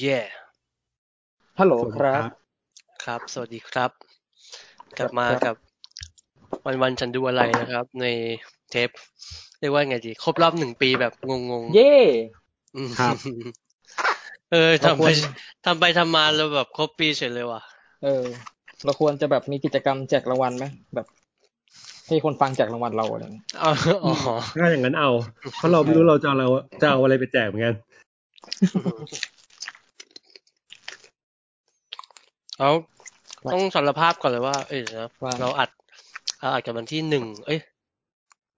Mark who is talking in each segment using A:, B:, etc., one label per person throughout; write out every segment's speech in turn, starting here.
A: เย่
B: ฮัลโหล
C: สวัส
B: ค
C: ดี
B: รับ
A: ครับ สวัสดีครับ กลับมากับวันวันๆฉันดูอะไรนะครับ ในเทปเรียกว่าไงดี ครบรอบหนึ่งปีแบบงงๆ
B: เย่
A: อืม
C: ครับ
A: เออ
B: เรา
A: ทำ
B: คว
A: ไป
B: ร
A: ทำไปทำมาแล้วแบบครบปีเฉยเลยว่ะ
B: เออ เราควรจะแบบมีกิจกรรมแจกรางวัลไหมแบบให้คนฟังแจกรางวัลเราอะไรอย่างเงี้ย
A: อ๋ออ๋อ
C: ถ้าอย่างนั้นเอา เพราะเราไม่รู้เราจะเอาเราจะเอาอะไรไปแจกเหมือนกัน
A: เอาต้องสารภาพก่อนเลยว่า เอยเดี๋ยวนะ
B: ว่า
A: เราอัดเราอัดกันวันที่หนึ่งเอ้ย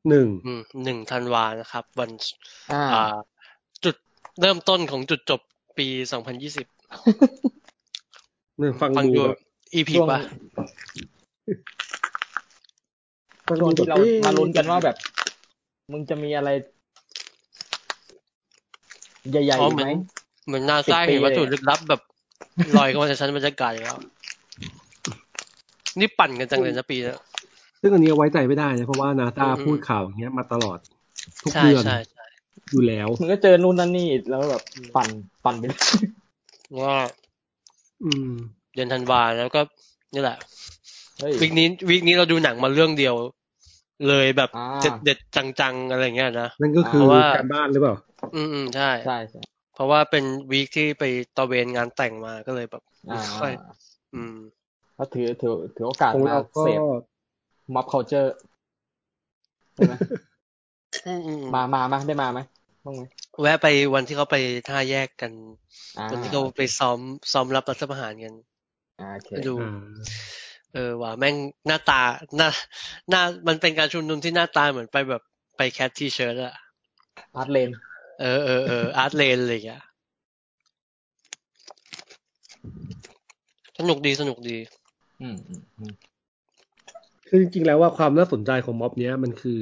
C: หนึ่ง
A: อืมหนึ่งธันวานะครับ วัน
B: อ่า
A: อ่า จุดเริ่มต้นของจุดจบปีสองพันยี่สิบ
C: มันฟัง
A: ฟัง
C: ดู
A: ดู
C: แบบ
A: EP
B: ช่วง
A: ป่ะ
C: ฟัง
B: ช่
C: ดู
B: วงที่
C: แบ
B: เรา
C: บอ๊ะ
B: มาลุ้นกันว่าแบบ มึงจะมีอะไร ใหญ่
A: อ๋อ
B: ๆ
A: เหมือ
B: ไห
A: น
B: ม
A: เหมือนนา
B: สิบ
A: ซา
B: ปี
A: เห็นวัตถุ
B: เลยอะ
A: ลึกลับ แบบลอยเข้ามาจากชั้นบรรยากาศอีกแล้ว นี่ปั่นกันจังเลยนะปีนะ
C: ซึ่งอันนี้ไว้ใจไม่ได้นะเพราะว่านาตา
A: อืม
C: พูดข่าวอย่างเงี้ยมาตลอด ทุก
A: ใช่
C: เดือน
A: ใช่ใช่
C: อยู่แล้ว
B: มึงก็เจอนู่นนั่นนี่แล้วแบบปั่นปั่นไปเลย
A: ว่า
C: อืม
A: เดือนธันวาแล้วก็นี่แหละ
B: เฮ้ย
A: วีคนี้วีคนี้เราดูหนังมาเรื่องเดียว เลยแบบ
B: อ่า
A: เด็ดเด็ดจังๆอะไรอย่างเงี้ยนะ
C: นั่นก็คือ
A: เพราะว่า
C: การบ้านหรือเปล่า
A: อืมอืมใช่
B: ใช่ใช่
A: เพราะว่าเป็นวีคที่ไปตระเวนงานแต่งมาก็เลยแบบ
B: อ่า
A: ไม่ค่อยอืม
B: ก็ถือถือถือโอกาส
C: ของ
B: มา
C: เราก็
B: เสพม็อบเคาเจอร์ใช่ไหม
A: อืมอืมอืม
B: มามามาได้มาไหมบ้างไหม
A: แวะไปวันที่เขาไปท่าแยกกัน
B: อ่า
A: วันที่เขาไปซ้อมซ้อมรับรัฐประหารกัน
B: อ่าโอเค
A: ไปดู
C: อ่า
A: เออว่าแม่งหน้าตาหน้าหน้ามันเป็นการชุมนุมที่หน้าตาเหมือนไปแบบไปแคทที่เชิร์ตอะ
B: พาร์ทเลน
A: เออเออเอออาร์ตเลนอะไรอย่างเงี้ยสนุกดีสนุกดี
B: อืมอืมอืม
C: คือจริงๆแล้วว่าความน่าสนใจของม็อบเนี้ยมันคือ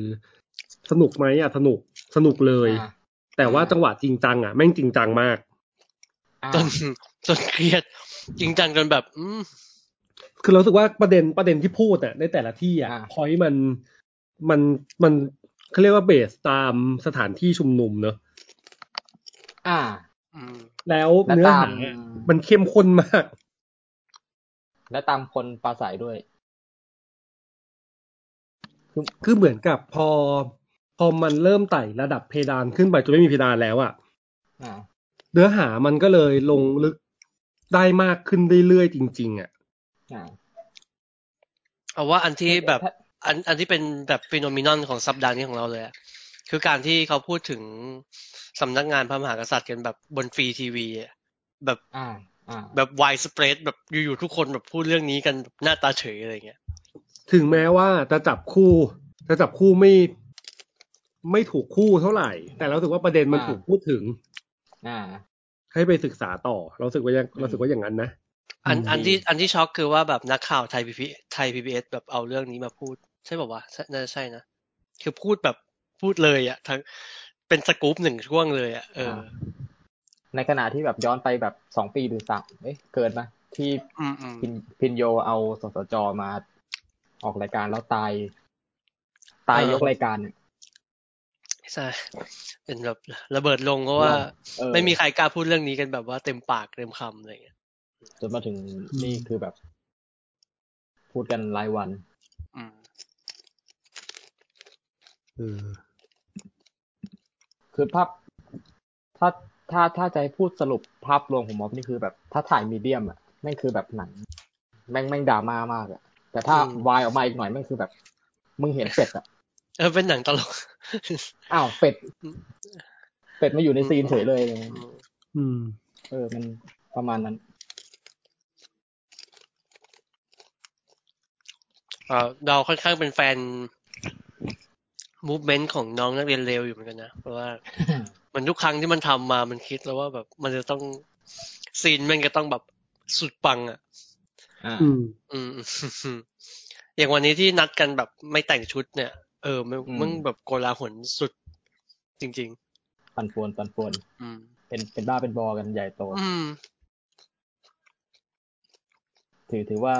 C: สนุกไหมอ่ะสนุกสนุกเลย
B: อ่า
C: แต่ว่าจังหวะจริงจังอ่ะแม่งจริงจังมาก
B: อ่า
A: จนจนเครียด จริงจังจนแบบ อืม
C: คือเรารู้สึกว่าประเด็นประเด็นที่พูดอ่ะในแต่ละที่อ่ะพอยมันมันมันเขาเรียกว่าเบสตามสถานที่ชุมนุมเนอะ
B: อ่า
A: อืม
C: แล้ว
B: และ
C: เนื้อ
B: ตาม
C: หาอะมันเข้มข้นมาก
B: และตามคนปลาใสด้วย
C: คือเหมือนกับพอ พอมันเริ่มไต่ระดับเพดานขึ้นไปจนไม่มีเพดานแล้วอ่ะ
B: อ่า
C: เนื้อหามันก็เลยลงลึกได้มากขึ้นเรื่อยๆจริง ๆ อ่ะ
B: อ่า
A: เอาว่าอันที่แบบ อันอันที่เป็นแบบฟีโนมินอนของสัปดาห์นี้ของเราเลยอะคือการที่เขาพูดถึงสำนักงานพระมหากษัตริย์กันแบบบนฟรีทีวีอะแบบ
B: อ่า อ่า
A: แบบไวสเปรดแบบอยู่ๆทุกคนแบบพูดเรื่องนี้กันแบบหน้าตาเฉยอะไรเงี้ย
C: ถึงแม้ว่าจะจับคู่ จะจับคู่ไม่ ไม่ถูกคู่เท่าไหร่ แต่เรารู้สึกว่าประเด็นมัน
B: อ่า
C: ถูกพูดถึง
B: อ่า
C: ให้ไปศึกษาต่อ เราสึกว่ายัง
B: อืม
C: เราสึกว่าอย่างนั้นนะ
A: อัน
C: อืม
A: อันที่อันที่ช็อกคือว่าแบบนักข่าวไทยพีพีไทยพีบีเอสแบบเอาเรื่องนี้มาพูด ใช่ป่าวะใช่น่าจะใช่นะ คือพูดแบบพูดเลยอะทั้งเป็นสกู๊ปหนึ่งช่วงเลยอะเออ
B: ในขณะที่แบบย้อนไปแบบสองปีหรือสามเอ๊ะ เกินปะที่
A: อืมอืม
B: พินพินโยเอาสสจมาออกรายการแล้วตาย ตายยกรายการเนี่ย
A: ใช่เป็นแบบระเบิดลงเพราะว่า
B: เออ
A: ไม่มีใครกล้าพูดเรื่องนี้กันแบบว่าเต็มปากเต็มคำอะไรเงี้ย
B: จนมาถึงนี่คือแบบ พูดกันรายวัน
A: อืม
C: เออ
B: คือภาพถ้าถ้าถ้าจะให้พูดสรุปภาพรวมของม็อบนี่คือแบบ ถ้าถ่ายมีเดียมอ่ะแม่งคือแบบหนัง แม่งแม่งดราม่ามากอ่ะ แต่ถ้า
A: อืม
B: วายออกมาอีกหน่อยแม่งคือแบบ มึงเห็นเป็ดอ่ะ
A: เออเป็นหนังตลก
B: อ้าวเป็ด
A: อืม
B: เป็ดมาอยู่ในซีนเฉยเลยอะไรเงี้ย
A: อืม
C: อืม
B: เออ มันประมาณนั้น
A: อ่าเราค่อนข้างเป็นแฟนมูฟเมนต์ของน้องนักเรียนเลวอยู่เหมือนกันนะเพราะว่า มันทุกครั้งที่มันทำมา มันคิดแล้วว่าแบบ มันจะต้องซีนมันก็ต้องแบบสุดปังอ่ะ
B: อ่า
C: อืม
A: อืม อย่างวันนี้ที่นัดกันแบบไม่แต่งชุดเนี่ย เออมึงมึงแบบโกลาหลสุดจริง
B: ปันปวนปันปวน
A: ๆ อืม
B: เป็นเป็นบ้าเป็นบอกันใหญ่โต
A: อืม
B: ถือถือว่า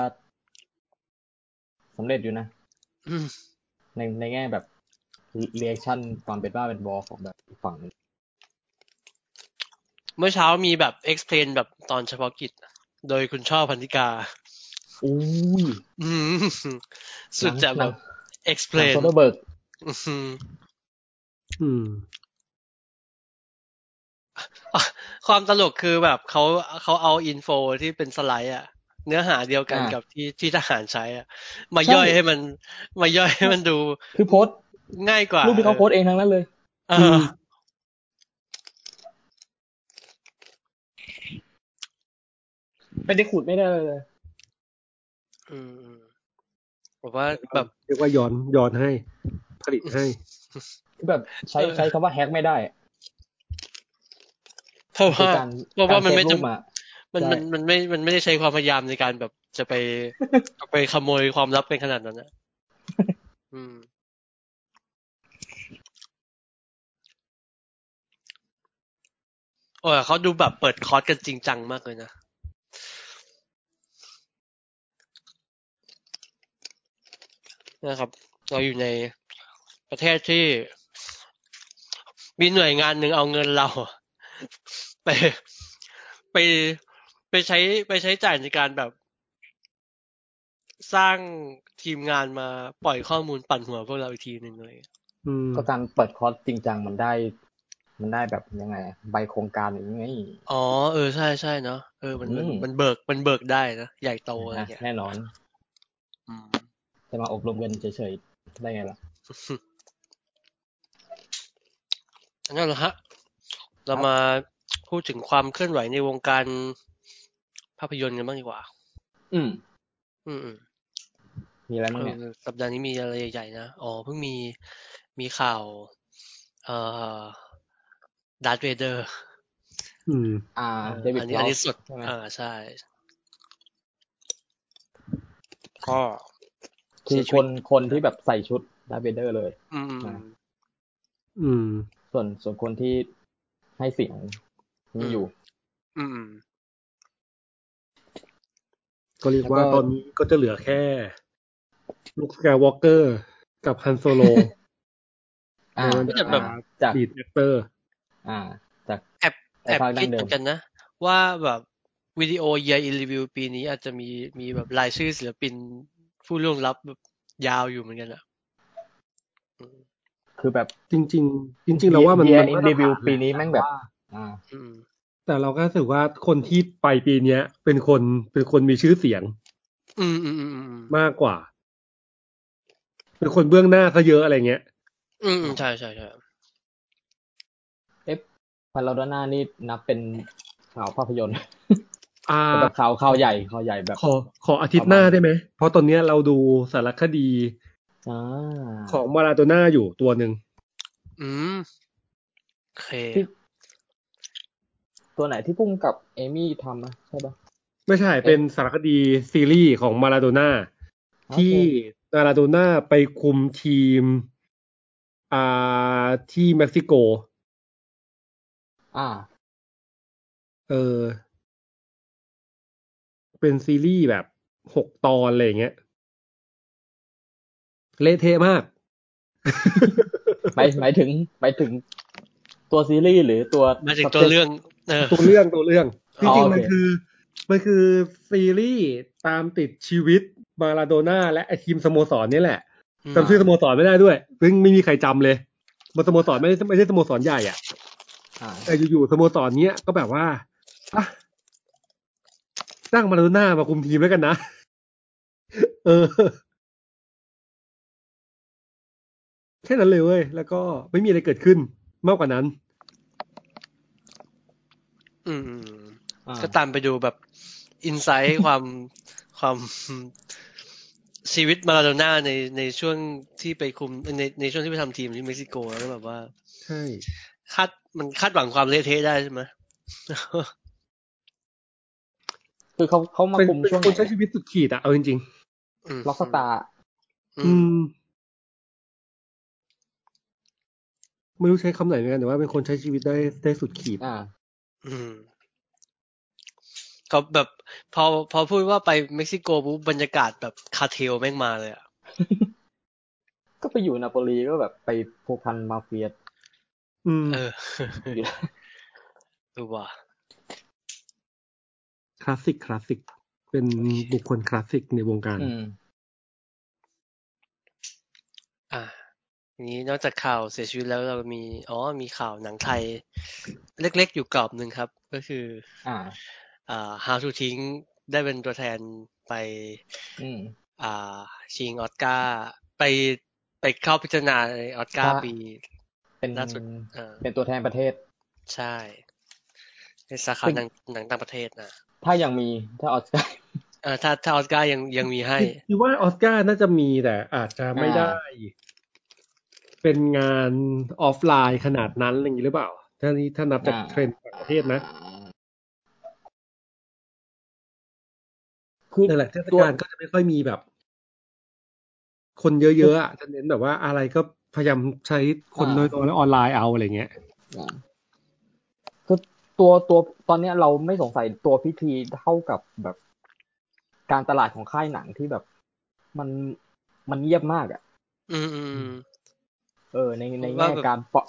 B: สำเร็จอยู่นะ
A: อืม
B: ในในแง่แบบเรีแอคชั่นความเป็นบ้าเป็นบอของแบบอีกฝั่งหนึง
A: เมื่อเช้ามีแบบ explain แบบตอนเฉพาะกิจ โดยคุณชอบพันธิกา
B: อุ้ย
A: อืม สุดจะแบบ
B: หนัง
A: explain
B: โซเดอร์เบิร์ก
A: อื้อหือ
C: อืม
A: ความตลกคือแบบเขาเขาเอาอินโฟที่เป็นสไลด์อะเนื้อหาเดียวกันกับที่ที่ทหารใช้อะมาย่อยให้มัน มาย่อยให้มันดู
B: คือโพสต์
A: ง่ายกว่า
B: รูปที่เขาโพสต์เองทั้งนั้นเลย
A: เออ
B: ไม่ได้ขุดไม่ได้เลยเลย
A: อืมอืมผมว่าแบบ
C: เรียกว่าย้อนย้อนให้ ผลิตให้
B: คือแบบใช้ใช้คำว่าแฮกไม่ได้อะ
A: เพราะ
B: คือ
A: ว่า
B: การ
A: เพราะว่ามันไม่
B: กรเซฟ
A: จำ
B: รูปอะ
A: มัน
B: ใช่
A: มันมันไม่มันไม่ได้ใช้ความพยายามในการแบบจะไป ไปขโมยความลับกันขนาดนั้นนะอืม โอ้ยเขาดูแบบเปิดคอร์สกันจริงจังมากเลยนะ นะครับ เราอยู่ในประเทศที่มีหน่วยงานหนึ่งเอาเงินเรา ไป ไปไปใช้ไปใช้จ่ายในการแบบ สร้างทีมงานมาปล่อยข้อมูลปั่นหัวพวกเราอีกทีหนึ่งเลย
C: อืม
B: ก็การเปิดคอร์สจริงจังมันได้ มันได้แบบยังไงอะใบโครงการอย่างนี้ไง
A: อ๋อเออใช่ใช่เนาะเออมันมัน
B: อืม
A: มันเบิกมันเบิกได้นะใหญ่โตอะไร
B: นะ
A: เงี้ย
B: แน่นอน
A: อืม
B: จะมาอบรมกันเฉยๆได้ไงล่ะ
A: นั่นแหละฮะ เรามาพูดถึงความเคลื่อนไหวในวงการภาพยนตร์กันบ้างดีกว่า
B: อืม
A: อืมอืม
B: มีอะไรบ้างเนี่ย
A: เออสัปดาห์นี้มีอะไรใหญ่ๆนะ อ๋อ เพิ่งมี มีข่าว เอ่อดาร์ธเวเดอร์
C: อืม
B: อ่า เดวิด
A: อันนี้
B: ล
A: อั
B: อน ส
A: นี้สด
B: ใช่ไหม
A: อ่าใช่ ก็
B: คือคนคนที่แบบใส่ชุดดาร์เวเดอร์เลย
A: อืมอืม
C: อืม
B: ส่วนส่วนคนที่ให้เสียงมีอยู่
A: อืมอืม
C: ก็เรียกว่า
B: แล้วก็
C: ตอนนี้ก็จะเหลือแค่ลูกสกายวอล์กเกอร์กับฮันโซโล
B: อ่า
C: เออ
A: แต่แบบ
B: อ่าจาก
C: ดีดแอคเตอร์
B: อ่า จาก
A: แอบ
B: แต่
A: แอบ
B: ภาคดั้
A: คิด
B: งเดิม
A: เหมือนกันนะ ว่าแบบวิดีโอ Year in Review ปีนี้อาจจะมีมีแบบรายชื่อศิลปินผู้ล่วงลับแบบยาวอยู่เหมือนกันอะอืม
B: คือแบบ
C: จริง ๆ จริง ๆ เราว่ามัน
B: Year
C: มัน
B: in
C: มาตฐา
B: Review
C: หละ
B: ปีนี้แม่งแบบ อ่า
A: อืม
C: แต่เราก็รู้สึกว่าคนที่ไปปีเนี้ย เป็นคนเป็นคนมีชื่อเสียง
A: อืมอืมอืมอืม
C: มากกว่า เป็นคนเบื้องหน้าซะเยอะอะไรเงี้ย
A: อืมอืมใช่ใช่ใช่
B: เอ๊ะพาราโดน่านี่นับเป็นข่าวภาพยนตร์
C: อ่า
B: แต่แบบข่าวข่าวใหญ่ข่าวใหญ่แบบ
C: ขอขออาทิตย์หน้าได้ไหม เพราะตอนเนี้ยเราดูสารคดี
B: อ่า
C: ของมาราโดน่าอยู่ตัวหนึ่ง
A: อืมโอเค
B: ตัวไหนที่พุ่งกับเอมี่ทำอะใช่ปะ
C: ไม่ใช่ เป็นสารคดีซีรีส์ของมาราโดน่า
B: โอเค
C: ที่มาราโดน่าไปคุมทีม อ่าที่เม็กซิโก
B: อ่า
C: เออ เป็นซีรีส์แบบหกตอนอะไรอย่างเงี้ยเละเทะมาก
B: หมายหมายถึงหมายถึงตัวซีรีส์หรือตัว
A: มาถึงตัวเรื่อง เออ
C: ตัวเรื่องตัวเรื่องจ
A: อ๋อ
C: ริงๆมัน
B: โอเค
C: คือ มันคือซีรีส์ตามติดชีวิตมาราโดน่าและไอทีมสโมสรนี่แหละจำชื่อสโมสรไม่ได้ด้วย ซึ่งไม่มีใครจำเลยมันสโมสรไม่ได้ไม่ใช่สโมสรใหญ่อ่ะ
B: อ่า
C: แต่อยู่ๆสโมสรเนี้ยก็แบบว่าอ่ะตั้งมาราโดน่ามาคุมทีมแล้วกันนะ เออ แค่นั้นเลยเว้ย แล้วก็ไม่มีอะไรเกิดขึ้นมากกว่านั้น
A: อืมอืมอืม
B: อ่า
A: ก็ตามไปดูแบบอินไซต์ความ ความชีวิตมาราโดน่าในในช่วงที่ไปคุมในในช่วงที่ไปทำทีมที่เม็กซิโกแล้วแบบว่า
C: ใช่
A: คาดมันคาดหวังความเละเทะได้ใช่ไหม
B: คือเขาเขามา
C: เป็น
B: คุม
C: เป็น
B: ช่วงไห
C: คน นใช้ชีวิตสุดขีดอะเอาจริง
A: ม
B: ล็อกสตาร์
C: ๆ
A: อื
C: อื
A: ม
C: ม ไม่รู้ใช้คำไหนเหมือนกันแต่ว่าเป็นคนใช้ชีวิตได้ได้สุดขีด
B: อ่า
A: อืมก็แบบพอพอพูดว่าไปเม็กซิโกปุ๊บบรรยากาศแบบคาร์เทลแม่งมาเลยอะ
B: ก็ไปอยู่นาโปลีก็แบบไปพัวพันมาเฟีย
C: อืม
A: เออ
B: อยู่แล้ว
A: เออว่ะ
C: คลาสสิกคลาสสิกเป็นบุคคลคลาสสิกในวงการ
B: อืม
A: อ่าทีนี้นอกจากข่าวเสียชีวิตแล้วเรามีอ๋อมีข่าวหนังไทย เล็กๆอยู่กรอบหนึ่งครับ ก็คือ
B: อ่า
A: อ่า How to ทิ้งได้เป็นตัวแทนไป
B: อืม
A: อ่า ชิงออสการ์ไปไปเข้าพิจารณาในออสการ์
B: ครับ
A: ปี
B: เป็น
A: ล่าสุด เออ
B: เป็นตัวแทนประเทศ
A: ใช่ ในสาขา
B: เป็น
A: หนังหนังต่างประเทศนะ
B: ถ้ายังมีถ้าออสการ์
A: เออถ้าถ้าออสการ์ยังยังมีให้
C: คิดว่าออสการ์น่าจะมีแต่อาจจะไม่ได้ เป็นงานออฟไลน์ขนาดนั้นอะไรอย่างนี้หรือเปล่า ถ้านี้ถ้านับจาก
B: อ่า
C: เทรนด์ต่างประเทศนะ
B: คือ
C: นั่นแหละเทศ
B: ตัว
C: กาลก็จะไม่ค่อยมีแบบ คนเยอะๆอะจะเน้นแบบว่าอะไรก็พยายามใช้คนน้อยๆแล้วออนไลน์เอาอะไรเงี้ย
B: คือตัวตัวตอนเนี้ยเราไม่สงสัยตัวพิธีเท่ากับแบบการตลาดของค่ายหนังที่แบบ มันมันเงียบมากอ่ะ
A: อืมอืม
B: เออในใน
A: ผมว่า
B: แง่
A: แบบ
B: การเปาะ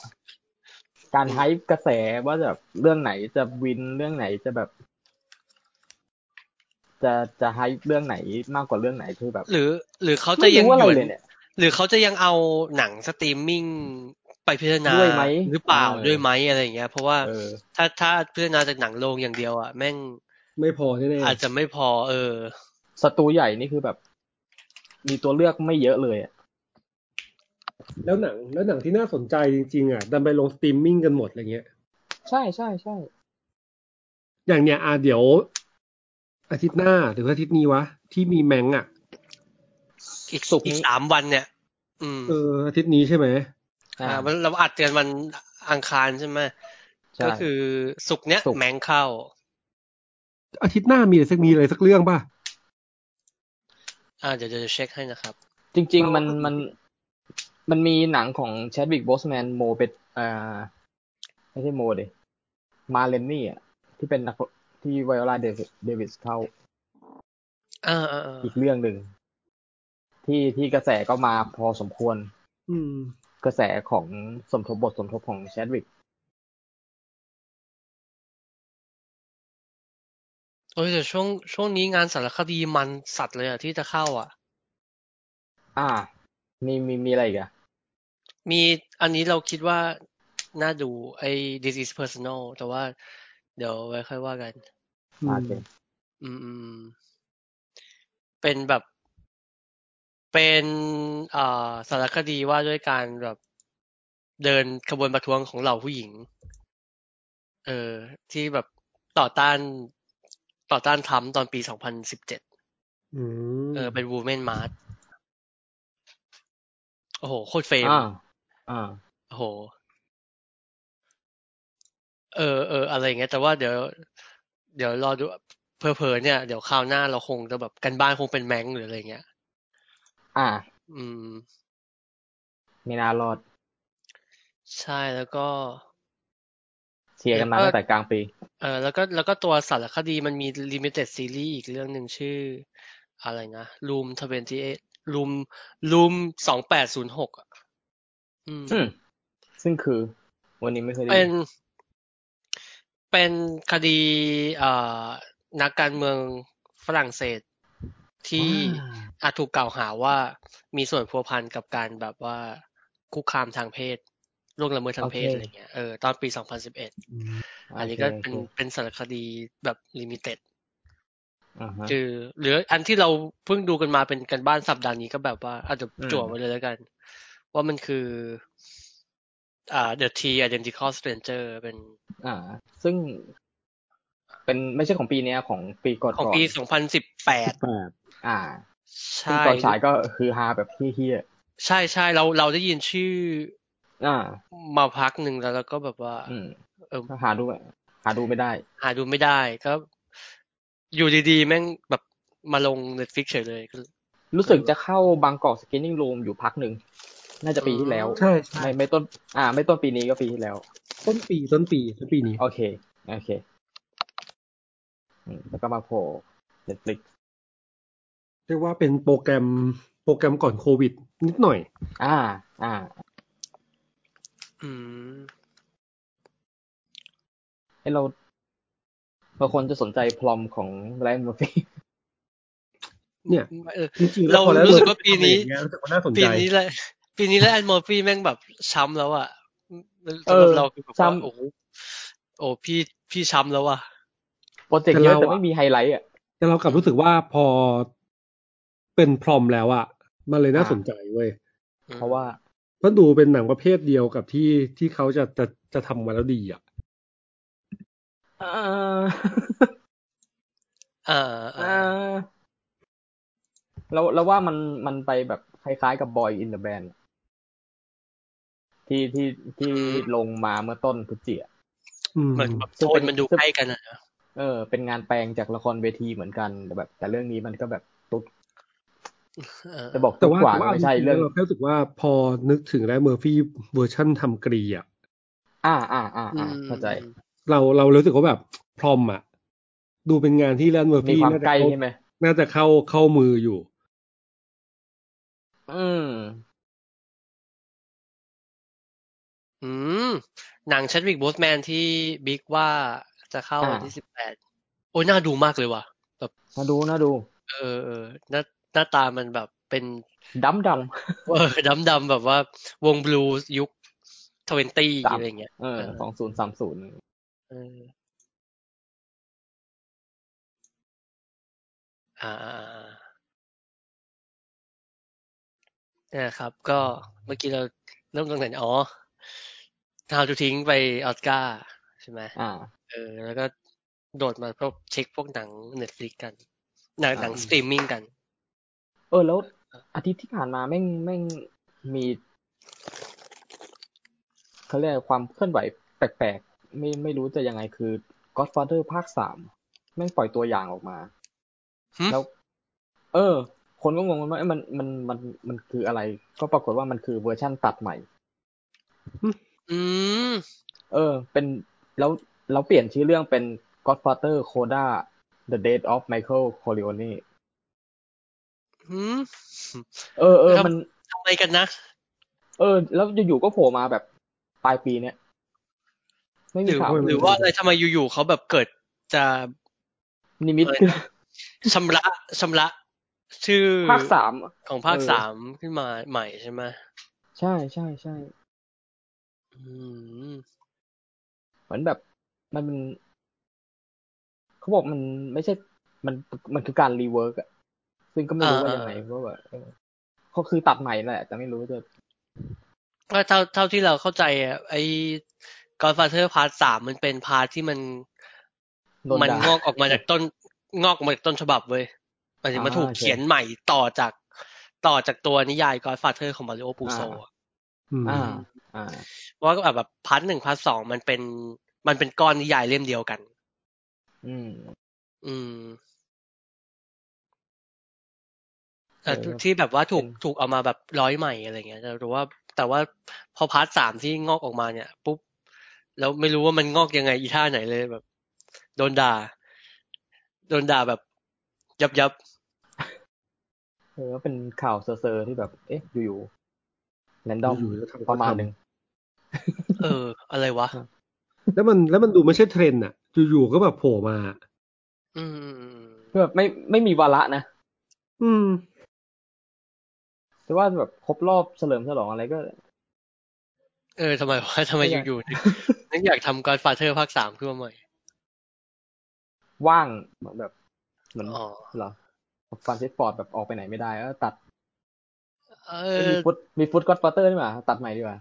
B: การไฮป์กระแสว่าแบบเรื่องไหนจะวินเรื่องไหนจะแบบ จะจะไฮป์เรื่องไหนมากกว่าเรื่องไหนคือแบบ
A: หรือ หรือเขาจะ
B: ไม่
A: ยัง
B: รู้อะไร
A: หวน
B: เลยเนี่ย
A: หรือเขาจะยังเอาหนังสตรีมมิ่งไปพิจารณา
B: ด้วยไหม
A: หรือเปล่า
B: เออ
A: ด้วยไหมอะไรอย่างเงี้ย เพราะว่า
B: เออ
A: ถ้าถ้าพิจารณาจากหนังโรงอย่างเดียวอ่ะแม่ง
C: ไม่พอแน่
A: อาจจะไม่พอ เออ
B: ศัตรูใหญ่นี่คือแบบ มีตัวเลือกไม่เยอะเลยอะ
C: ๆแล้วหนัง แล้วหนังที่น่าสนใจจริงๆอ่ะดันไปลงสตรีมมิ่งกันหมดอะไรเงี้ย
B: ใช่ใช่ใช่
C: อย่างเนี้ยอ่ะเดี๋ยว อาทิตย์หน้าหรืออาทิตย์นี้วะ ที่มีแมงอ่ะ
A: อีก
B: สุก
A: อีก
B: นี้
A: สามวันเนี่ย อืม
C: เอออาทิตย์นี้ใช่ไหม
B: อ่า
A: อ่ามันเราอัดกันวันอังคารใช่ไหม
B: ใช่
A: ก็คือสุกร์เนี้ย
B: ศุกร์
A: แมงเข้า
C: อาทิตย์หน้ามีอะไรสักมีอะไรสักเรื่องป่ะ
A: อ่าเดี๋ยวจะเช็คให้นะครับ
B: จริง ๆ มันมันมันมีหนังของแชดวิกบอสแมนโมเป็นอ่าไม่ใช่โมเดยมาเลนนี่อ่ะ ที่เป็นนักที่ไวโอลาเดวิสเข้า
A: อ่าอ่าอ่า
B: อีกเรื่องหนึ่ง ที่ที่กระแสก็มาพอสมควร
C: อืม
B: กระแสของสมทบบทสมทบของแชดวิก
A: โอ้ยแต่ช่วงช่วงนี้งานสารคดีมันสัตว์เลยอ่ะที่จะเข้าอ่ะ
B: อ่า มีมีมีอะไรอีกอ่ะ
A: มีอันนี้เราคิดว่าน่าดูไอ้ this is personal แต่ว่าเดี๋ยวไว้ค่อยว่ากัน
B: โอเค
A: อืมอืมอืมเป็นแบบ เป็นอ่าสารคดีว่าด้วยการแบบเดินขบวนประท้วงของเหล่าผู้หญิง เออ ที่แบบต่อต้านต่อต้านทรัมป์ตอนปีสองพันสิบเจ็ด
C: อืม
A: เออเป็น Women March โอ้โห โคตรเฟรม
B: อ่าอ่า
A: โอ้โห เออเอออะไรอย่างเงี้ยแต่ว่าเดี๋ยว เดี๋ยวรอดูเพอเพอๆเนี่ย เดี๋ยวคราวหน้าเราคงจะแบบกันบ้านคงเป็นแมงหรืออะไรเงี้ย
B: อ่า
A: อืม
B: ไม่น่ารอด
A: ใช่แล้วก็
B: เชียร์กันมา
A: เออ
B: ตั้งแต่กลางปี
A: เออแล้วก็แล้วก็ตัวสารคดีมันมี limited series อีกเรื่องหนึ่งชื่อ อะไรนะ Room 28 Room Room 2806อ่ะอืม
B: อืม ซึ่งคือ วันนี้ไม่เคยได้
A: เป็
B: ยิ
A: น
B: น
A: เป็นคดีเอ่อนักการเมืองฝรั่งเศส ที่อาจถูกกล่าวหาว่ามีส่วนพัวพันกับการแบบว่าคุกคามทางเพศล่วงละเมิดทางเพศอะไรเงี้ยเออตอนปี 2011 อันนี้ก็
B: โค
A: เป็น
B: โอค
A: เป็นสารคดีแบบลิมิเต็ด
B: อ่าฮะ
A: คือหรืออันที่เราเพิ่งดูกันมาเป็นกันบ้านสัปดาห์นี้ก็แบบว่าอาจจะ
B: อืม
A: จั่วไว้เลยแล้วกัน ว่ามันคืออ่า The T Identical Stranger เป็น
B: อ่า ซึ่ง เป็นไม่ใช่ของปีเนี้ยของปีก่อน
A: ของปี 2018
C: แปด
B: 2008อ่าซึ่ง
A: ใช่
B: ตอนฉายก็คือฮาแบบเฮี้ย
A: ใช่ใช่เราเราได้ยินชื่อ
B: ๆอ่า
A: มาพักหนึ่งแล้วแล้วก็แบบว่า
B: อืม
A: เออ
B: ก็หาดูไม่หาดูไม่ได้
A: หาดูไม่ได้ก็อยู่ดีๆ แม่งแบบมาลง Netflix เฉยเลย
B: รู้สึกจะเข้าบางกอกสกินนิ่งรูมอยู่พักหนึ่ง น่าจะปีที่แล้ว
C: ใช่ใช่
B: ไม่ไม่ต้น อ่า ไม่ต้นปีนี้ก็ปีที่แล้ว
C: ต้นปีต้นปีต้นปีนี้
B: โอเค โอเคอืมแล้วก็มาโผล่เน็ตฟลิก
C: เรียกว่าเป็นโปรแกรมโปรแกรมก่อนโควิด นิดหน่อย
B: อ่า อ่า
A: อืม
B: เอ้ยเรา บางคนจะสนใจพลอมของแรนด์มอ ร์ฟี
C: เนี่ย
A: เออ
C: จริงๆ
A: เรา
C: พอแล้ว
A: รู้สึกว่าปีนี้
C: เรื่องอะไรอย่างเงี้ยรู้สึกว่าน่าสน
A: ปี
C: ใจ
A: นี้แหละปีนี้แล้วแอนมอร์ฟี่แม่งแบบช้ำแล้วอะสำหรับเราคือแบบว่าโอ้โหโอ้พี่พี่ช้ำแล้วอะ
B: โปรเจกต์เยอะแต่ไม่มีไฮไลท์อ่ะ
C: แต่เรากลับรู้สึกว่าพอเป็นพรอมแล้วอะมันเลยน่าสนใจเว้ย
B: เพราะว่า
C: เพราะดูเป็นหนังประเภทเดียวกับที่ที่เขาจะจะจะทำมาแล้วดีอะ
B: เอ่อ
A: อ่าอ่า
B: เราเราว่ามันมันไปแบบคล้ายๆกับบอยอินเดอะแบนที่ที่ที่
A: อืม
B: ลงมาเมื่อต้นพฤศจิกา
A: เหมือนแบบ
B: ซึ่
A: โท
B: งเป็น น
A: มันดูใกล้กันอะนะ
B: เออ เป็นงานแปลงจากละครเวทีเหมือนกันแต่แบบ แต่เรื่องนี้มันก็แบบตุ๊ด
A: เออ
B: จะบอก
C: แต่
B: ตุ๊ด
C: ว่าก
B: ว่าก็
C: แต่ว่า
B: ไม่ใช่เรื่อง
C: เราแค่รู้สึกว่าพอนึกถึงแล้วเมอร์ฟี่เวอร์ชั่นทำกรีอ่ะ
B: อ่าอ่าอ่า
A: อื
B: อ่าม เข้าใจ
C: เราเรารู้สึกว่าแบบพรอมอ่ะ ดูเป็นงานที่แลนด์เมอร์
B: มี
C: ฟี่
B: ความ
C: น่าจะ
B: ใกล้
C: เข้า
B: ใช่ไหม
C: น่าจะเข้าเข้ามืออยู่
B: อืม
A: อืมหนังชัดวิกบอสแมนที่บิ๊กว่าจะเข้าวัน
B: อ่า
A: ที่สิบแปดโอ้ยน่าดูมากเลยว่ะ
B: น่าดูน่าดู
A: เออเออหน้าหน้าตามันแบบเป็น
B: ดำดำ
A: เออดำดำๆแบบว่าวงบลูส์ยุคทเวนตี้
B: สาม
A: อะไรเงี้ย
B: เออ
A: เออ
B: สองศูนย์สามศูนย์
A: เอออ่าอ่าอ่าเนี่ยครับ ก็เมื่อกี้เราเริ่มตรงไหนอ๋อทาวทูทิ้งไปออสการ์ใช่ไหม
B: อ่า
A: เออ แล้วก็โดดมาพวกเช็คพวกหนังเน็ตฟลิกกัน หนัง
B: อ่า
A: หนังสตรีมมิ่งกัน
B: เออ แล้วอาทิตย์ที่ผ่านมาแม่งแม่งมีเขาเรียกความเคลื่อนไหวแปลกๆ ไม่ไม่รู้จะยังไงคือ Godfather ภาคสามแม่งปล่อยตัวอย่างออกมา
A: หึ
B: แล้ว เออ คนก็งงกันว่าเอ้ยมันมันมันมันคืออะไร ก็ปรากฏว่ามันคือเวอร์ชั่นตัดใหม่
A: อืม
B: เออ เป็นแล้วเราเปลี่ยนชื่อเรื่องเป็น Godfather Coda The Death of Michael Corleone
A: หืม
B: เออเออ
A: ครับ
B: มัน
A: ทำไมกันนะ
B: เออ แล้วอยู่ๆก็โผล่มาแบบปลายปีเนี้ยไม่
A: ห
B: มี
A: รือ
B: ข่าว
A: หรือว่าอะไรทำไมอยู่ๆเขาแบบเกิดจะ
B: นิมิต
A: อะไร
B: คือ
A: ชำระชำระชื่อ
B: ภาคสาม
A: ของภาค
B: เออ
A: สามขึ้นมาใหม่ใช่ไหม
B: ใช่ใช่ใช่
A: อืม
B: เหมือนแบบมันเป็นเขาบอกมันไม่ใช่ มันมันคือการรีเวิร์กอะซึ่งก็ไม่รู้ว่ายังไงว่าแบบเออเขาคือตัดใหม่แหละ แต่ไม่รู้จะ
A: ก็เท่าเท่าที่เราเข้าใจอะไอ้ Godfather Part สามมันเป็นพาร์ทที่มัน
B: โดน
A: มัน
B: ด่า
A: งอกออกมาจากต้น งอกออกมาจากต้นฉบับเว้ยหมันถึงมา
B: อ่า
A: ถูก
B: โอเค
A: เขียนใหม่ต่อจากต่อจากตัวนิยาย Godfather ของมาริโอปูโซอะ
C: อืม
B: อ่า อ่า
A: ว่าก็แบบพาร์ทหนึ่งพาร์ทสองมันเป็น มันเป็นก้อนนิยายเล่มเดียวกัน
B: อืม
A: อืมแต่
B: เออ
A: ที่แบบว่าถูก
B: เป็น
A: ถูกเอามาแบบร้อยใหม่อะไรเงี้ยแต่รู้ว่า แต่ว่าพอพาร์ทสามที่งอกออกมาเนี่ยปุ๊บแล้วไม่รู้ว่ามันงอกยังไงอีท่าไหนเลยแบบ โดนด่า โดนด่าแบบ ยับยับ
B: เออเป็นข่าวเซอร์ๆที่แบบ เอ๊ะ อยู่ๆแรนดอม
C: ยู่ๆแล้วทำ
B: ประมาณหนึ่ง
A: เออ อะไรวะ
C: แล้วมันแล้วมันดูไม่ใช่เทรนด์อ่ะ อยู่ๆก็แบบโผล่มา
A: อืมอืมอืม
B: คือแบบไม่ไม่มีวาระนะ
C: อืม
B: แต่ว่าแบบครบรอบเฉลิมฉลองอะไรก็
A: เออทำไมวะทำไม
B: ไม่ได้
A: อยู่ๆนึก นึกอยากทำการฟาเธอร์ภาคสามขึ้นมาใหม่
B: ว่างเหมือนแบบเหมือน
A: อ๋อ
B: เหรอฟรานซิสฟอร์ดแบบออกไปไหนไม่ได้ก็ตัด
A: เอ
B: เอ้
A: อ
B: ยมีฟุตมีฟุตก็อดฟัตเตอร์นี่หว่าตัดใหม่ดีกว่า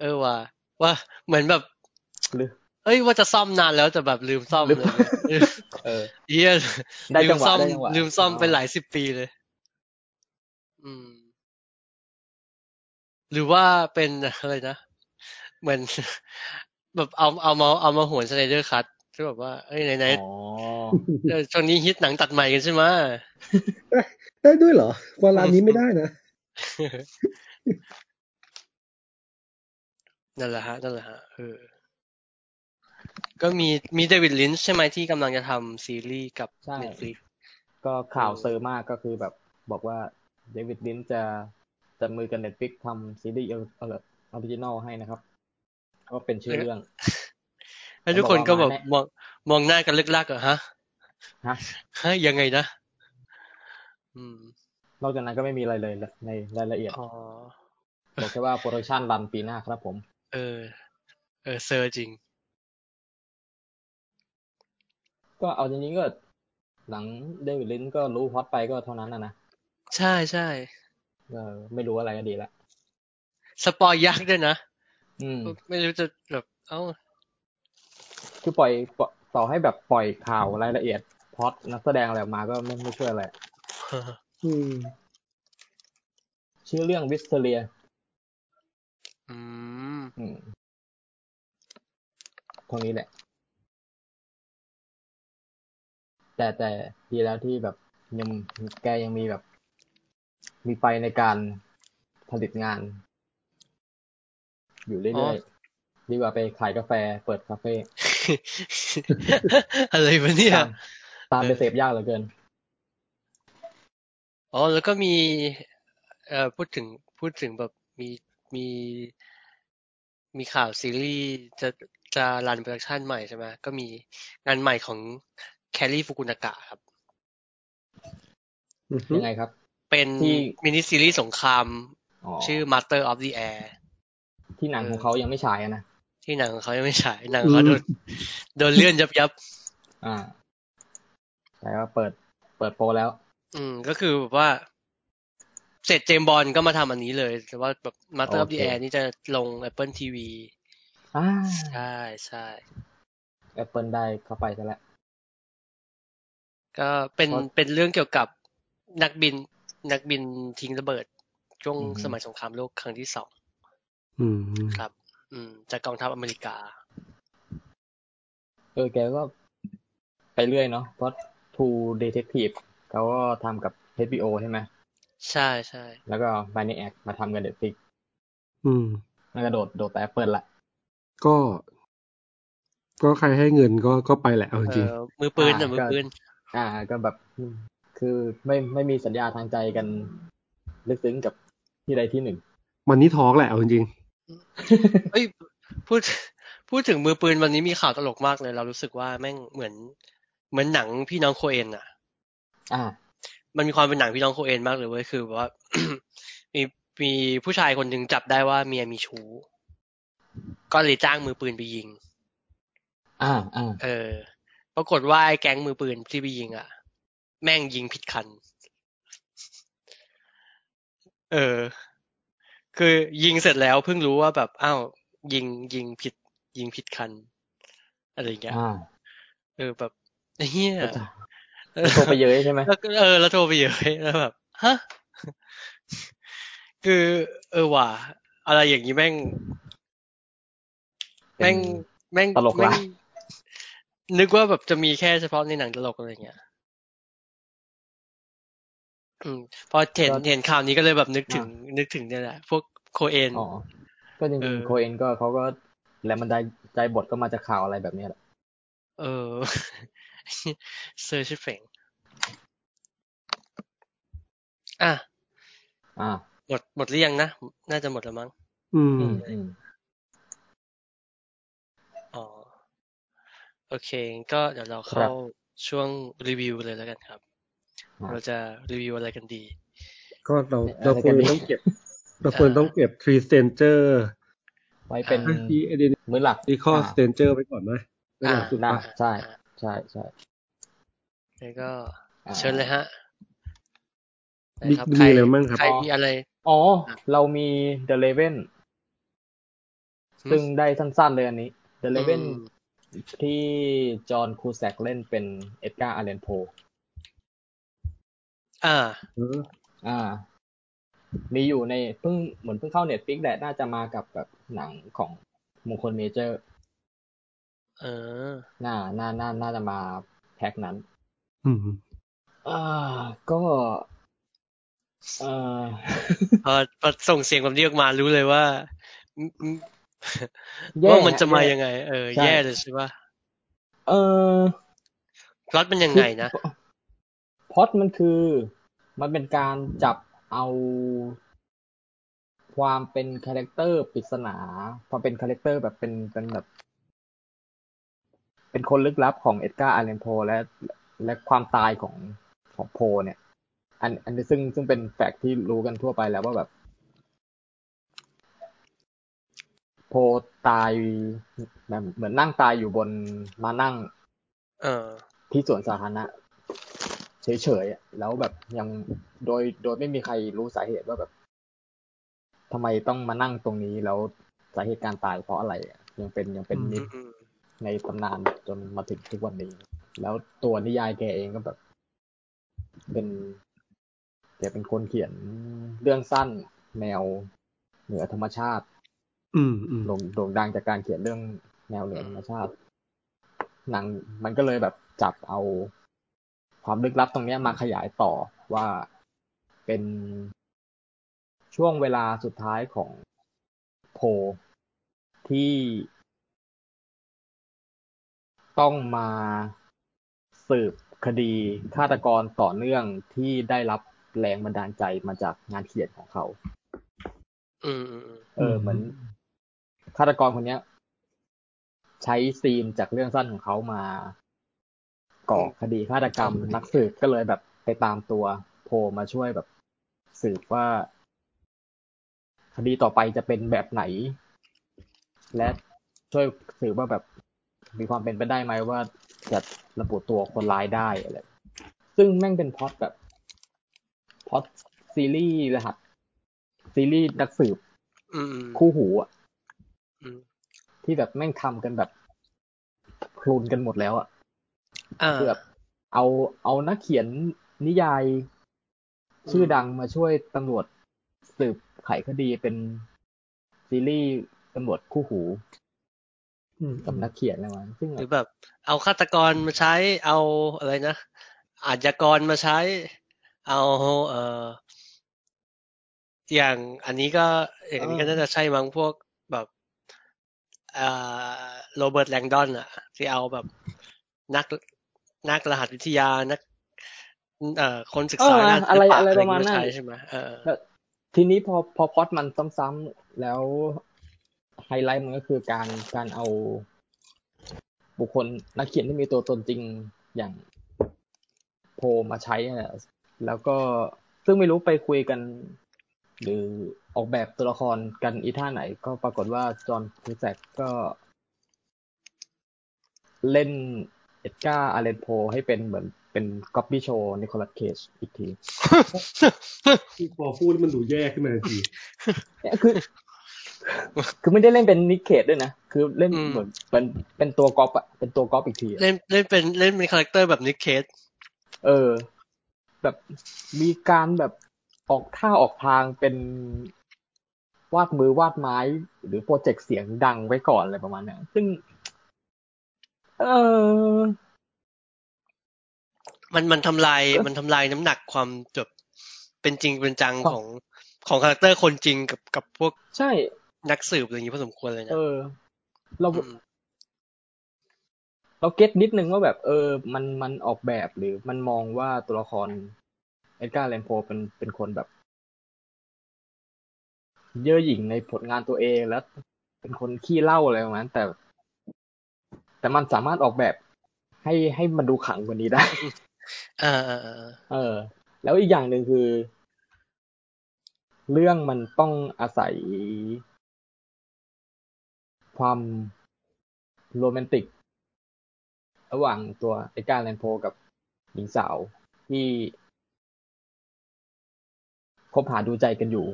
A: เออว่าว่าเหมือนแบบ
B: หรือ
A: เอ้ยว่าจะซ่อมนานแล้วแต่แบบลืมซ่อม
B: ลื
A: เลย
B: ม เออ
A: เหี้ย
B: ได้
A: ลื
B: จั
A: ม
B: งหวะ
A: ซ่อม
B: ได้จังหวะ
A: ลืมซ่อม
B: อ๋อ
A: ไปหลายสิบปีเลย อืม หรือว่าเป็นอะไรนะเหมือน แบบเอาเอามาเอามาหวนสไนเดอร์คัตที่แบบว่าเอ้ยไหนไหน
B: อ๋อ
A: ๆเออช่วงนี้ฮิตหนังตัดใหม่กันใช่ไหม
C: ได้ด้วยเหรอวาลานี้ไม่ได้นะ
A: นั่นแหละฮะนั่นแหละฮะเออก็มีมีเดวิดลินช์ใช่ไหมที่กำลังจะทำซีรีส์กับ
B: ใช่
A: เน็ตฟลิ
B: ก็ข่าวเซอร์มากก็คือแบบบอกว่าเดวิดลินช์จะจับมือกันเน็ตฟิกทำซีรีส์เออออริจินอลให้นะครับก็เป็นชื่อเรื่อง
A: ก็ แล้วทุกคนก็แบบมองมองหน้ากันลึกลักอะฮะ
B: ฮะ
A: ฮะยังไงนะ อืม
B: นอกจากนั้นก็ไม่มีอะไรเลยในรายละเอียด
A: อ๋อ
B: บอกแค่ว่าโปรดักชันรันปีหน้าครับผม
A: เออ เออเซอร์จริง
B: ก็เอาจริงๆก็ หลังเดวิดลินก็รู้ฮอตไปก็เท่านั้นนะนะ
A: ใช่ใช่
B: ก็ไม่รู้อะไรก็ดีละ
A: สปอยยักษ์ด้วยนะ
B: อืม
A: ไม่รู้จะแบบเอ้า
B: คือปล่อยปล่อยต่อให้แบบปล่อยข่าวรายละเอียดพล็อดนักแสดงอะไรออกมาก็ไม่ไม่ช่วยอะไร
C: อืม
B: ชื่อเรื่องวิสเทเลีย
A: อืม
B: อืมตรงนี้แหละ แต่แต่ดีแล้วที่แบบยังแกยังมีแบบ มีไฟในการผลิตงาน อยู่เรื่
A: อ๋
B: อ
A: อ
B: ยๆดีกว่าไปขายกาแฟเปิดคาเฟ่
A: อะไรวะเนี่ย
B: ตามตามไปเสพยากเหลือเกิน
A: อ๋อ แล้วก็มี เอ่อ พูดถึง พูดถึงแบบมี มี มีข่าวซีรีส์จะ จะรันโปรดักชันใหม่ใช่ไหม ก็มีงานใหม่ของแคลรี่ฟุกุนากะครับ
C: อือฮึ
B: ยังไงครับ
A: เป็น
B: ที่
A: มินิซีรีส์สงคราม
B: อ๋อ
A: ชื่อ Master of the Air
B: ที่หนังของเขายังไม่ฉายอะนะ
A: ที่หนังของเขายังไม่ฉาย หนังของเขาโดน โดนเลื่อนยับยับ
B: อ่าแต่ว่าเปิด เปิดโปรแล้ว
A: อืม ก็คือแบบว่า เสร็จเจมส์บอลก็มาทำอันนี้เลย แต่ว่าแบบ Master of the
B: โอเค
A: Air นี่จะลง Apple TV
B: อ่า
A: ใช่ใช่
B: แอปเปิลได้เข้าไปซะแล้ว
A: ก็เป็น
B: เพราะ
A: เป็นเรื่องเกี่ยวกับนักบินนักบินทิ้งระเบิด ช่วง
B: อือฮึ
A: สมัยสงครามโลกครั้งที่สอง
C: อืม
A: อืมจากกองทัพอเมริกา
B: เออแกก็ไปเรื่อยเนาะเพราะ True Detective เขาก็ทำกับ HBO ใช่ไหม
A: ใช่ใช่
B: แล้วก็ b i n a x มาทำกับ Netflix
C: อืม
B: มันกระโดดโดดแต่ Apple ละ
C: ก็ ก็ใครให้เงินก็ก็ไปแหละเอา
A: เอ
C: จริง
A: อมือปืนอ่ะมือปืน
B: อ่า ก็แบบคือไม่ไม่มีสัญญาทางใจกัน ลึกซึ้งกับที่ใดที่หนึ่ง
C: ๆมันนี่ทอกแหละเอาจริง
A: เอ้ยพูดพูดถึงมือปืนวันนี้มีข่าวตลกมากเลย เรารู้สึกว่าแม่งเหมือน เหมือนหนังพี่น้องโคเอนอ่ะ
B: อ่า
A: มันมีความเป็นหนังพี่น้องโคเอนมากเลยเว้ยคือแบบว่า มีมีผู้ชายคนหนึ่งจับได้ว่าเมียมีชู้ก็เลยจ้างมือปืนไปยิง
B: อ่าอ่า
A: เออ ปรากฏว่าไอ้แก๊งมือปืนที่ไปยิงอ่ะ แม่งยิงผิดคัน เออ คือยิงเสร็จแล้วเพิ่งรู้ว่าแบบอ้าวยิงยิงผิด ยิงผิดคัน อะไรอย่างเงี้ย
B: อ่า
A: เออแบบเฮียเออ
B: โทรไปเยอะใช่ไหม
A: แล้วก็เออแล้วโทรไปเยอะแล้วแบบฮะ คือ เออว่ะอะไรอย่างนี้แม่ง แม่ง
B: เป็น
A: แม่ง
B: ตลกร้าย
A: แม่งนึกว่าแบบจะมีแค่เฉพาะในหนังตลกอะไรเงี้ยอืมพอเห็นเห็นข่าวนี้ก็เลยแบบนึกถึง นึกถึงเนี่ยแหละ พวกโคเอน
B: อ๋อ ก็จ
A: เอ
B: ริง
A: อ
B: ๆโคเอนก็เขาก็แรงบันดาลใจบทก็มาจากข่าวอะไรแบบเนี้ยแหละ
A: เออ เซอร์ชิเฟงอ่ะ
B: อ่า
A: หมดหมดหรือยังนะ น่าจะหมดแล้วมั้ง
C: ๆ อืม
B: อืมอืม
A: อ๋อ โอเค ก็เดี๋ยวเรา
B: ครั
A: เข้า
B: บ
A: ช่วงรีวิวเลยแล้วกันครับ
B: ครับ
A: เราจะรีวิวอะไรกันดี
C: ก็เราเราควรต้องเก็บ เราควรต้องเก็บ Tree Stranger
B: ไว้เป็น
A: อ่า
C: ที่ Identical
B: มื้อหลัก
C: Stranger ไปก่อนไหมไม่หลังสุด
B: อ่า
C: ปะ
B: ใช่ใช่ใช่
A: แล้วก็
B: อ่า
A: เชิญเลยฮะ
C: มี
A: นะครับ
C: มีอะไรบ้างครับ
A: ใครมีอะไร
B: อ๋อ เรามี The Raven
A: อืม
B: ซึ่งได้สั้นๆเลยอันนี้ The Raven
A: อืม
B: ที่จอห์นคูแซกเล่นเป็นเอ็ดการ์อาเลนโพ
A: อ่า
C: เออ
B: อ่า มีอยู่ในเพิ่งเหมือนเพิ่งเข้าเน็ตฟิกแหละน่าจะมากับแบบหนังของมงคลเมเจอร์
A: เออ
B: น่าน่าน่าน่าจะมาแพ็กนั้น
C: อืม
B: อ่าก็เอ่อ
A: พอพอส่งเสียงแบบนี้ออกมารู้เลยว่าอืมอืม
B: แย่
A: ว่ามันจะมา
B: แย่
A: ยังไง เออ
B: ใช่
A: แย่เลยใช่ป่ะ
B: เออ
A: พล็อตมันยังไงนะ
B: พล็อตมันคือ มันเป็นการจับเอาความเป็นคาแรคเตอร์ปริศนาความเป็นคาแรคเตอร์แบบเป็นเป็นแบบ เป็นคนลึกลับของเอ็ดการ์อาร์เลนโพและและความตายของของโพเนี่ย อัน อันนี้ซึ่งซึ่งเป็นแฟกต์ที่รู้กันทั่วไปแล้วว่าแบบ โพตายแบบเหมือนนั่งตายอยู่บนมานั่ง
A: เออ
B: ที่สวนสาธารณะเฉยๆอะแล้วแบบยังโดยโดยไม่มีใครรู้สาเหตุว่าแบบทำไมต้องมานั่งตรงนี้แล้วสาเหตุการตายเพราะอะไรอะยังเป็นยังเป็น
C: อืม
B: มิต
A: อืม
B: ในตำนานจนมาถึงทุกวันนี้ แล้วตัวนิยายแกเองก็แบบ เป็นแกเป็นคนเขียนเรื่องสั้นแนวเหนือธรรมชาติ
C: อืมอืม
B: โด่งโด่งดังจากการเขียนเรื่องแนวเหนือธรรมชาติหนังมันก็เลยแบบจับเอาความลึกลับตรงเนี้ยมาขยายต่อว่าเป็นช่วงเวลาสุดท้ายของโพที่ ต้องมาสืบคดีฆาตกรต่อเนื่องที่ได้รับแรงบันดาลใจมาจากงานเขียนของเขา
A: อืมอืมอืม
B: เออเหมือนฆาตกรคนเนี้ย ใช้ซีนจากเรื่องสั้นของเขามาก่อคดีฆาตกรรม นักสืบก็เลยแบบไปตามตัวโพลมาช่วยแบบสืบว่า คดีต่อไปจะเป็นแบบไหน และช่วยสืบว่าแบบมีความเป็นไปได้ไหมว่าจะระบุตัวคนร้ายได้อะไรซึ่งแม่งเป็นพล็อดแบบพล็อดซีรีส์รหัส ซีรีส์นักสืบ
A: อืม
B: คู่หูอะ
A: อืม
B: ที่แบบแม่งทำกันแบบพลูนกันหมดแล้วอะ
A: อ่า
B: คือแบบเอาเอานักเขียนนิยายชื่อดังมาช่วยตำรวจสืบไขคดีเป็นซีรีส์ตำรวจคู่หู
C: อืม
B: กับนักเขียนอะไรมาซึ่ง
A: ห
B: แบ
A: รือบ แบบ เอาฆาตกรมาใช้ เอาอะไรนะอาชญากรมาใช้ เอาเอ่ออย่างอันนี้ก็อย่างนี้ก็น่าจะใช่มั้งพวกแบบเอ่อโรเบิร์ตแลงดอนอะที่เอาแบบนักนักรหัสวิทยานัก เอ่อคนศึกษาด้านศิลปะอะไรอย่างนี้มาใช้ใช่ไหมเออ
B: แล้วทีนี้พอพอพล็อดมันซ้ำๆแล้วไฮไลท์มันก็คือการการเอาบุคคลนักเขียนที่มีตัวตนจริงอย่าง โพลมาใช้นั่นแหละแล้วก็ซึ่งไม่รู้ไปคุยกัน หรือออกแบบตัวละครกันอีท่าไหน ก็ปรากฏว่าจอห์นคูแซกก็ เล่นเอ็ดการ์อาร์เลนโพให้เป็นเหมือนเป็นก๊อปปี้โชว์นิโคลัสเคจอีกที
C: ที่พอพูดมันดูแย่ขึ้นมาทันที
B: เนี่ย คือ คือไม่ได้เล่นเป็นนิเคจด้วยนะ คือเล่น
A: อืม
B: เหมือนเป็นเป็นตัวก๊อปอะเป็นตัวก๊อปอีกทีอะ
A: เล่นเล่นเป็นเล่นเป็นคาแรคเตอร์แบบนิคเคส
B: เออ แบบมีการแบบออกท่าออกทางเป็นวาดมือวาดไม้ หรือโปรเจกต์เสียงดังไว้ก่อนอะไรประมาณเนี้ยซึ่ง เออ
A: มันมันทำลายมันทำลายน้ำหนักความแบบเป็นจริงเป็นจัง
B: ครับ
A: ของของคาแรคเตอร์คนจริงกับกับพวก
B: ใช่
A: นักสืบอะไรอย่างนี้พอสมควรเลยนะ
B: เออ เรา
A: ม
B: เราเก็ตนิดนึงว่าแบบ เออ มันมันออกแบบหรือมันมองว่าตัวละครเอ็ดการ์แลนโพเป็นเป็นคนแบบ เย่อหยิ่งในผลงานตัวเองแล้ว เป็นคนขี้เหล่าอะไรประมาณนั้นแต่ แต่มันสามารถออกแบบให้ให้มันดูขลังกว่านี้ได้
A: อ่าอ่าอ่า
B: เออ แล้วอีกอย่างหนึ่งคือ เรื่องมันต้องอาศัย ความโรแมนติก ระหว่างตัวเอดการ์แลนโพกับหญิงสาวที่คบหาดูใจกันอยู่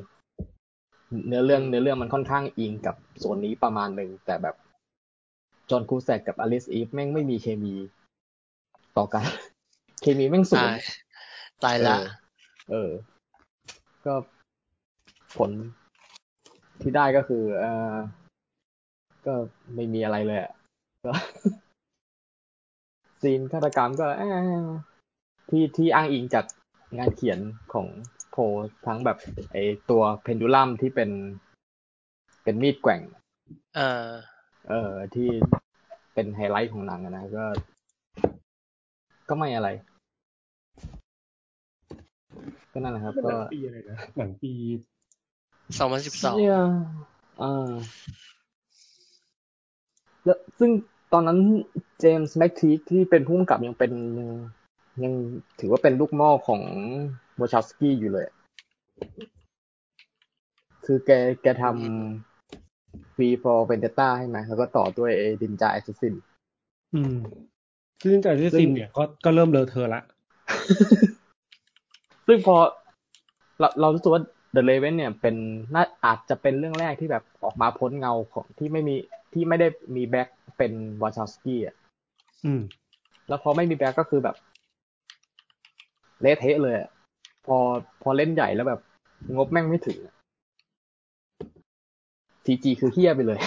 B: เนื้อเรื่องเนื้อเรื่องมันค่อนข้างอิงกับโซนนี้ประมาณหนึ่ง แต่แบบจอห์นคูแซกกับอลิสอีฟแม่งไม่มีเคมีต่อกัน เคมีแม่งศู
A: ตาน ย
B: ย์
A: ตายละ
B: เออ เออ ก็ผลที่ได้ก็คือ เออก็ไม่มีอะไรเลยอะ ก็ ซีนฆาตกรรมก็เอ่อที่ที่อ้างอิงจากงานเขียนของโพลทั้งแบบ ไอตัวเพนดูลัมที่เป็นเป็นมีดแกว่ง
A: เออ
B: เออที่เป็นไฮไลท์ของหนังอะนะก็ ก็ไม่อะไร ก็นั่นแหละครับ
C: มันห
B: ก็
C: นังปีอะไรนะหนังปี
A: สองพันสิบสอง
B: เนี่ยอ่าแล้วซึ่ง ตอนนั้นเจมส์แม็กทีที่เป็นผู้กำกับยังเป็นยังยังถือว่าเป็นลูกหม่อของวอชาสกี้อยู่เลย คือแกแกทำฟรีฟอร์เ e นเ e ต้าให้ไหมแล้วก็ต่อด้วยไอ้ดินจาแอสซิสิน
C: อืม ซึ่งจากที่ซินเนี่ยก็ก็เริ่มเลอะเทอะละ
B: ซึ่งพอเราเรารู้สึกว่า The Raven เนี่ยเป็นน่าอาจจะเป็นเรื่องแรกที่แบบออกมาพ้นเงาของที่ไม่มีที่ไม่ได้มีแบ็คเป็นวอชาสกี้อ่ะ
C: อืม
B: แล้วพอไม่มีแบ็คก็คือแบบ เละเทะเลยอะพอพอเล่นใหญ่แล้วแบบ งบแม่งไม่ถึงซีจีคือเฮี้ยไปเลย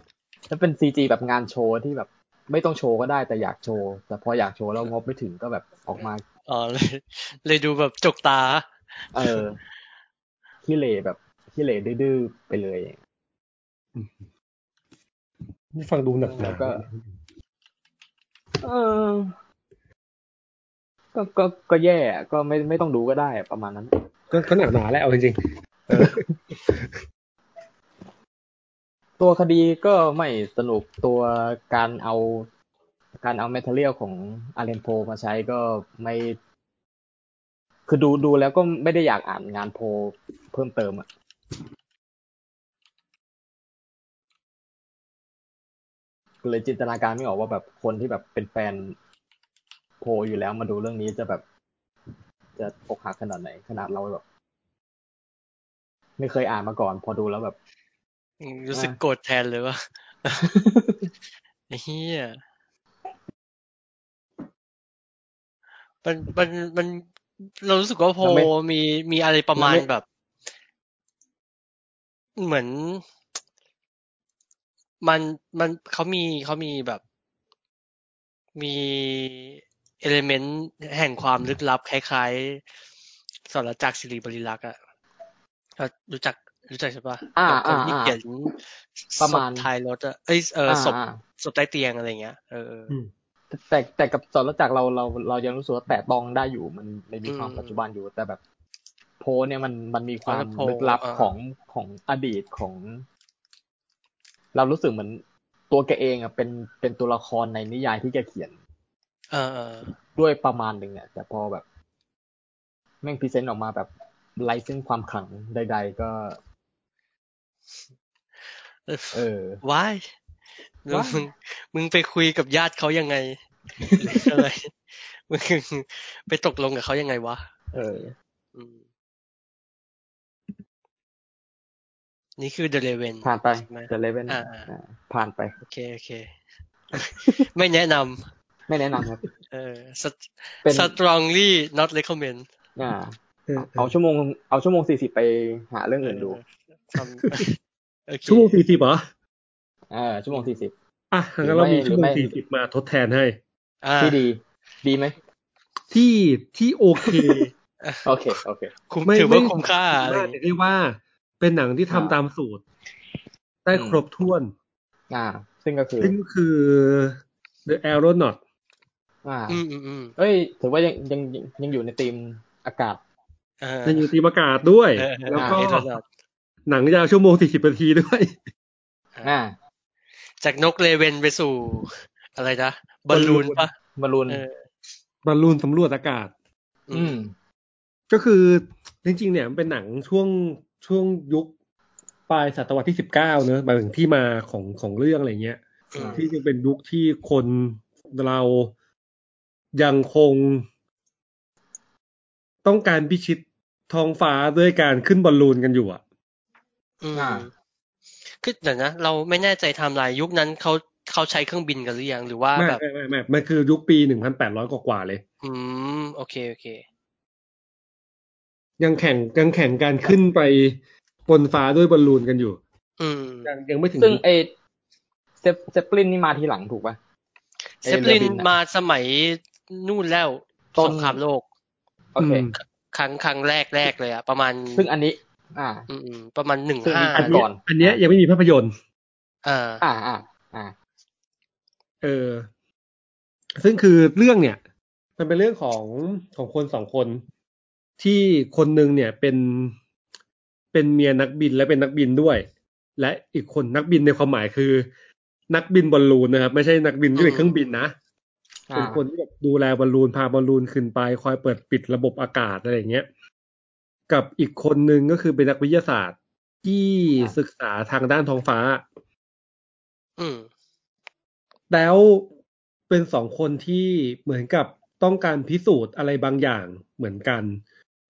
B: แล้วเป็นซีจีแบบงานโชว์ที่แบบ ไม่ต้องโชว์ก็ได้แต่อยากโชว์ แต่พออยากโชว์แล้วงบไม่ถึงก็แบบออกมา
A: อ๋ อเลยเลยดูแบบจกตา
B: เออขี้เหร่แบบขี้เหร่ดื้อๆไปเลย
C: นี่ฟังดูหนักหนา
B: แล้วก็ เออ ก็ก็ก็แย่อะก็ไม่ไม่ต้องดูก็ได้อะประมาณนั้น
C: ก็ก็หนักหนาแหละเอาจริง
B: ตัวคดีก็ไม่สนุกตัวการเอาการเอาเมทัลเลียลของอาเลนโพมาใช้ก็ไม่ คือดูดูแล้วก็ไม่ได้อยากอ่านงานโพเพิ่มเติมอะเลยจินตนาการไม่ออกว่าแบบคนที่แบบเป็นแฟนโพอยู่แล้วมาดูเรื่องนี้จะแบบ จะอกหักขนาดไหน ขนาดเราแบบ ไม่เคยอ่านมาก่อน พอดูแล้วแบบ
A: รู้สึกโกรธแทนเลยว่า ไอ้เฮียมันมันมันเรารู้สึกว่าโพล
B: เราไม่
A: มีมีอะไรประมาณ
B: เราไม่
A: แบบ เหมือน มันมันเขามีเขามีแบบ มีเอลเมนต์แห่งความลึกลับ คล้ายๆสรจักรศิริบริลักษ์อะเรารู้จักรู้จักใช่ปะ
B: อ่า
A: แบบคนที่
B: อ่าอ่า
A: เขียน
B: ประมาณ
A: ศพท้ายรถอะเอ้ยเออ
B: อ่า
A: ศพ
B: อ่า
A: ศพใต้เตียงอะไรเงี้ยเออเออ
B: แต่แต่กับสรจักรเราเราเรายังรู้สึกว่าแตะต้องได้อยู่ มันมันมีความ
A: อืม
B: ปัจจุบันอยู่แต่แบบ โพสเนี่ยมันมันมีความ
A: แล้วโพส
B: ลึกลับ
A: อ่า
B: ของของอดีตของ เรารู้สึกเหมือนตัวแกเองอ่ะเป็นเป็นตัวละครในนิยายที่แกเขียน
A: เออเออ
B: ด้วยประมาณหนึ่งอ่ะแต่พอแบบ แม่งพรีเซนต์ออกมาแบบไร้ซึ่งความขลังใด ๆ ก็ เออ
A: ว้ายแล้ว
B: Why?
A: มึงมึงไปคุยกับญาติเขายังไง หรืออะไร มึงไปตกลงกับเขายังไงวะ
B: เออ
A: อืมนี่คือ The Raven
B: ผ่านไป
A: ใช่ไหม
B: แต่เลเวน
A: อ่าอ่า
B: ผ่านไป
A: โอเค โอเค ไม่แนะน
B: ไม่แนะนำครับ
A: ำเออ
B: เป็น
A: strongly not recommend
B: อ่า
C: ๆเออ
B: เอาชั่วโมงเอาชั่วโมงสี่สิบไปหาเรื่องอื่นดู
A: ความ โอเค
C: ชั่วโมงสี่สิบเหรอ
B: เออชั่วโมงสี่สิบ
C: อ่ะงั้นเรามี
B: หรื
C: ชั่
B: อ
C: ว
B: ไม่
C: โม
B: ห
C: ง
B: รือ
C: สี่
B: ไม่
C: สิบมาทดแทนให้
A: อ่า
B: ที่ดี ดีไหม
C: ที่ที่โอเค
B: โอเค โอเค
A: คุ้ม
C: ไม่
A: ถือว่า
C: ไม่
A: คุ้มค่าอะไร
C: น่า
A: อย่าง
C: จะ
A: เงี้ย
C: ได้ว่าเป็นหนังที่ทำ
B: อ่า
C: ตามสูตร ได้ครบถ้วน
B: อ่า ซึ่งก็คือ
C: ซึ่งคือ The Aeronaut
B: อ่า
A: อืมอืมอืม
B: เอ้ย ถือว่ายังยังยังยังอยู่ในธีมอากาศ
A: เออ
C: จะอยู่ตีมอากาศด้วย
A: เออ
C: แล้ว
A: เอ
C: ก็
A: อ
B: Aeronaut
A: Aeronaut
C: หนังยาวชั่วโมงสี่สิบนาทีด้วย
B: อ่า
A: จากนกเลเวนไปสู่ อะไรนะบอลลูนปะ
B: บอลลูน
A: เออ
C: บอลลูนสำรวจอากาศ
B: อืม
C: ก็คือจริงๆ เนี่ยมันเป็นหนังช่วงช่วงยุคปลายศตวรรษที่สิบเก้าเนอะหมายถึงที่มาของของเรื่องอะไรเงี้ย
A: อืม
C: ที่ยังเป็นยุคที่คนเรายังคงต้องการพิชิตท้องฟ้าด้วยการขึ้นบอลลูนกันอยู่อะ
A: อืม
B: อ่า
A: คือเดี๋ยวนะ เราไม่แน่ใจไทม์ไลน์ยุคนั้นเขาเขาใช้เครื่องบินกันหรือยัง หรือว่า
C: ไม่
A: แบบ
C: ไม่ไม่ไม่มันคือยุคปีหนึ่งพันแปดร้อยกว่าๆเลย
A: อืม โอเค โอเค
C: ยังแข่งยังแข่งการขึ้นไปบนฟ้าด้วยบอลลูนกันอยู่
A: อืม
C: ยังยังไม่ถึง
B: ซึ่งเอเซฟเซปลินนี่มาทีหลังถูกป่ะ
A: เซปลิน
B: ไอ้เรือบิะ
A: มาสมัยนู่นแล้ว
B: ต้น
A: สงครามโลก
B: โอเค
C: ม
A: ครั้งครั้งแรกแรกเลยอะประมาณ
B: ซึ่งอันนี้ อ่า
A: อืมอืมประมาณหนึ่ง
B: ซึ่ง
A: ห้า
B: อันก่อน
C: อันเนี้ยยังไม่มีภาพยนตร์
A: อ่า
B: อ่า อ่า อ่า
C: เออ ซึ่งคือเรื่องเนี่ย มันเป็นเรื่องของของคนสองคน ที่คนหนึ่งเนี่ยเป็นเป็นเมียนักบินและเป็นนักบินด้วย และอีกคนนักบินในความหมายคือ นักบินบอลลูนนะครับ ไม่ใช่นักบินที่เป็นเครื่องบินนะเป็
B: อ่าน
C: คนที่แบบดูแลบอลลูนพาบอลลูนขึ้นไป คอยเปิดปิดระบบอากาศอะไรอย่างเงี้ย กับอีกคนนึงก็คือเป็นนักวิทยาศาสตร์ ที่ศึกษาทางด้านท้องฟ้า
A: อืม
C: แล้วเป็นสองคนที่เหมือนกับต้องการพิสูจน์อะไรบางอย่างเหมือนกัน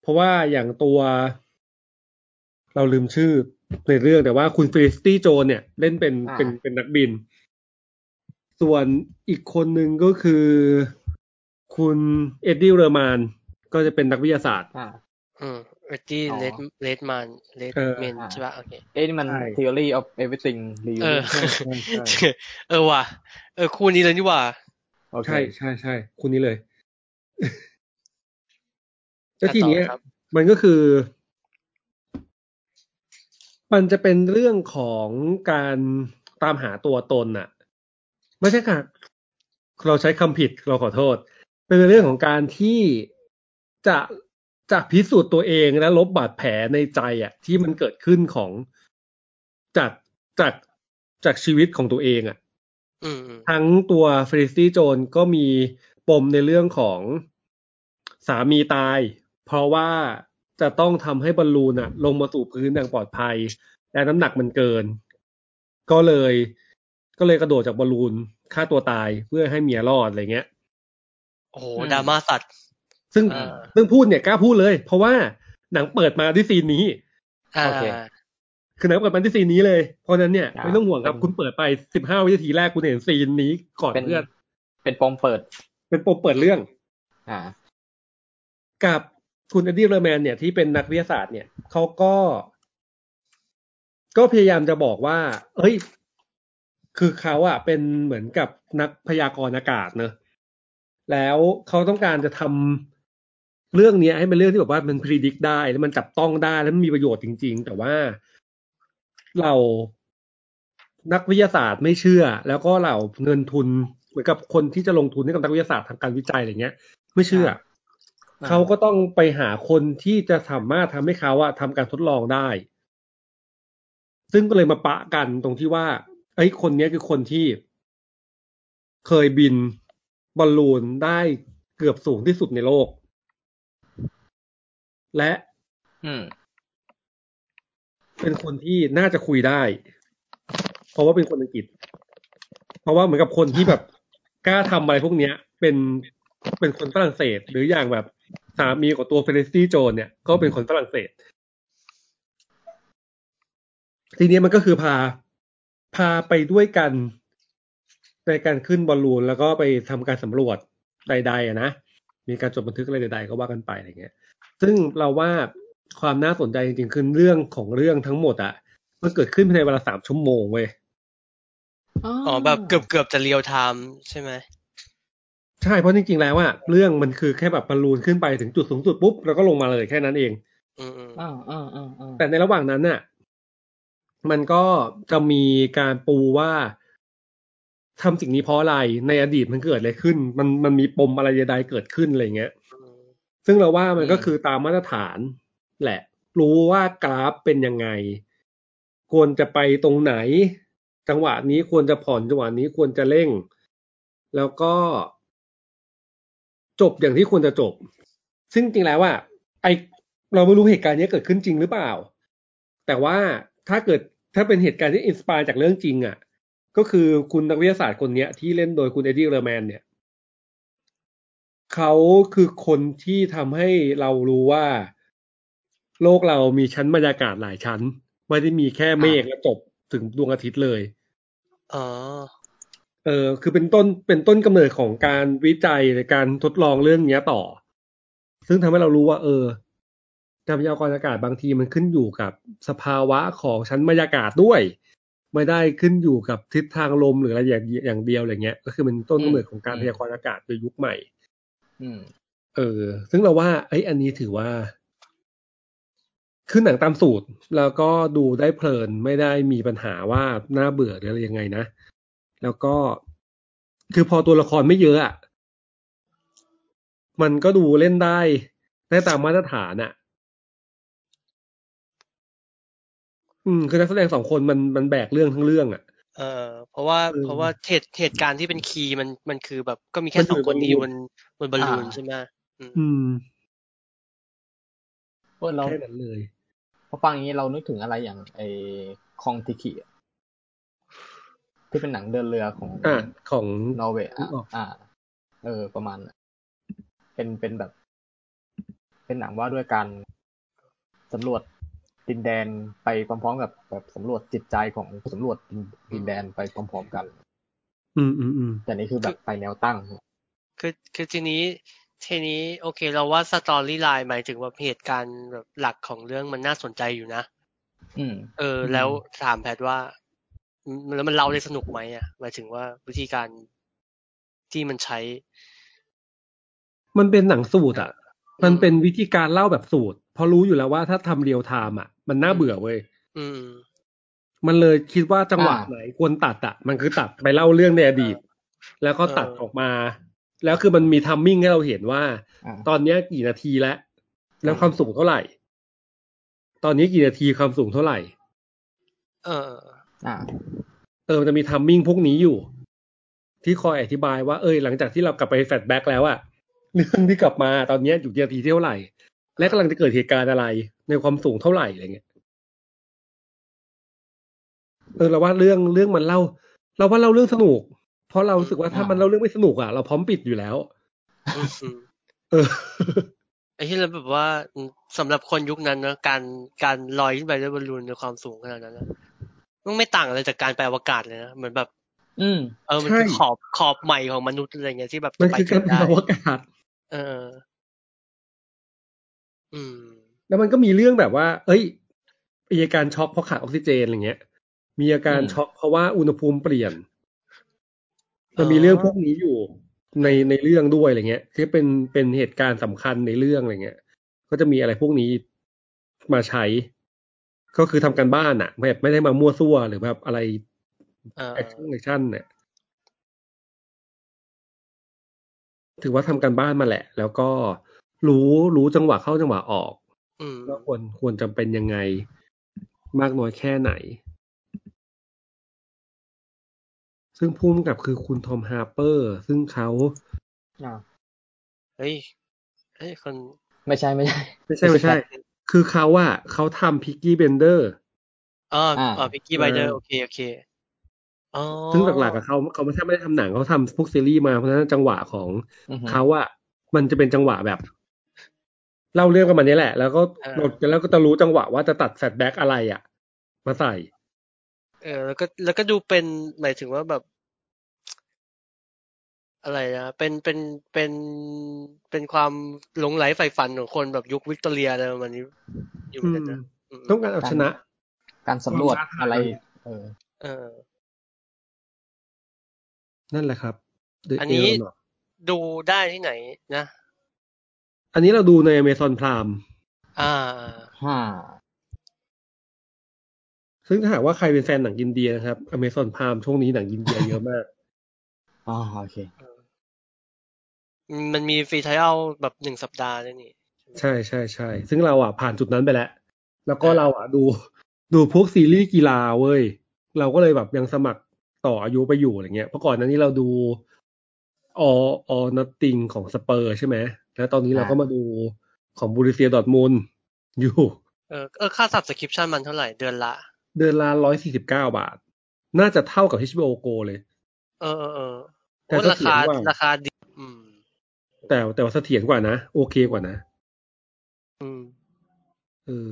C: เพราะว่าอย่างตัว เราลืมชื่อในเรื่องแต่ว่าคุณฟริสตี้โจนเนี่ยเล่นเป็น
B: อ่า
C: เป็นเป็นนักบิน ส่วนอีกคนหนึ่งก็คือคุณเอ็ดดี้เรอร์มานก็จะเป็นนักวิทยาศาสตร์
B: อ่า
A: อืมเอ็ดดี้
B: อ๋อ
A: เลดเลดมันเลด
C: เออ
A: เมน
B: อ่า
A: ใช่ป่ะโอเค
B: เอ้ยนี่มัน
C: ใช่
B: theory of everything รีวิ
A: เออ
B: ว
A: เออว่ะเออคู่นี้เลยนี่หว่า
B: โอเค
C: ใช่ใช่ใช่คุณนี้เลย แล้วทีเนี้ย
A: อ่ะต่อครับ
C: มันก็คือ มันจะเป็นเรื่องของการตามหาตัวตนน่ะ ไม่ใช่ค่ะ เราใช้คำผิดเราขอโทษ เป็นเรื่องของการที่จะจะพิสูจน์ตัวเองและลบบาดแผลในใจอ่ะ ที่มันเกิดขึ้นของจากจากจากชีวิตของตัวเองอ่ะ
A: อืมอืม
C: ทั้งตัวฟริสตี้โจนก็มีปมในเรื่องของสามีตาย เพราะว่าจะต้องทำให้บอลลูนอะลงมาสู่พื้นอย่างปลอดภัย แต่น้ำหนักมันเกิน ก็เลย ก็เลยกระโดดจากบอลลูนฆ่าตัวตายเพื่อให้เมียรอดอะไรเงี้ย
A: โอ้โหดราม่าสัตว์
C: ซึ่ง
A: อ่า
C: ซึ่งพูดเนี่ยกล้าพูดเลย เพราะว่าหนังเปิดมาที่ซีนนี้
A: อ่า
B: โอเค
C: คือหนังเปิดมาที่ซีนนี้เลย เพราะฉะนั้นเนี่ย
B: ครับ
C: ไม่ต้องห่วงครับคุณเปิดไปสิบห้าวินาทีแรกคุณเห็นซีนนี้ก่อน
B: เป็น
C: เพื่อน
B: เป็นปมเปิด
C: เป็นปมเปิดเรื่อง
B: อ่า
C: กับคุณเอ็ดดี้เรอร์แมนเนี่ยที่เป็นนักวิทยาศาสตร์เนี่ยเขาก็ ก็พยายามจะบอกว่า เอ้ย คือเขาอะเป็นเหมือนกับนักพยากรณ์อากาศเนอะแล้วเขาต้องการจะทำเรื่องเนี้ยให้เป็นเรื่องที่แบบว่ามันพิจิตรได้แล้วมันจับต้องได้แล้วมันมีประโยชน์จริง ๆ แต่ว่าเรานักวิทยาศาสตร์ไม่เชื่อ แล้วก็เหล่าเงินทุนเหมือนกับคนที่จะลงทุนให้กับนักวิทยาศาสตร์ทางการวิจัยอะไรเงี้ย ไม่เชื่อ
B: ครับ
C: เขาก็ต้องไปหาคนที่จะสามารถทำให้เขาอะทำการทดลองได้ ซึ่งก็เลยมาปะกันตรงที่ว่า ไอ้ยคนเนี้ยคือคนที่ เคยบินบอลลูนได้เกือบสูงที่สุดในโลก และ
B: อืม
C: เป็นคนที่น่าจะคุยได้ เพราะว่าเป็นคนอังกฤษ เพราะว่าเหมือนกับคนที่แบบกล้าทำอะไรพวกเนี้ย เป็นเป็นคนฝรั่งเศส หรืออย่างแบบสามีของตัวเฟรนซี่โจนเนี่ย ก็เป็นคนฝรั่งเศส ทีเนี้ยมันก็คือพาพาไปด้วยกันในการขึ้นบอลลูนแล้วก็ไปทำการสำรวจใดๆอะนะ มีการจดบันทึกอะไรใดๆก็ว่ากันไปอะไรเงี้ย ซึ่งเราว่าความน่าสนใจจริงๆคือเรื่องของเรื่องทั้งหมดอะมันเกิดขึ้นภายในเวลาสามชั่วโมงเว้ย
A: อ๋อแบบเกือบเกือบจะเรียลไทม์ใช่ไหม
C: ใช่เพราะจริงๆแล้วว่าเรื่องมันคือแค่แบบบอลลูนขึ้นไปถึงจุดสูงสุดปุ๊บแล้วก็ลงมาเลยแค่นั้นเอง
A: อืมอืม
B: อ่าอ่าอ่าอ่า
C: แต่ในระหว่างนั้นน่ะ มันก็จะมีการปูว่าทำสิ่งนี้เพราะอะไรในอดีตมันเกิดอะไรขึ้น มันมันมีปมอะไรใดๆเกิดขึ้นอะไรเงี้ย ซึ่งเราว่ามันก็คือตามมาตรฐาน แหละ รู้ว่ากราฟเป็นยังไง ควรจะไปตรงไหน จังหวะนี้ควรจะผ่อนจังหวะนี้ควรจะเร่ง แล้วก็ จบอย่างที่ควรจะจบ ซึ่งจริงแล้วว่าไอเราไม่รู้เหตุการณ์เนี้ยเกิดขึ้นจริงหรือเปล่า แต่ว่าถ้าเกิดถ้าเป็นเหตุการณ์ที่อินสปายจากเรื่องจริงอะ่ะ ก็คือคุณนักวิทยาศาสตร์คนเนี้ย ที่เล่นโดยคุณเอ็ดดี้เรอร์แมนเนี่ย เขาคือคนที่ทำให้เรารู้ว่า โลกเรามีชั้นบรรยากาศหลายชั้น ไม่ได้มีแค่เมฆแล้วจบถึงดวงอาทิตย์เลย
A: อ๋อ
C: เออคือเป็นต้นเป็นต้นกำเนิดของการวิจัยหรือการทดลองเรื่องเนี้ยต่อ ซึ่งทำให้เรารู้ว่า เออการพยากรณ์อากาศบางทีมันขึ้นอยู่กับสภาวะของชั้นบรรยากาศด้วย ไม่ได้ขึ้นอยู่กับทิศทางลมหรืออะไรอย่างอย่างเดียวอะไรเงี้ย ก็คือเป็นต้นกำเนิดของการพยากรณ์อากาศในยุคใหม่
B: อืม
C: เออ ซึ่งเราว่าไอ้ยอันนี้ถือว่าขึ้นหนังตามสูตร แล้วก็ดูได้เพลินไม่ได้มีปัญหาว่าน่าเบื่อหรืออะไรยังไงนะ แล้วก็คือพอตัวละครไม่เยอะอะมันก็ดูเล่นได้ ได้ตามมาตรฐานอะอืมคือนักแสดงสองคนมันมันแบกเรื่องทั้งเรื่องอะ
A: เออเพราะว่า
C: อืม
A: เพราะว่าเหตุเหตุการณ์ที่เป็นคีย์มันมันคือแบบก็มีแค่
C: มัน
A: ส
C: อยู่
A: องคน
C: บน
A: ที่อยู่บ
C: ลูน
A: นบนบอลลูน
B: อ่า
A: ใช่ไหม
C: อืม
B: เออเรา
C: แค่นั้นเลย
B: พอฟังอย่างนี้เรานึกถึงอะไรอย่างไอคองทิคิอะที่เป็นหนังเดินเรือของ
C: อ่ะของ
B: นอร์เวย์อ่ะ
C: นึกออก
B: อ่า เออ ประมาณน่ะเป็น เป็นแบบ เป็นหนังว่าด้วยการสำรวจดินแดนไปพร้อมๆกับแบบสำรวจจิตใจของผู้สำรวจดินดินแดนไปพร้อมๆกัน
C: อืมอืมอืม
B: แต่นี่คือแบบไปแนวตั้ง
A: คือคือทีนี้ทีนี้โอเคเราว่าสตอรี่ไลน์หมายถึงว่าเหตุการณ์แบบหลักของเรื่องมันน่าสนใจอยู่นะ
B: อืม
A: เออแล้วถามแพทย์ว่าอืมแล้วมันเล่าได้สนุกไหมอ่ะหมายถึงว่าวิธีการที่มันใช้
C: มันเป็นหนังสูตรอ่ะ มันเป็นวิธีการเล่าแบบสูตรเพราะรู้อยู่แล้วว่าถ้าทำเรียลไทม์อ่ะ มันน่าเบื่อเว้ย
A: อืม
C: มันเลยคิดว่าจังหวะ
B: อ่า
C: ไหนควรตัดอ่ะ มันคือตัดไปเล่าเรื่องในอดีต แล้วก็ตัด
A: เออ
C: ออกมา แล้วคือมันมีทัมมิ่งให้เราเห็นว่า
B: อ่า
C: ตอนเนี้ยกี่นาทีแล้ว แล้วความสูงเท่าไหร่ ตอนนี้กี่นาทีความสูงเท่าไหร่
A: เออ
B: อ่า
C: เออมันจะมีทัมมิ่งพวกนี้อยู่ ที่คอยอธิบายว่าเอยหลังจากที่เรากลับไปแฟลชแบ็กแล้วอะ เรื่องที่กลับมาตอนเนี้ยอยู่ที่นาทีที่เท่าไหร่ และกำลังจะเกิดเหตุการณ์อะไร ในความสูงเท่าไหร่อะไรเงี้ยเออเราว่าเรื่องเรื่องมันเล่า เราว่าเล่าเรื่องสนุก เพราะเรารู้สึกว่าถ้า
B: อ่ามั
C: มันเล่าเรื่องไม่สนุกอะเราพร้อมปิดอยู่แล้ว
A: อืมอืม
C: เอ อ
A: ไอ้ที่เราแบบว่าสำหรับคนยุคนั้นนะการการลอยขึ้นไปด้วยบอลลูนในความสูงขนาดนั้นนะมันไม่ต่างอะไรจากการไปอวกาศเลยนะเหมือนแบบ
B: อืม
A: เออมันคือ
C: ใช่
A: ขอบขอบใหม่ของมนุษย์อะไรเงี้ยที่แบบ
C: มั
A: จะ
C: น
A: ไป
C: คือ
A: ถึ
C: การ
A: ง
C: ไป
A: ได้
C: อวกาศ
A: เออ อืม
C: แล้วมันก็มีเรื่องแบบว่า เอ้ยมีอาการช็อกเพราะขาดออกซิเจนอะไรเงี้ย มีอาการ
B: อืม
C: ช็อกเพราะว่าอุณหภูมิเปลี่ยน มัน
A: อ๋อ
C: มีเรื่องพวกนี้อยู่ในในเรื่องด้วยอะไรเงี้ย คือเป็นเป็นเหตุการณ์สำคัญในเรื่องอะไรเงี้ย ก็จะมีอะไรพวกนี้มาใช้ ก็คือทำกันบ้านอะแบบไม่ได้มามั่วซั่วหรือแบบอะไร
A: เออ
C: แอคชั่นแอคชั่นเนี่ย ถือว่าทำกันบ้านมาแหละ แล้วก็รู้รู้จังหวะเข้าจังหวะออก
A: อืม
C: ว่าควรควรจะเป็นยังไงมากน้อยแค่ไหน ซึ่งพุ่มกับคือคุณทอมฮาร์เปอร์ ซึ่งเขา
B: อ่า
A: เฮ้ยเฮ้ยคน
B: ไม่ใช่ไม่ใช่
C: ไม่ใช่ไม่ใช่ คือเขาอะเขาทำพิกกี้เบนเดอร์
A: อ๋อ
B: อ่า
A: อ๋อพิกกี้ไบเดอร์
C: อ่า
A: โอเคโอเคอ๋อ
C: ซึ่งหลักๆอะเขาเขาไม่ใช่ไม่ได้ทำหนังเขาทำพวกซีรีส์มาเพราะฉะนั้นจังหวะของ
B: อือฮึ
C: เขาอะมันจะเป็นจังหวะแบบ เล่าเรื่องกันมาเนี้แหละ แล้วก็เราแล้วก็จะรู้จังหวะว่าจะตัดแฟลชแบ็กอะไรอะมาใส่
A: เออ แล้วก็แล้วก็ดูเป็นหมายถึงว่าแบบ อะไรนะ เป็นเป็นเป็นเป็นความหลงไหลใฝ่ฝันของคนแบบยุควิกตอเรียอะไรประมาณนี้อยู่เหมือนกันนะอืม
C: ต้องการเอาชนะ
B: การสำรวจ
C: ความท้าทาย
B: อะไร เออ
A: เออ
C: นั่นแหละครับ The
A: อันนี้
C: Aeronaut
A: ดูได้ที่ไหนนะ
C: อันนี้เราดูใน Amazon Prime
A: อ่า
B: ห้า
C: ซึ่งถ้าหากว่าใครเป็นแฟนหนังอินเดียนะครับ Amazon Prime ช่วงนี้หนังอินเดียเยอะมาก
B: อ๋อ โอเค
A: มันมีฟรีไทเอาแบบหนึ่งสัปดาห์ด้วยนี่
C: ใช่ใช่ใช่ ซึ่งเราอ่ะผ่านจุดนั้นไปแล้ว แล้วก็
A: อ่า
C: เราอ่ะดู ดูพวกซีรีส์กีฬาเว้ย เราก็เลยแบบยังสมัครต่ออายุไปอยู่อะไรเงี้ย เพราะก่อนหนั้นนี้เราดู all all nothing ของสเปอร์ใช่ไหม แล้วตอนนี้เราก็มาดูของบูริเซียดอร์ทมุนด์อยู่
A: เออเออค่าสับสคริปชั่นมันเท่าไหร่เดือนละ
C: เดือนละร้อยสี่สิบเก้าบาท น่าจะเท่ากับ HBO Go เลย
A: เออเออเออ
C: แต่
A: โอ้
C: ก็
A: รา
C: เถีย
A: คาง
C: ว่า
A: ราคาดีอืม
C: แต่แต่ว่าเสถียรกว่านะ โอเคกว่านะ
A: อืม
C: เออ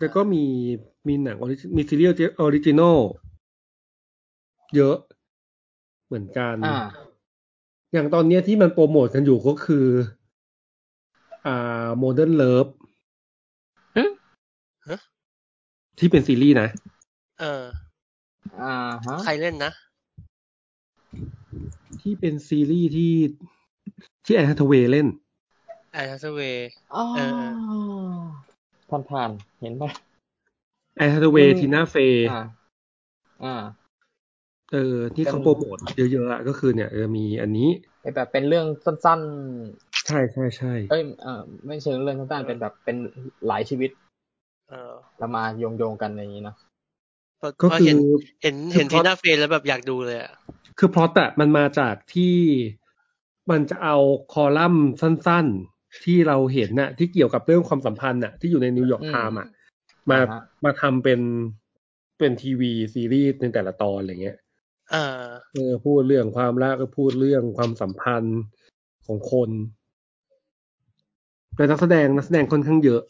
C: แล้วก็มีมีหนัง origi- มีซีรีส์ออริจินอลเยอะเหมือนกัน
B: อ่า
C: อย่างตอนเนี้ยที่มันโปรโมทกันอยู่ก็คือ อ่าโมเดิร์นเลิฟ
B: หึ
A: ฮะ
C: ที่เป็นซีรีส์นะ
A: เออ
B: อ่าฮะ
A: ใครเล่นนะ
C: ที่เป็นซีรีส์ที่ที่แอนทเทเวเล่น
A: แอนทัสเวย์
B: อ๋อ
A: เออเอ
B: ผ่านผ่านๆเห็นไหม
C: แอนทเทเว
B: อืม
C: ทีน่าเฟย์
B: อ่า อ่า
C: เออที่เขาโปรโมทเยอะๆอะก็คือเนี่ยเออมีอันนี้
B: ไอ้แบบเป็นเรื่องสั้น
C: ใช่ใช่ใช่
B: ๆ เอ้ยเออไม่เชิงเรื่องสั้นๆ เป็นแบบเป็นหลายชีวิต
A: เออ
B: แล้วมาโยงโยงๆกันอย่างนี้เนอะ
C: ก็
A: ก็
C: คื
A: เห็น
C: อ
A: เห็น
C: คือ
A: เห็น
C: พ
A: ที่
C: อ
A: หน้าเฟซแล้วแบบอยากดูเลยอะ
C: คือพล็อตอะมันมาจากที่มันจะเอาคอลัมน์สั้นๆ ที่เราเห็นน่ะ ที่เกี่ยวกับเรื่องความสัมพันธ์น่ะ ที่อยู่ในนิวยอร์กไทม์อะมา
B: อ่าฮะ
C: มาทำเป็นเป็นทีวีซีรีส์ในแต่ละตอนอะไรเงี้ย
A: อ่า
C: เออพูดเรื่องความรักก็พูดเรื่องความสัมพันธ์ของคนแต่นักแสดงนักแสดงค่อนข้างเยอะ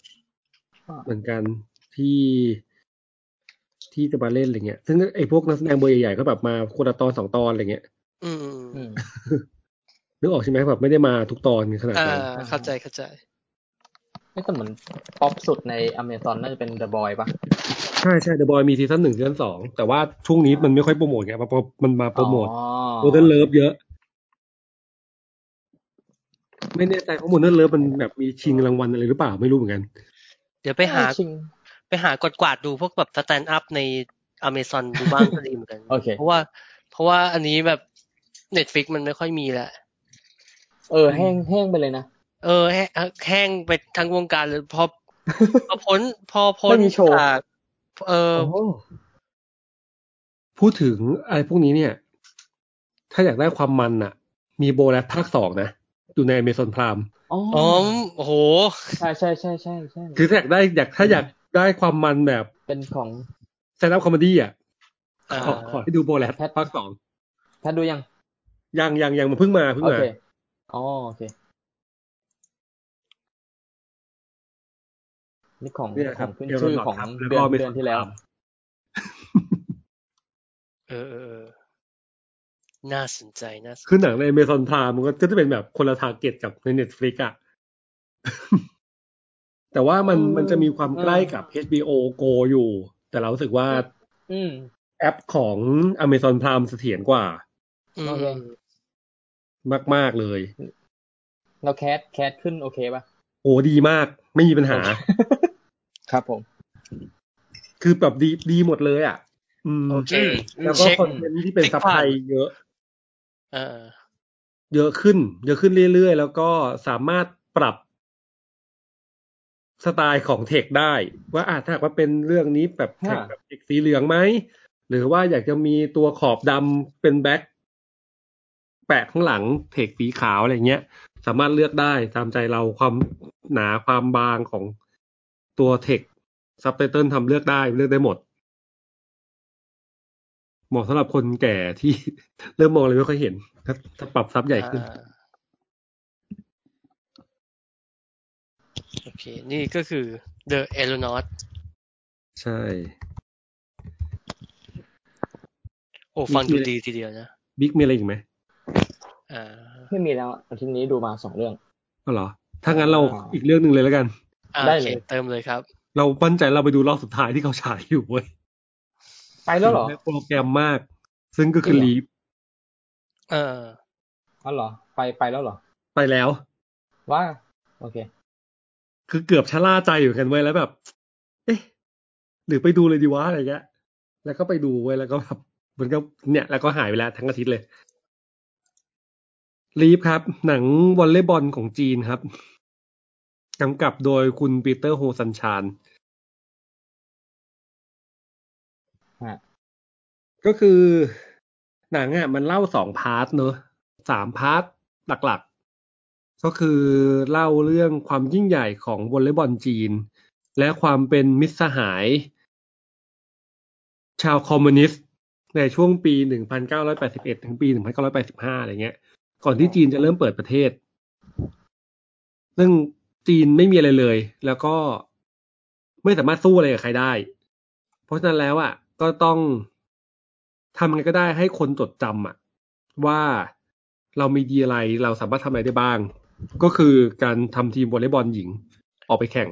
B: อ่า
C: เหมือนกันที่ที่จะมาเล่นอะไรเงี้ย ซึ่งไอ้พวกนักแสดงเบอร์ใหญ่ๆก็แบบมาคนละตอนสองตอนอะไรเงี้ย
A: อืม
B: อืม
C: นึกออกใช่ไหมแบบไม่ได้มาทุกตอนขนาด
A: อ่า
C: นั้น
A: เข้าใจเข้าใจ
B: ไม่แต่เหมือนป๊อปสุดในอเมซอนน่าจะเป็น The Boy ปะ
C: ใช่ใช่เดอะบอยมีซีซั่นหนึ่งซีซั่นสองแต่ว่าช่วงนี้มันไม่ค่อยโปรโมทไงเพราะมันมาโปรโมท
B: อ๋อ
C: โมเดิร์นเลิฟเยอะ ไม่แน่ใจเพราะโมเดิร์นเลิฟมันแบบมีชิงรางวัลอะไรหรือเปล่าไม่รู้เหมือนกัน
A: เดี๋ยวไปหาไปหากดกวาดดูพวกแบบสแตนด์อัพในอเมซอนดูบ้าง ก็ดีเหมือนกัน
B: โอเค
A: ราะว่า เพราะว่าอันนี้แบบเน็ตฟิกมันไม่ค่อยมีแหละ
B: เออแห้งแห้งไปเลยนะ
A: เออแห้งแห้งไปทั้งวงการเลย พอ พอพ้นพอพ้
B: ไม่
A: น
B: มีโชว์
A: จากเออ
C: โอ้พูดถึงอะไรพวกนี้เนี่ย ถ้าอยากได้ความมันอะมีโบแลสภาคสองนะอยู่ใน Amazon Prime
B: อ๋อ
A: อ๋อโอ้โห
B: ใช่ใช่ใช่ใช่ใช่
C: คือถ้าอยากได้อยากถ้าอยากได้ความมันแบบ
B: เป็นของ
C: แซนด์อัพคอมเมดี้อะ
A: อ่า
C: ขอขอให้ดูโบแลสภาคสอง
B: แพทดูยัง
C: ยังยังยังมันเพิ่งมาเพิ่ง
B: โอ
C: มา
B: เค อ๋อโอเค นี่ของ
C: เนี่ยค
B: ข
C: รั
B: อบ งขึ้น
C: เดี๋ยว
B: ชื่อ
C: รา
B: ของ
C: ทำ
B: เดือน
C: ก็ Amazon
B: เดือนที่แล้ว
C: Prime
A: เออเออเออน่าสนใจน่าสนใจ
C: คือหนังใน Amazon Prime มันก็จะเป็นแบบคนละทาร์เก็ตกับใน Netflix อะ แต่ว่ามัน
B: อืม
C: มันจะมีความใกล้
B: เออ
C: กับ HBO Go อยู่ แต่เรารู้สึกว่า
B: อืม
C: แอปของ Amazon Prime เสถียรกว่า
A: อื
B: โอ
A: ม
B: เค
C: มาก ๆ เลย
B: เราแคสแคสขึ้นโอเคป่ะ
C: โอ้ดีมาก ไม่มีปัญหา
B: โอเค ครับผม
C: คือแบบดีดีหมดเลยอ่ะ อืม
A: โอเค
C: แล้วก็
A: เช็ค
C: คอนเทนต์ที่เป็น
A: เช็ค
C: ซับไทยเยอะ
A: เออ
C: เยอะขึ้น เยอะขึ้นเรื่อย ๆ แล้วก็สามารถปรับสไตล์ของเทคได้ ว่าอาถ้าหากว่าเป็นเรื่องนี้แบบ
B: ฮะ
C: แทคแบบเทคสีเหลืองไหม หรือว่าอยากจะมีตัวขอบดำเป็นแบ็คแปะข้างหลังเทคสีขาวอะไรเงี้ย สามารถเลือกได้ตามใจเราความหนาความบางของตัวเทคซับไตเติลทำเลือกได้เลือกได้หมด เหมาะสำหรับคนแก่ที่ เริ่มมองเลยไม่ค่อยเห็นถ้าถ้าปรับซับใหญ่ขึ้น
A: อ่าโอเค นี่ก็คือ The a e r o n a u t
C: ใช่
A: โอ้ฟังดูดีทีเดียวนะ
C: บิ๊กมีอะไรอีกไหม
A: อ่า
B: ไม่มีแล้วอาทิตย์นี้ดูมาสองเรื่อง
C: ก็เหรอ ถ้างั้นเรา
B: อ่า
C: อีกเรื่องหนึ่งเลยแล้วกัน
A: อ่า
B: ได้
A: โอ
B: เล
A: เค
B: ย
A: เติมเลยครับ
C: เราปั้นใจเราไปดูรอบสุดท้ายที่เขาฉายอยู่เว้ย
B: ไปแล้วเหรอ
C: และโปรแกรมมาก ซึ่งก็คือ
B: จริงเหรอ
C: ลีฟ
A: เออ
B: อ๋อเหรอ ไปไปแล้วเหรอ
C: ไปแล้ว
B: ว่า โอเค
C: คือเกือบชะล่าใจอยู่กันเว้ยแล้วแบบ เอ๊ะ หรือไปดูเลยดีวะอะไรเงี้ยแล้วก็ไปดูเว้ยแล้วก็แบบมันก็เนี่ย แล้วก็หายไปแล้วทั้งอาทิตย์เลยลีฟครับ หนังวอลเลย์บอลของจีนครับกำกับโดยคุณปีเตอร์โฮซันชาน
B: ฮะ
C: ก็คือหนังอ่ะมันเล่าสองพาร์ทเนอะสามพาร์ทหลักๆ ก็คือเล่าเรื่องความยิ่งใหญ่ของวอลเลย์บอลจีน และความเป็นมิตรสหาย ชาวคอมมิวนิสต์ ในช่วงปี 1981 ถึงปี 1985 อะไรเงี้ย ก่อนที่จีนจะเริ่มเปิดประเทศ ซึ่งจีนไม่มีอะไรเลย แล้วก็ไม่สามารถสู้อะไรกับใครได้ เพราะฉะนั้นแล้วอ่ะ ก็ต้องทำไงก็ได้ให้คนจดจำอ่ะ ว่าเรามีดีอะไร เราสามารถทำอะไรได้บ้าง ก็คือการทำทีมวอลเลย์บอลหญิง ออกไปแข่ง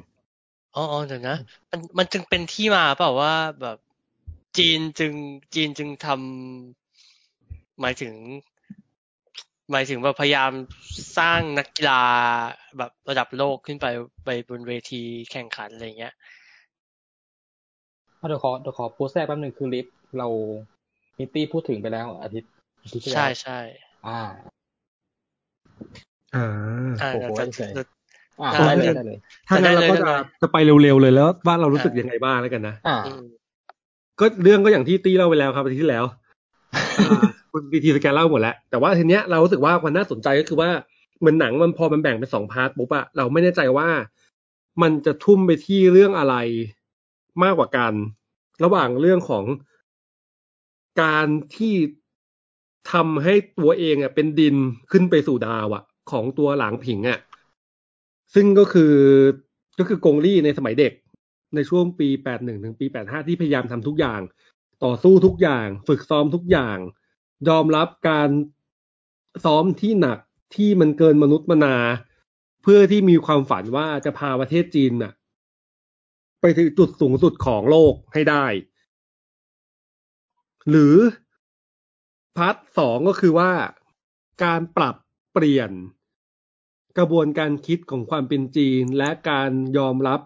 A: อ๋ออ๋อเดี๋ยวนะ มันมันจึงเป็นที่มาเปล่าว่าแบบจีนจึงจีนจึงทำหมายถึง หมายถึงว่าพยายามสร้างนักกีฬาแบบระดับโลกขึ้นไปไปบนเวทีแข่งขันอะไรเงี้ย
B: เดี๋ยวขอเดี๋ยวขอโพสต์แรกแป๊บหนึ่งคือลิฟต์เรามิตตี้พูดถึงไปแล้วอาทิตย์อาทิตย์ที่แล้ว
A: ใช่ใช่
B: อ่า
C: อ่า
A: อ่า
B: โอ้โห
A: เราจะ
B: เฉย
A: เรา
B: อ่า
A: ได้
B: ได้เล
A: เลย ย
B: ได้เลย
C: ถ้างั้นเราก็จะจะไปเร็วๆเลยแล้วว่าเรารู้สึกยังไงบ้างแล้วกันนะ
B: อ่า
A: อืม
C: ก็เรื่องก็อย่างที่ตี้เล่าไปแล้วครับอาทิตย์ที่แล้วอ่าคุณบีทีสแกนเล่าหมดแล้ว แต่ว่าทีเนี้ยเรารู้สึกว่าความน่าสนใจก็คือว่าเหมือนหนังมันพอมันแบ่งเป็นสองพาร์ทปุ๊บอะเราไม่แน่ใจว่ามันจะทุ่มไปที่เรื่องอะไรมากกว่ากัน ระหว่างเรื่องของการที่ทำให้ตัวเองอะเป็นดินขึ้นไปสู่ดาวอะของตัวหลางผิงอะซึ่งก็คือก็คือกงลี่ในสมัยเด็ก ในช่วงปี 81 ถึงปี 85 ที่พยายามทำทุกอย่าง ต่อสู้ทุกอย่าง ฝึกซ้อมทุกอย่าง ยอมรับการซ้อมที่หนักที่มันเกินมนุษย์มนา เพื่อที่มีความฝันว่าจะพาประเทศจีนน่ะ ไปถึงจุดสูงสุดของโลกให้ได้ หรือพาร์ทสองก็คือว่าการปรับเปลี่ยนกระบวนการคิดของความเป็นจีน และการยอมรับ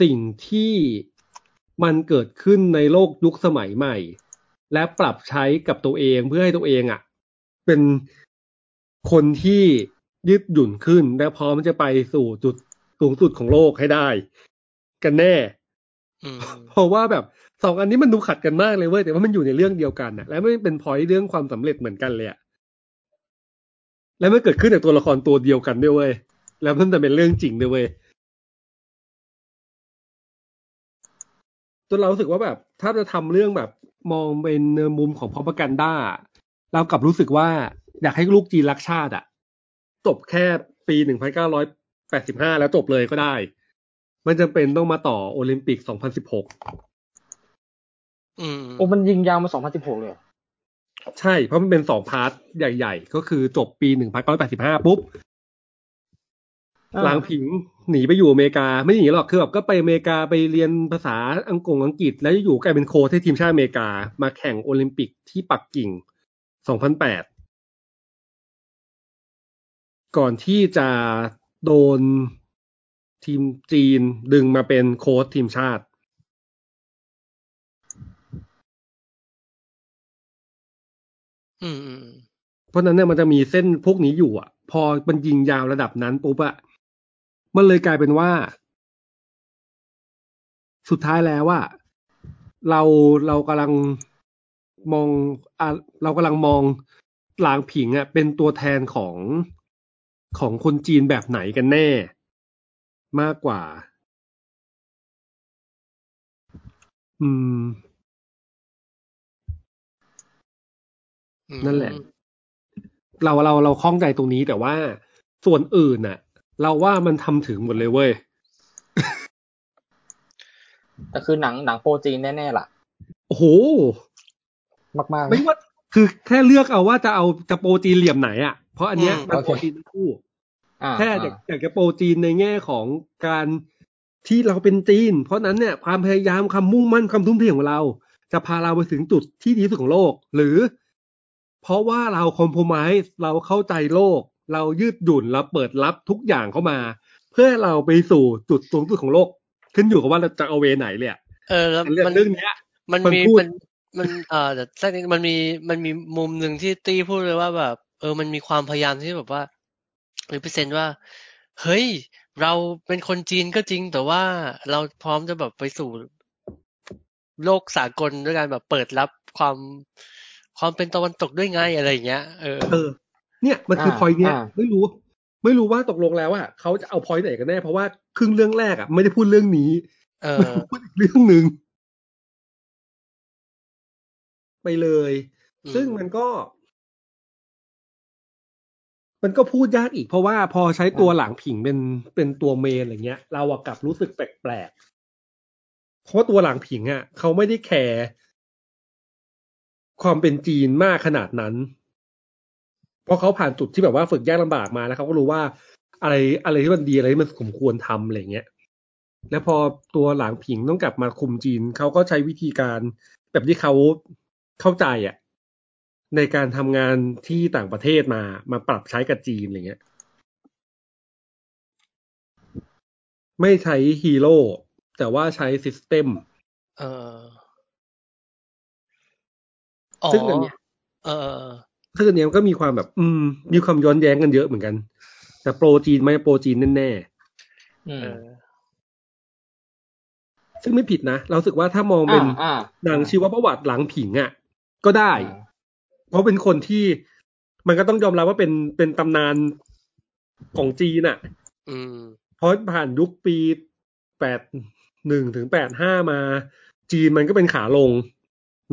C: สิ่งที่มันเกิดขึ้นในโลกยุคสมัยใหม่ และปรับใช้กับตัวเองเพื่อให้ตัวเองอะ่ะ เป็นคนที่ยืดหยุ่นขึ้น และพร้อมจะไปสู่จุดสูงสุดของโลกให้ได้ กันแน่
A: อืม
C: เพราะว่าแบบสองอันนี้มันดูขัดกันมากเลยเว้ยแต่ว่ามันอยู่ในเรื่องเดียวกันนะและไม่เป็นพอยเรื่องความสำเร็จเหมือนกันเลยอะและมันเกิดขึ้นจากตัวละครตัวเดียวกันด้วยเว้ยแล้วมันจะเป็นเรื่องจริงด้วยเว้ยจนเรารู้สึกว่าแบบ ถ้าจะทำเรื่องแบบมองเป็นมุมของพอพกันด้าเรากลับรู้สึกว่า อยากให้ลูกจีนรักชาติอะจบแค่ปีหนึ่งพันเก้าร้อยแปดสิบห้าแล้วจบเลยก็ได้ มันจำเป็นต้องมาต่อโอลิมปิก 2016
A: อืม
B: โอ้มันยิงยาวมาสองพันสิบหกเลยเหรอ
C: ใช่ เพราะมันเป็นสองพาร์ทใหญ่ๆ ก็คือจบปีหนึ่งพันเก้าร้อยแปดสิบห้าปุ๊บ
B: อ่า
C: หลางผิงหนีไปอยู่อเมริกา ไม่หนีหรอกคือแบบก็ไปอเมริกาไปเรียนภาษาอังกฤษอังกฤษ แล้วอยู่ๆกลายเป็นโค้ชให้ทีมชาติอเมริกา มาแข่งโอลิมปิกที่ปักกิ่งสองพันแปดก่อนที่จะโดนทีมจีนดึงมาเป็นโค้ชทีมชาติ
A: อืมอืมอืม
C: เพราะฉะนั้นเนี่ยมันจะมีเส้นพวกนี้อยู่อ่ะ พอมันยิงยาวระดับนั้นปุ๊บอะมันเลยกลายเป็นว่า สุดท้ายแล้วว่า เราเรากำลังมองอ่ะเรากำลังมองหลางผิงอะเป็นตัวแทนของของคนจีนแบบไหนกันแน่ มากกว่า อืม
A: อืม
C: นั่นแหละ เราเราเราคล้องใจตรงนี้แต่ว่าส่วนอื่นน่ะ เราว่ามันทำถึงหมดเลยเว้ย
B: แต่คือหนังหนังโปรจีนแน่ๆล่ะ
C: โอ้โห
B: มากๆ
C: ไม่
B: นะ
C: ว่าคือแค่เลือกเอาว่าจะเอาจะโปรจีนเหลี่ยมไหนอ่ะ เพราะอันเนี้ยมัน
B: โอเค
C: โปรจีนทั้งคู่
B: อ่า
C: แค่อยากอยากจะโปรจีนในแง่ของการที่เราเป็นจีน เพราะนั้นเนี่ยความพยายามความมุ่งมั่นความทุ่มเทของเรา จะพาเราไปถึงจุดที่ดีที่สุดของโลก หรือ เพราะว่าเราคอมโพมายเราเข้าใจโลก เรายืดหยุ่นเราเปิดรับทุกอย่างเข้ามา เพื่อเราไปสู่จุดสูงสุดของโลก ขึ้นอยู่กับว่าเราจะเอาเวไหนเลยอะ
A: เออแล้ว
C: เรื่อง
A: มัน
C: เรื่องเนี้ย
A: มัน
C: มัน
A: มี
C: พูด
A: มันมันเอ่อแต่แรกนิดมันมีมันมีมุมหนึ่งที่ตี้พูดเลยว่าแบบ เออมันมีความพยายามที่แบบว่าหรือเปอร์เซ็นต์ว่า เฮ้ย เราเป็นคนจีนก็จริง แต่ว่าเราพร้อมจะแบบไปสู่โลกสากลด้วยการแบบเปิดรับความความเป็นตะวันตกด้วยไงอะไรอย่างเงี้ยเออ
C: เออ เนี่ยมันคืออา พอยเนี้ย
B: อ่า
C: ไม่รู้ ไม่รู้ว่าตกลงแล้วอ่ะเขาจะเอาพอยไหนกันแน่เพราะว่าครึ่งเรื่องแรกอ่ะไม่ได้พูดเรื่องนี้
A: เออ
C: พูดอีกเรื่องหนึ่งไปเลย
A: อืม
C: ซึ่งมันก็ มันก็พูดยากอีก เพราะว่าพอใช้ตัวหลังผิงเป็นเป็นตัวเมนอะไรเงี้ย เราอะกลับรู้สึกแปลกๆเพราะว่าตัวหลังผิงอะเขาไม่ได้แคร์ความเป็นจีนมากขนาดนั้น เพราะเขาผ่านจุดที่แบบว่าฝึกยากลำบากมาแล้วเขาก็รู้ว่า อะไรอะไรที่มันดีอะไรที่มันสมควรทำอะไรเงี้ย แล้วพอตัวหลางผิงต้องกลับมาคุมจีน เขาก็ใช้วิธีการแบบที่เขาเข้าใจอะในการทำงานที่ต่างประเทศมามาปรับใช้กับจีนอะไรเงี้ย ไม่ใช้ฮีโร่แต่ว่าใช้ซิสเต็ม
A: เอออ๋อ
C: ซึ่งอันเนี้ย
A: เออเออเออ
C: ซึ่งอันเนี้ยมันก็มีความแบบ อืม มีความย้อนแย้งกันเยอะเหมือนกัน แต่โปรจีนไหม่โปรจีนแน่
B: อืม
A: เออ
C: ๆซึ่งไม่ผิดนะ เราสึกว่าถ้ามองเป็น
B: อ่า
C: หนังชีวประวัติหลังผิงอ่ะ ก็ได้
B: ใช่
C: เพราะเป็นคนที่มันก็ต้องยอมรับว่าเป็นเป็นตำนานของจีนอ่ะ
A: อืม
C: เพราะผ่านยุคปีแปดหนึ่งถึงแปดห้ามา จีนมันก็เป็นขาลง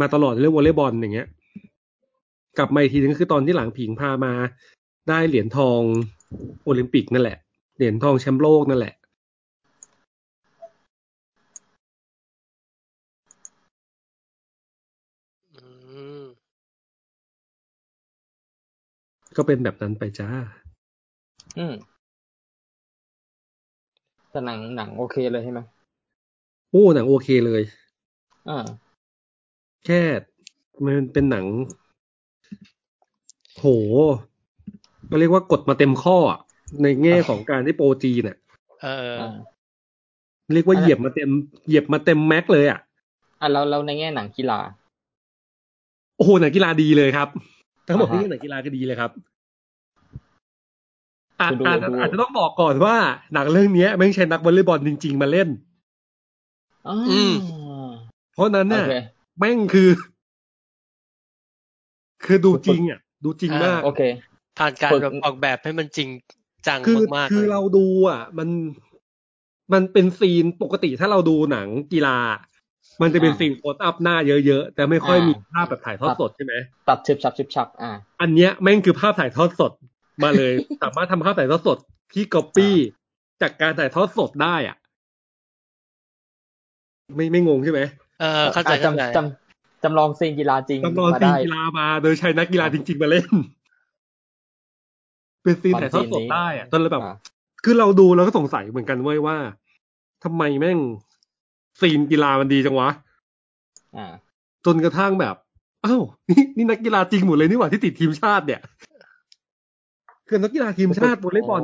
C: มาตลอดเรื่องวอลเลย์บอลอย่างเงี้ย กลับมาอีกทีนึงคือตอนที่หลังผิงพามา ได้เหรียญทองโอลิมปิกนั่นแหละ เหรียญทองแชมป์โลกนั่นแหละ
A: อืม
C: ก็เป็นแบบนั้นไปจ้า
B: อืมแต่หนังหนังโอเคเลยใช่ไหม
C: โอ้หนังโอเคเลย
B: อ่า
C: แค่มันเป็นหนัง โหก็เรียกว่ากดมาเต็มข้ออะในแง่ของการที่โปรจีนเนี่ย
A: เออ
B: อ่า
C: เรียกว่าเหยียบมาเต็มเหยียบมาเต็มแม็กเลยอ่ะ
B: อ่ะเราเราในแง่หนังกีฬา
C: โอ้โหหนังกีฬาดีเลยครับทั้งหมด
B: อ่าฮะ
C: นี่หนังกีฬาก็ดีเลยครับอาจ
B: คือดู
C: อาจ
B: ดู
C: อาจจะต้องบอกก่อนว่าหนังเรื่องเนี้ยไม่ใช่นักวอลเลย์บอลจริง ๆ มาเล่น
B: อ๋อ
A: ม
C: เพราะนั้น
B: โอ
C: น่ะ
B: เค
C: แม่งคือ คือดูจริงอ่ะ ดูจริงมาก
B: โอเค
A: ผ่านการ
B: ฝึก
A: แบบออกแบบให้มันจริงจัง
C: คือ
A: มากๆ
C: คือ
A: ลย
C: เราดูอ่ะ มันมันเป็นซีนปกติถ้าเราดูหนังกีฬา มันจะเป็น
B: อ่า
C: ซีนโคตอัพหน้าเยอะๆแต่ไม่ค่อย
B: อ่ามี
C: มีภาพแบบถ่ายทอดสดใช่ไหม
B: ตัดชิบชับชิบชับอ่า
C: อันเนี้ยแม่งคือภาพถ่ายทอดสดมา เลย สามารถทำภาพถ่ายทอดสดที่ก๊อปปี้จากการถ่ายทอดสดได้อ่ะ ไม่ไม่งงใช่ไหม
A: เออเข้าใจ
B: อ่ะ
A: เข้าใจ
B: จำจำจำลองซีนกีฬาจริง
C: จำลอง
B: มา
C: ซีน
B: ได้
C: กีฬามาโดยใช้นักกีฬาจริงๆมาเล่น เป็นซีนถ่ายทอดสดได้อ่ะจนเราแบบ
B: อ่ะ
C: คือเราดูเราก็สงสัยเหมือนกันเว้ยว่าทำไมแม่งซีนกีฬามันดีจังวะ
B: อ่า
C: จนกระทั่งแบบ อ้าวนี่นี่นักกีฬาจริงหมดเลยนี่หว่าที่ติดทีมชาติเนี่ย คือนักกีฬาทีมชาติวอลเลย์บอล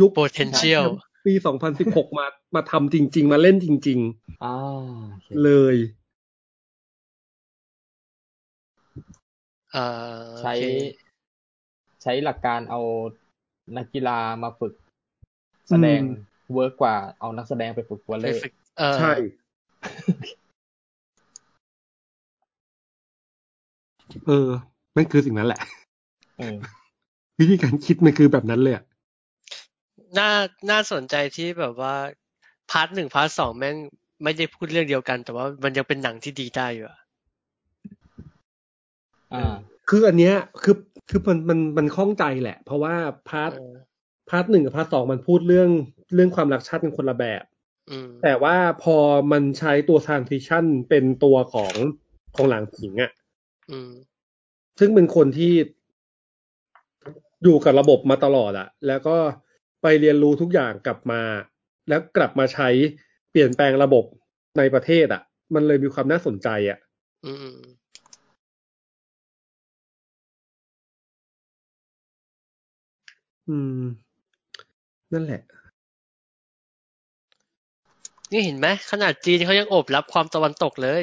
C: ยุค
A: โ potential
C: ปี 2016 มา มาทำจริง ๆ มาเล่นจริง
B: อ่า
C: ๆ เลย
A: เออ
B: ใช้
A: โอเค
B: ใช้หลักการเอานักกีฬามาฝึก แสดง
C: อืม
B: เวิร์กกว่าเอานักแสดงไปฝึกวอลเล
A: เอฟ
B: ย์
A: เฟกต์เออ
C: ใช่ เออ นั่นคือสิ่งนั้นแหละ
B: อืม
C: วิธีการคิดมันคือแบบนั้นเลยอะ
A: น่าน่าสนใจที่แบบว่าพาร์ทหนึ่งพาร์ทสองแม่งไม่ได้พูดเรื่องเดียวกัน แต่ว่ามันยังเป็นหนังที่ดีได้อยู่อะ
B: อ่า
C: คืออันเนี้ย คือ คือมัน มัน มันคล่องใจแหละ เพราะว่าพาร์ท
A: เออ
C: พาร์ทหนึ่งกับพาร์ทสองมันพูดเรื่อง เรื่องความรักชาติเป็นคนละแบบ
A: อืม
C: แต่ว่าพอมันใช้ตัว transition เป็นตัวของ ของหลังผิงอะ
A: อืม
C: ซึ่งเป็นคนที่อยู่กับระบบมาตลอดอะแล้วก็ไปเรียนรู้ทุกอย่างกลับมา แล้วกลับมาใช้เปลี่ยนแปลงระบบในประเทศอะมันเลยมีความน่าสนใจอะ
A: อืมอืม
C: อืม นั่นแหละ
A: นี่เห็นไหมขนาดจีนเขายังโอบรับความตะวันตกเลย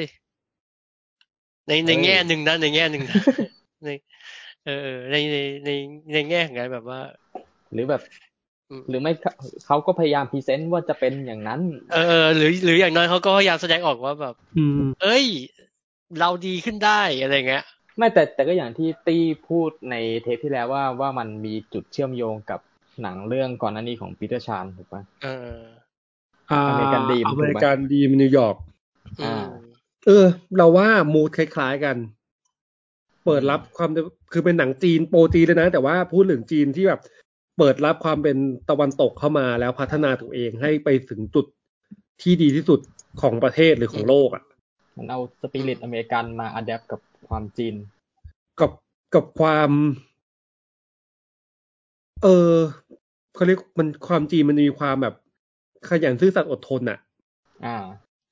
A: ในใน
B: เฮ้ย
A: แง่หนึ่งนะในแง่หนึ่งนะ ในเออเออในในในในแง่ของการแบบว่า
B: หรือแบบ
A: อืม
B: หรือไม่เขาเขาก็พยายามพรีเซนต์ว่าจะเป็นอย่างนั้น
A: เออเออหรือหรืออย่างน้อยเขาก็พยายามแสดงออกว่าแบบ
C: อืม
A: เอ้ย เราดีขึ้นได้อะไรเงี้ย
B: ไม่แต่แต่ก็อย่างที่ตี้พูดในเทปที่แล้วว่าว่ามันมีจุดเชื่อมโยงกับหนังเรื่องก่อนหน้านี้ของปีเตอร์ชานถูกปะ
A: เออ
C: อ่า
B: อเมริกันดีม
C: อเมริกันดีมนิวยอร์ก
A: อืม
B: อ่า
C: เออ เราว่ามูดคล้ายๆกัน เปิดรับความคือเป็นหนังจีนโปรจีนเลยนะ แต่ว่าพูดถึงจีนที่แบบ เปิดรับความเป็นตะวันตกเข้ามาแล้วพัฒนาตัวเองให้ไปถึงจุดที่ดีที่สุดของประเทศหรือของโลกอะ่ะ
B: มันเอาสปิริตอเมริกันมาอัดแอปกับความจีน
C: กับกับความ เออเขาเรียกมันความจีนมันมีความแบบ ขยันซื่อสัตย์อดทนอ่ะ
B: อ่า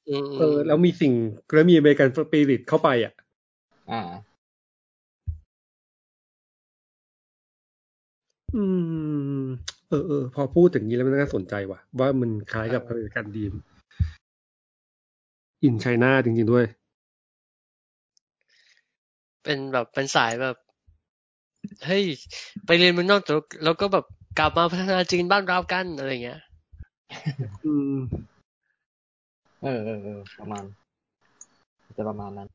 A: อืม
C: เออ แล้วมีสิ่งแล้วมีอเมริกันสปิริตเข้าไปอ่ะ
B: อ่า
C: อืม เออเออพอพูดถึงนี้แล้วมันน่าสนใจว่ะ ว่ามันคล้ายกับอเมริกันดีมอินไชน่าจริง ๆ ด้วย
A: เป็นแบบเป็นสายแบบเฮ้ยไปเรียนเมืองนอกแต่เราก็แบบ กลับมาพัฒนาจีนบ้านเรากันอะไรเงี้ย
C: อืม
B: เออเออเออประมาณ จะประมาณนั้น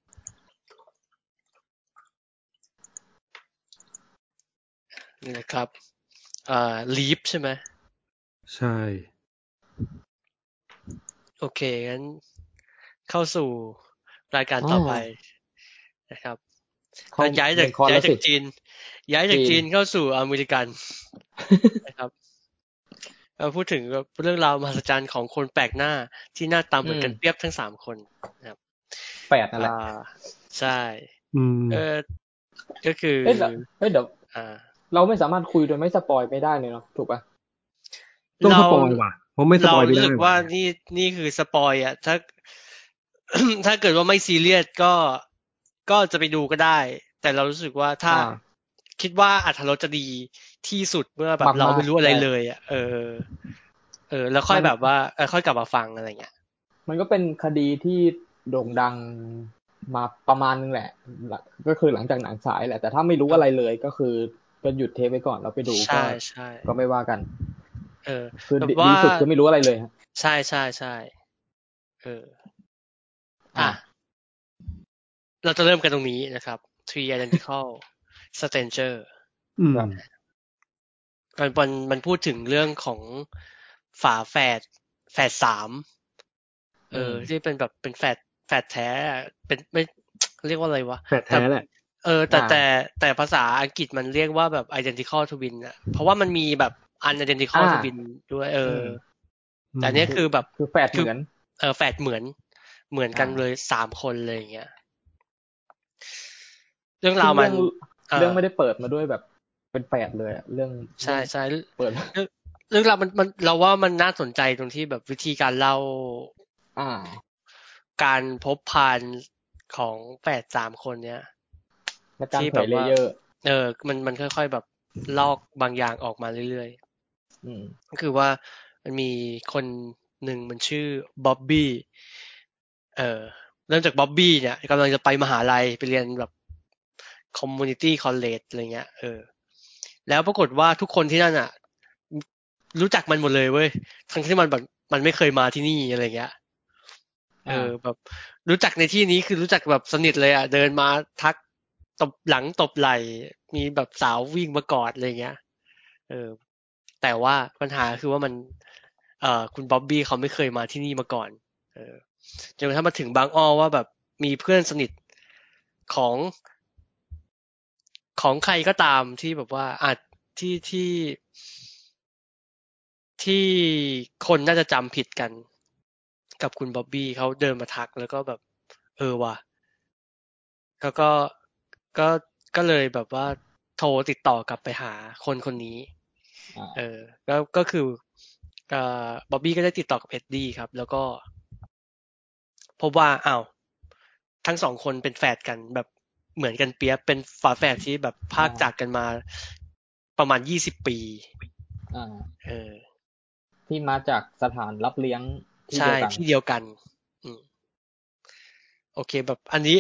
A: นี่นะครับเอ่อลีฟใช่ไหม
C: ใช่
A: โอเค งั้นเข้าสู่รายการต่อไปนะครับ
B: เข้า
A: ย้ายจาก
B: เบคอน
A: ย้าย
B: แล้ว
A: จา
B: สิ
A: กจีน ย้ายจาก
B: จีน
A: จีนเข้าสู่อเมริกัน นะครับเราพูดถึงเรื่องราวมหัศจรรย์ของคนแปลกหน้าที่หน้าตาเหมือนกันเปรียบทั้งสามคน
B: แปดนั่นแหละ
A: อ่าใช่
C: อืม
A: เออก็คือ
B: เฮ้ยเดี๋ยวเฮ้ยเดี๋ยว
A: อ่า
B: เราไม่สามารถคุยโดยไม่สปอยไม่ได้เลยเนาะถูกป่ะ
C: ต้องสปอยว่ะเพราะไม่ส
A: เรา
C: ปอยไม่
A: รู้
C: ได้
A: สึก
C: ว่ะ
A: ว่านี่นี่คือสปอยอะถ้า ถ้าเกิดว่าไม่ซีเรียสก็ก็จะไปดูก็ได้ แต่เรารู้สึกว่าถ้า
B: อ่า
A: คิดว่าอัธรสจะดีที่สุดเมื่อแบบ
B: มากๆ
A: เราไม่รู้อะไร
B: ใช่
A: เลยอะเออ เออ แล้วค่อยแบบว่าเออค่อยกลับมาฟังอะไรเงี้ย
B: มันก็เป็นคดีที่โด่งดังมาประมาณนึงแหละหลังก็คือหลังจากหนังฉายแหละ แต่ถ้าไม่รู้อะไรเลยก็คือก็หยุดเทปไว้ก่อนเราไปดูก็
A: ใช่ใช่
B: ก็ไม่ว่ากัน
A: เออ
B: คือ
A: แบบ
B: ดี
A: ว่า
B: ดีสุดคือไม่รู้อะไรเลยฮะ
A: ใช่ใช่ใช่เออ อ่ะ
B: อ่ะ
A: เราจะเริ่มกันตรงนี้นะครับ three identical stranger
C: อืม
A: มันมันมันพูดถึงเรื่องของฝาแฝดแฝดสามเออ
B: ม
A: ที่เป็นแบบเป็นแฝดแฝดแท้อะเป็นไม่ เรียกว่าอะไรวะ
C: แฝดแท้แหละ
A: เออ แต่
B: อ่า
A: แต่แต่ภาษาอังกฤษมันเรียกว่าแบบ identical twin อะเพราะว่ามันมีแบบ unidentical
B: อ่า
A: twin ด้วย เอออ
B: ม
A: แต่อันเนี้ยคือแบบ
B: คือแฝดเหมือน
A: เออแฝดเหมือนเหมือนกัน
B: อ่า
A: เลยสามคนเลยอย่างเงี้ยเรื่อง
B: ซึ่ง
A: ราวมัน
B: เรื่อง
A: อ่า
B: เรื่องไม่ได้เปิดมาด้วยแบบเป็นแฝดเลยอะเรื่อง
A: ใช่ใช่
B: เปิด
A: เรื่องราวมันมันเราว่ามันน่าสนใจตรงที่แบบวิธีการเล่า
B: อ่า
A: การพบพานของแฝดสามคนเนี้ย
B: และการ
A: ที่
B: เผ
A: แบบ
B: ยเล
A: ว่า
B: เยอร์
A: เออ มันมันค่อยๆแบบลอกบางอย่างออกมาเรื่อย
B: อืม
A: ๆก็คือว่ามันมีคนหนึ่งมันชื่อบ๊อบบี้เออเริ่มจากบ๊อบบี้เนี่ยกำลังจะไปมหาลัยไปเรียนแบบคอมมูนิตี้คอลเลจอะไรเงี้ยเออ แล้วปรากฏว่าทุกคนที่นั่นอ่ะ รู้จักมันหมดเลยเว้ยทั้งที่มันแบบมันไม่เคยมาที่นี่อะไรเงี้ย เออแบบรู้จักในที่นี้คือรู้จักแบบสนิทเลยอ่ะ เดินมาทักตบหลังตบไหล่มีแบบสาววิ่งมากอดอะไรเงี้ยเออแต่ว่าปัญหาคือว่ามัน เอ่อคุณบ๊อบบี้เขาไม่เคยมาที่นี่มาก่อน เออจนกระทั่งมาถึงบางอ้อว่าแบบมีเพื่อนสนิทของ ของใครก็ตามที่แบบว่าอาจที่ที่ที่คนน่าจะจำผิดกัน กับคุณบ๊อบบี้เขาเดินมาทักแล้วก็แบบ เออว่ะแล้วก็ก็ก็เลยแบบว่าโทรติดต่อกลับไปหาคนคนนี้
B: อ่า
A: เออแล้วก็คือเอ่อบ๊อบบี้ก็ได้ติดต่อกับเอ็ดดี้ครับ แล้วก็พบว่าอ้าวทั้งสองคนเป็นแฝดกันแบบเหมือนกันเปียบเป็นฝาแฝดที่แบบพรากจากกันมาประมาณยี่สิบปี
B: อ่า
A: เออ
B: ที่มาจากสถานรับเลี้ยงที่
A: ใช่
B: เดียวกัน
A: ที่เดียวกันอืมโอเค แบบอันนี้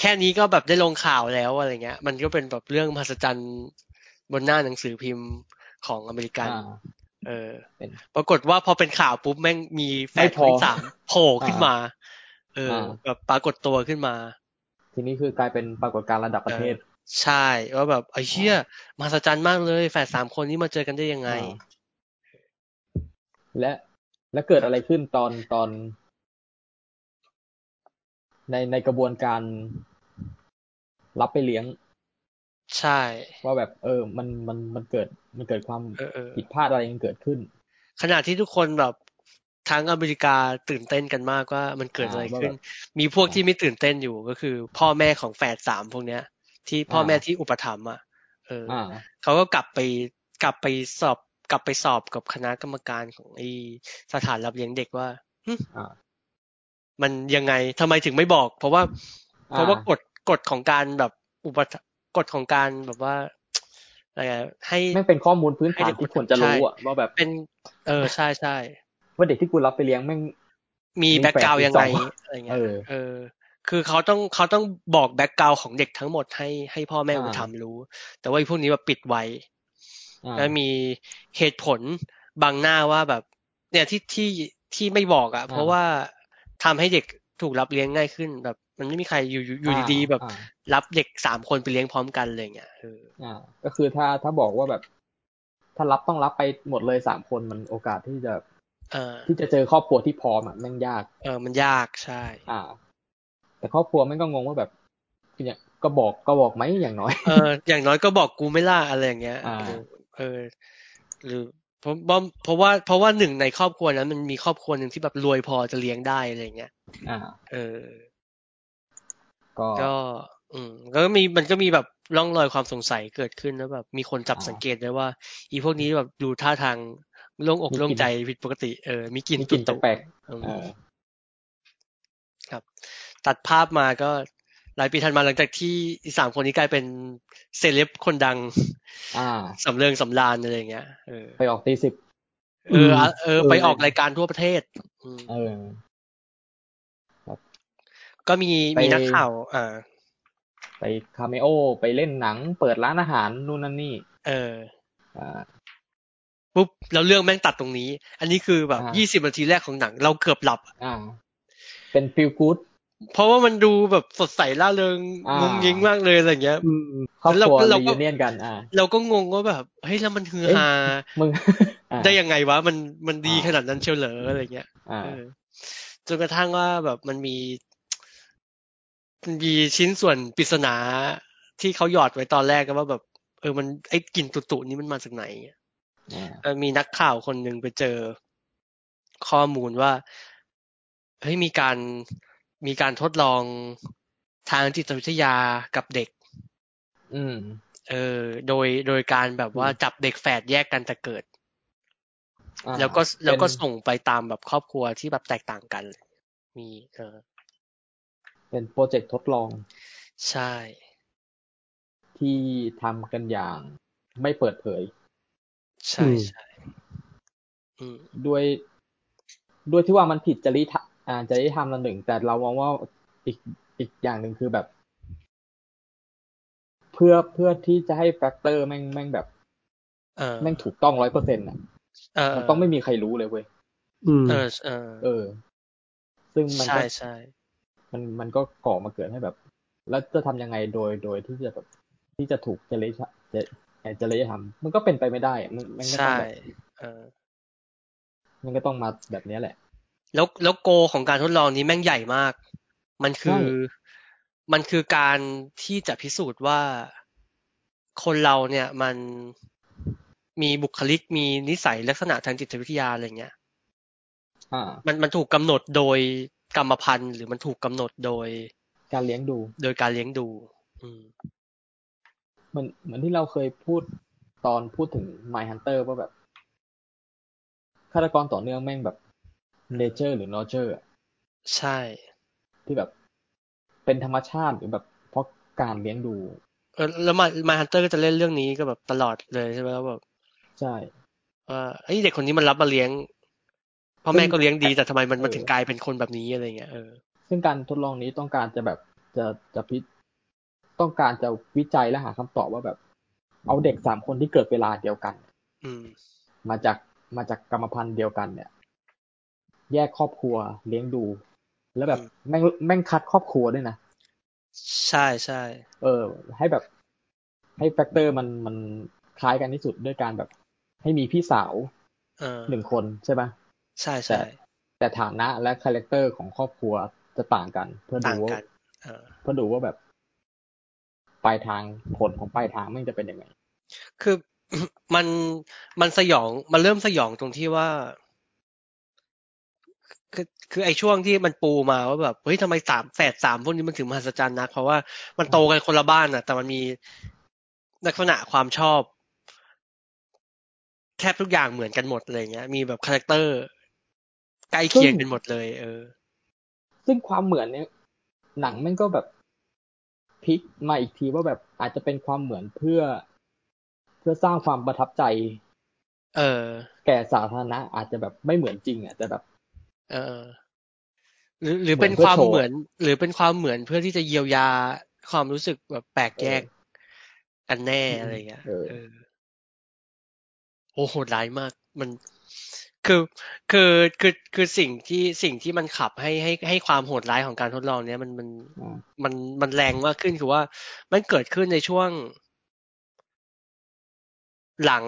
A: แค่นี้ก็แบบได้ลงข่าวแล้วอะไรเงี้ย มันก็เป็นแบบเรื่องมหัศจรรย์บนหน้าหนังสือพิมพ์ของอเมริกัน
B: อ่า
A: เออ
B: เป็น
A: ปรากฏว่าพอเป็นข่าวปุ๊บแม่งมีแฟน
B: ไม่พอ
A: ที่สามโผล่ขึ้นมา เออ
B: อ่า
A: แบบปรากฏตัวขึ้นมา
B: ทีนี้คือกลายเป็นปรากฏการณ์ระดับประเทศ
A: ใช่ว่าแบบไอ้เชี่ยมหัศจรรย์มากเลย แฝดสามคนนี้มาเจอกันได้ยังไง
B: อ่า และและเกิดอะไรขึ้นตอนตอน ในในกระบวนการรับไปเลี้ยง
A: ใช่
B: ว่าแบบ เออ มันมันมันเกิดมันเกิดความ
A: เออเออ
B: ผิดพลาดอะไรกันเกิดขึ้น
A: ขณะที่ทุกคนแบบทั้งอเมริกาตื่นเต้นกันมากว่ามันเกิดอะไร
B: อ่าว่า
A: ขึ้น
B: แบ
A: มีพวกที่ไม่ตื่นเต้นอยู่ก็คือ พ่อแม่ของแฝดสามพวกเนี้ย ที่พ่อแม่
B: อ่า
A: ที่อุปถัมภ์อ่ะเอออ
B: อ่า
A: เขาก็กลับไปกลับไปสอบกลับไปสอบกับคณะกรรมการของไอสถานรับเลี้ยงเด็กว่า
B: อ่า
A: มันยังไงทำไมถึงไม่บอก เพราะว่า เพราะว่ากฎกฎของการแบบอุปถัมภ์กฎของการแบบว่าอะไรอะให้
B: ไม่เป็นข้อมูลพื้นฐาน
A: ให้เด็ก
B: ที่ควรจะรู้
A: ใช่
B: อะว่าแบบ
A: เป็น เออใช่ใช่
B: ว่าเด็กที่กูรับไปเลี้ยงแม่ง
A: มี
B: มี
A: แบ็กกราว
B: แปดสิ
A: ยัง
B: บ
A: ไง
B: สอง
A: อะไรเงี้ย
B: เออ
A: เออ คือเขาต้องเขาต้องบอกแบ็กกราวของเด็กทั้งหมดให้ให้พ่อแม่
B: อ่า
A: อุปถัมภ์รู้ แต่ว่าไอ้พวกนี้แบบปิดไว้
B: อ่า
A: แล้วมีเหตุผลบางหน้าว่าแบบ เนี่ยที่ที่ที่ไม่บอกอะ่ะ เพราะว่าทำให้เด็กถูกรับเลี้ยงง่ายขึ้น แบบ มันไม่มีใครอยู่อยู่อยู่ดีๆแบบ
B: อ่า
A: รับเด็กสามคนไปเลี้ยงพร้อมกันเลยอย่างเงี้ยเออ
B: อ่าก็คือถ้าถ้าบอกว่าแบบ ถ้ารับต้องรับไปหมดเลยสามคนมันโอกาสที่จะ
A: เออ
B: ที่จะเจอครอบครัวที่พร้อมอ่ะแม่งยาก
A: เออมันยากใช่
B: อ่า แต่ครอบครัวแม่งก็งงว่าแบบเนี่ยก็บอกก็บอกไหมอย่างน้อย
A: เอออย่างน้อยก็บอกกูไม่ล่าอะไรอย่างเงี้ย
B: อ่า
A: หรือเออ หรือเพราะว่าเพราะว่าเพราะว่าหนึ่งในครอบครัวนั้น มันมีครอบครัวหนึ่งที่แบบรวยพอจะเลี้ยงได้อะไรอย่างเงี้ย
B: อ่า
A: เออ
B: ก็
A: ก็ อืมก็มีมันก็มีแบบร่องรอยความสงสัยเกิดขึ้นแล้วแบบ มีคนจับ
B: อ่า
A: สังเกตได้ว่า อีพวกนี้แบบดูท่าทางโล่งอก
B: มีกลิ่น
A: โล่งใจผิดปกติเออมีกลิ่น
B: มีกลิ่น
A: ตุ่ม
B: แปลก
A: ๆอืม
B: ๆเออ
A: ครับ ตัดภาพมาก็หลายปีถัดมาหลังจากที่อีสามคนนี้กลายเป็นเซเลบคนดัง
B: อ่า
A: สำเริงสำราญอะไรอย่างเงี้ยเออ
B: ไปออกตีสิบ
A: เอออ่ะเออ
C: เออ
A: ไปออกรายการทั่วประเทศอืม
B: เออ
A: ก็มี
B: ไป
A: มีนักข่าวอ่า
B: ไปคาเมโอ ไปเล่นหนัง เปิดร้านอาหารนู่นนั่นนี่
A: เออ
B: อ่า
A: ปุ๊บแล้วเรื่องแม่งตัดตรงนี้ อันนี้คือแบบ
B: อ่า
A: ยี่สิบนาทีแรกของหนัง เราเกือบหลับ
B: อ่า เป็นฟิลกู๊ด
A: เพราะว่ามันดูแบบสดใสล่าเริง
B: อ่าง
A: งุ้งยิงมากเลยอะไรเงี้ย
C: อืม
B: ครอบครัว
A: แล้วเรา
B: รี
A: ก็
B: ยูเนียนกัน อ่า
A: เราก็งงว่าแบบเฮ้ยแล้วมันฮือฮา
B: มึง อ่า
A: ได้ยังไงวะมันมันดี
B: อ่า
A: ขนาดนั้นเชียวเหรออะไรเงี้ย
B: อ่า
A: เออจนกระทั่งว่าแบบมันมีมันมีชิ้นส่วนปริศนาที่เขาหยอดไว้ตอนแรกก็ว่าแบบ เออมันไอ้กลิ่นตุ่ๆนี่มันมาจากไหน
B: อ่า
A: เอ่อมีนักข่าวคนหนึ่งไปเจอข้อมูลว่าเฮ้ยมีการมีการทดลองทางจิตวิทยากับเด็ก
B: อืม
A: เออโดยโดยการแบบว่าจับเด็กแฝดแยกกันแต่เกิด
B: อ่า
A: แล้วก็แล้วก็
B: เป็น
A: ส่งไปตามแบบครอบครัวที่แบบแตกต่างกัน มีเออ
B: เป็นโปรเจกต์ทดลอง
A: ใช่
B: ที่ทำกันอย่าง ไม่เปิดเผย
A: ใช่ใช่อืม
B: ด้วย ด้วยที่ว่ามันผิดจริยธรรมอ่าจริยธรรมระหนึ่ง แต่เรามองว่าอีกอีกอย่างหนึ่งคือแบบ เพื่อเพื่อที่จะให้แฟกเตอร์แม่งแม่งแบบ
A: เออ
B: แม่งถูกต้องร้อยเปอร์เซ็นต์อ่ะ
A: เออ
B: มันต้องไม่มีใครรู้เลยเว้ย
C: อืม
A: เออเออ
B: เออ ซึ่งมัน
A: ใช่
B: ก็
A: ใช่
B: มันมันก็ก่อมาเกิดให้แบบ แล้วจะทำยังไงโดยโดยที่จะแบบที่จะถูกจริยธรรมจะเอ่อจริยธรรมมันก็เป็นไปไม่ได้อะมันมันก็ต้อ
A: ใช่
B: งแบบ
A: เออ
B: มันก็ต้องมาแบบเนี้ยแหละ
A: แล้วแล้วโกของการทดลองนี้แม่งใหญ่มาก มันคือ
B: ใช่
A: มันคือการที่จะพิสูจน์ว่าคนเราเนี่ย มันมีบุคลิกมีนิสัยลักษณะทางจิตวิทยาอะไรเงี้ย
B: อ่า
A: มันมันถูกกำหนดโดยกรรมพันธุ์ หรือมันถูกกำหนดโดย
B: การเลี้ยงดู
A: โดยการเลี้ยงดู อืม
B: เหมือนเหมือนที่เราเคยพูดตอนพูดถึง My Hunter ว่าแบบฆาตกรต่อเนื่องแม่งแบบ nature หรือ nurture อะ
A: ใช่
B: ที่แบบเป็นธรรมชาติหรือแบบเพราะการเลี้ยงดู
A: เออแล้วมามาฮันเตอร์ก็จะเล่นเรื่องนี้ก็แบบตลอดเลยใช่ไหมว่าแบบ
B: ใช่
A: ว่าเอ้ยเด็กคนนี้มันรับมาเลี้ยงพ่อแม่ก็เลี้ยงดีแต่ทำไมมันมัน
B: เออ
A: ถึงกลายเป็นคนแบบนี้อะไรเงี้ยเออ
B: ซึ่งการทดลองนี้ต้องการจะแบบจะจะพิต้องการจะวิจัยและหาคำตอบว่าแบบ เอาเด็กสามคนที่เกิดเวลาเดียวกัน
A: อืม
B: มาจากมาจากกรรมพันธุ์เดียวกันเนี่ย แยกครอบครัวเลี้ยงดู แล้วแบบ
A: อืม
B: แม่งแม่งคัดครอบครัวด้วยนะ
A: ใช่ใช่
B: เออ ให้แบบ ให้แฟกเตอร์มันมันคล้ายกันที่สุดด้วยการแบบ ให้มีพี่สาว
A: เออ
B: หนึ่งคนใช่ปะ
A: ใช่ใช่
B: แต่ แต่ฐานะและคาแรคเตอร์ของครอบครัวจะต่างกัน เพื่อดู
A: ต่างกั
B: ว่าน
A: เออ
B: เพื่อดูว่าแบบปลายทางผลของปลายทางแม่งจะเป็นยังไง
A: คือ มันมันสยองมันเริ่มสยองตรงที่ว่า คือคือไอ้ช่วงที่มันปูมาว่าแบบเฮ้ยทำไมสามแฝดสามพวกนี้มันถึงมหัศจรรย์นัก เพราะว่ามันโตกันคนละบ้านน่ะ แต่มันมีลักษณะความชอบ แทบทุกอย่างเหมือนกันหมดอะไรเงี้ย มีแบบคาแรคเตอร์ใกล้เคียงกันหมดเลย เออ
B: ซึ่งความเหมือนเนี่ย หนังแม่งก็แบบพลิกมาอีกทีว่าแบบอาจจะเป็นความเหมือนเพื่อ เพื่อสร้างความประทับใจ
A: เออ
B: แก่สาธารณะอาจจะแบบไม่เหมือนจริงอ่ะแต่แบบ
A: เออ หรือหรือ
B: เหมือน
A: เป็น
B: เพื่
A: ค
B: อ
A: วาม
B: โชว์
A: เหมือน หรือเป็นความเหมือนเพื่อที่จะเยียวยาความรู้สึกแบบแปลกแยกกันแน่
B: เอออ
A: อะไรอย่างเงี้ย
B: เออ
A: เออ โอ้โหดร้ายมาก มันคือคือคือคือสิ่งที่สิ่งที่มันขับให้ให้ให้ความโหดร้ายของการทดลองเนี้ยมันมัน
B: อืม
A: มันมันแรงมากขึ้นคือว่ามันเกิดขึ้นในช่วง หลัง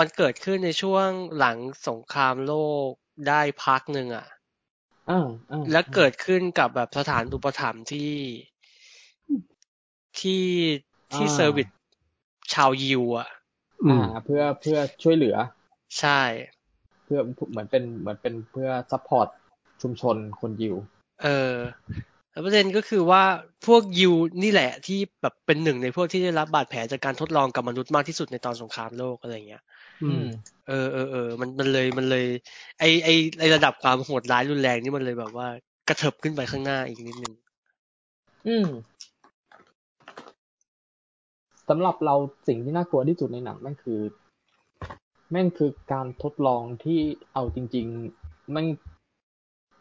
A: มันเกิดขึ้นในช่วงหลังสงครามโลกได้พักหนึ่งอ่ะ
B: อ่าอ่า
A: แล้วเกิดขึ้นกับแบบสถานอุปถัมภ์ที่ที่ที่เซอร์วิสชาวยิวอ่ะ
C: อื
B: อ่าม เพื่อเพื่อช่วยเหลือ
A: ใช่
B: เพื่อเหมือนเป็นเหมือนเป็นเพื่อซัพพอร์ตชุมชนคนยิว
A: เออแล้วประเด็นก็คือว่าพวกยิวนี่แหละที่แบบเป็นหนึ่งในพวกที่ได้รับบาดแผลจากการทดลองกับมนุษย์มากที่สุดในตอนสงครามโลกอะไรอย่างเงี้ย
C: อืม
A: เออเออเออมันมันเลยมันเลย ไอไอไอระดับความโหดร้ายรุนแรงนี่มันเลยแบบว่ากระเถิบขึ้นไปข้างหน้าอีกนิดนึง
B: อืมสำหรับเราสิ่งที่น่ากลัวที่สุดในหนังแม่งคือ แม่งคือการทดลองที่เอาจริง ๆ แม่ง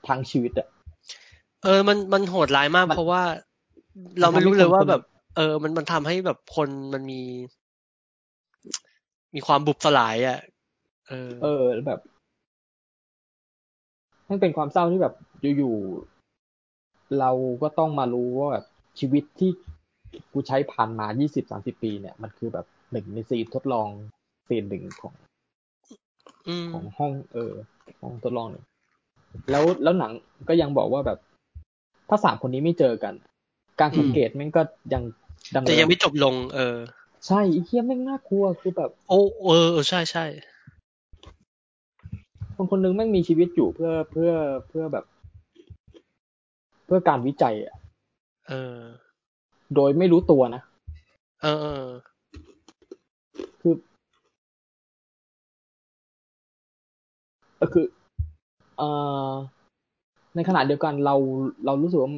B: ทางชีวิตอะ
A: เออ มัน มันโหดร้ายมาก
B: มัน
A: เพราะว่าเราไม่รู้เลยว่า
B: มั
A: แบ
B: นทำให้คนคน
A: บ เออ มัน มันทำให้แบบคนมันมี มีความบุบสลายอ่ะ เออ
B: เออแล้วแบบมันเป็นความเศร้าที่แบบอยู่ๆเราก็ต้องมารู้ว่าแบบชีวิตที่กูใช้ผ่านมา 20-30 ปีเนี่ย มันคือแบบหนึ่งในซีนทดลองซีนหนึ่งของ
A: อืม
B: ของห้องเออห้องทดลองหนึ่งแล้วแล้วหนังก็ยังบอกว่าแบบ ถ้าสามคนนี้ไม่เจอกัน การสังเกตแม่งก็ยังดำ
A: แต่
B: เนิ
A: ยัง
B: น
A: ไม่จบลง เออ
B: ใช่ไอ้เฮียแม่งน่ากลัวคือแบบ
A: โอ้ เออเออใช่ใช่
B: คนคนหนึงแม่งมีชีวิตอยู่เพื่อเพื่อเพื่อแบบ เพื่อการวิจัยอะ
A: เออ
B: โดยไม่รู้ตัวนะ
A: เออเออ
B: คือเออคือเอ่อในขณะเดียวกันเราเรารู้สึกว่า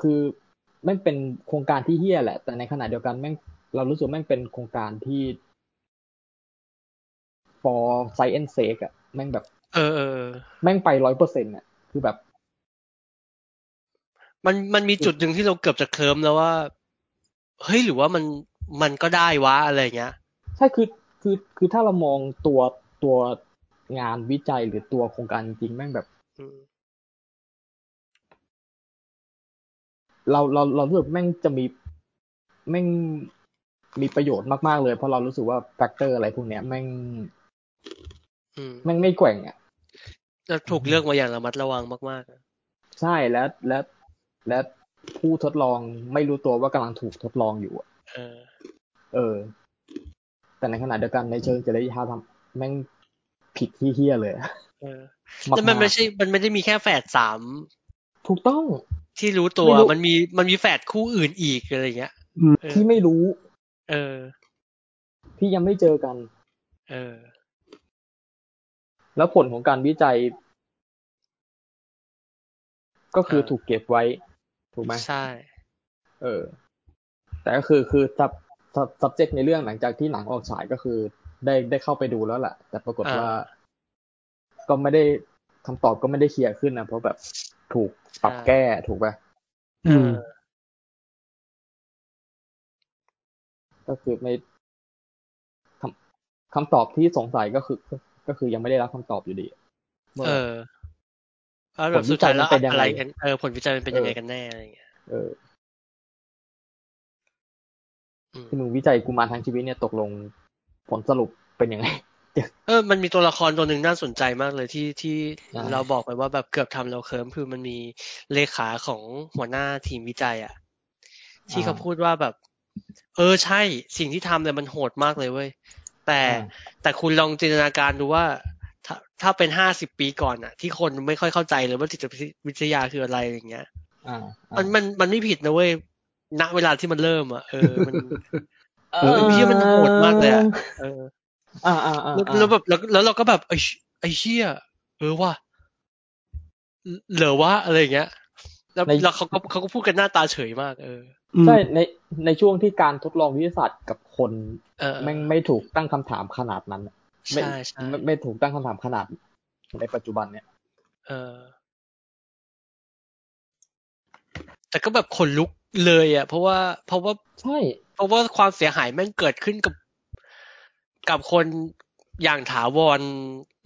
B: คือแม่งเป็นโครงการที่เฮี้ยแหละ แต่ในขณะเดียวกันแม่งเรารู้สึกว่าแม่งเป็นโครงการที่ for science sake อะแม่งแบบ
A: เออเออเออ
B: แม่งไปร้อยเปอร์เซ็นต์อะคือแบบ
A: มัน มันมีจุดหนึ่งที่เราเกือบจะเคลิ้มแล้วว่า เฮ้ย หรือว่ามัน มันก็ได้วะอะไรอย่างเงี้ย
B: ใช่คือคือคือถ้าเรามองตัวตัวงานวิจัยหรือตัวโครงการจริงๆแม่งแบบ
A: อืม
B: เราเราเรารู้สึกแม่งจะมีแม่งมีประโยชน์มากๆเลย เพราะเรารู้สึกว่าแฟกเตอร์อะไรพวกเนี้ยแม่ง
A: อืม
B: แม่งไม่แกว่งอ่ะ
A: แล้วถูกเลือกมาอย่างระมัดระวังมากๆอะ
B: ใช่และและและผู้ทดลองไม่รู้ตัวว่ากำลังถูกทดลองอยู่อะ
A: เออ
B: เออ แต่ในขณะเดียวกันในเชิงจริยธรรมแม่งผิดที่เฮี้ยเลยอะ
A: เออ
B: ากๆ
A: แต่มันไม่ใช่ มันไม่ได้มีแค่แฝดสาม
B: ถูกต้อง
A: ที่รู้ตัว
B: ไม่รู้
A: มันมี มันมีแฝดคู่อื่นอีกอะไรอย่างเงี้ย เออ
B: ที่ไม่รู้
A: เออ
B: ที่ยังไม่เจอกัน
A: เออ
B: แล้วผลของการวิจัย ก็คือ
A: เออ
B: ถูกเก็บไว้ ถูกไหม
A: ใช่
B: เออ แต่ก็คือคือ sub sub subject ในเรื่องหลังจากที่หนังออกฉายก็คือ ได้ได้เข้าไปดูแล้วแหละแต่ปรากฏ
A: อ่า
B: ว่า ก็ไม่ได้คำตอบก็ไม่ได้เคลียร์ขึ้นนะเพราะแบบถูกปรับแก้ถูกป่ะ
C: อืม
B: ก็คือไม่คำคำตอบที่สงสัยก็คือ ก็คือยังไม่ได้รับคำตอบอยู่ดีว่า
A: เออแล้วแบบ
B: ผลวิ
A: สุด
B: จั
A: ท้าย ย
B: มั
A: แล้ว
B: นเป็นยัง
A: อะ
B: ไง
A: ไรกัน เออ ผลวิจัยมันเป็นยังไงกันแน่อะไรอย่างเงี้ย
B: เออ
A: อืม
B: ที่มึงวิจัยกูมารทางชีวิตเนี่ยตกลงผลสรุปเป็นยังไง
A: เออ มันมีตัวละครตัวหนึ่งน่าสนใจมากเลยที่ที่
B: อ่า
A: เราบอกไปว่าแบบเกือบทำเราเคิร์มคือมันมีเลขาของหัวหน้าทีมวิจัยอ่ะ ที่เขาพูดว่าแบบ เออใช่ สิ่งที่ทำเนี่ยมันโหดมากเลยเว้ย แต่
B: อ่า
A: แต่คุณลองจินตนาการดูว่า ถ้าถ้าเป็นห้าสิบปีก่อนอะที่คนไม่ค่อยเข้าใจเลยว่าจิตวิทยาคืออะไรอย่างเงี้ย
B: อ่าอ่า
A: มันมันมันไม่ผิดนะเว้ยณเวลาที่มันเริ่มอะเออมัน
B: เออ
A: เหี้ยมันโหดมากเลยอะ เออ
B: อ่าอ่าอ่า
A: แล้วแล้วแบบแล้วแล้วเราก็แบบไอ้ยไอ้เชี่ยเออว่ะเหลือวะอะไรอย่างเงี้ยแล้วแล้วเขาก็เขาก็พูดกันหน้าตาเฉยมาก เออ
B: ใช่ในในช่วงที่การทดลองวิทยาศาสตร์กับคน
A: เออ
B: แม่งไม่ถูกตั้งคำถามขนาดนั้นไม่
A: ใช่ใช่
B: ไม่ไม่ถูกตั้งคำถามขนาด ในปัจจุบันเนี่ย
A: เออ แต่ก็แบบขนลุก เลยอ่ะ เพราะว่าเพราะว่า
B: ใช่
A: เพราะว่าความเสียหายแม่งเกิดขึ้นกับกับคนอย่างถาวร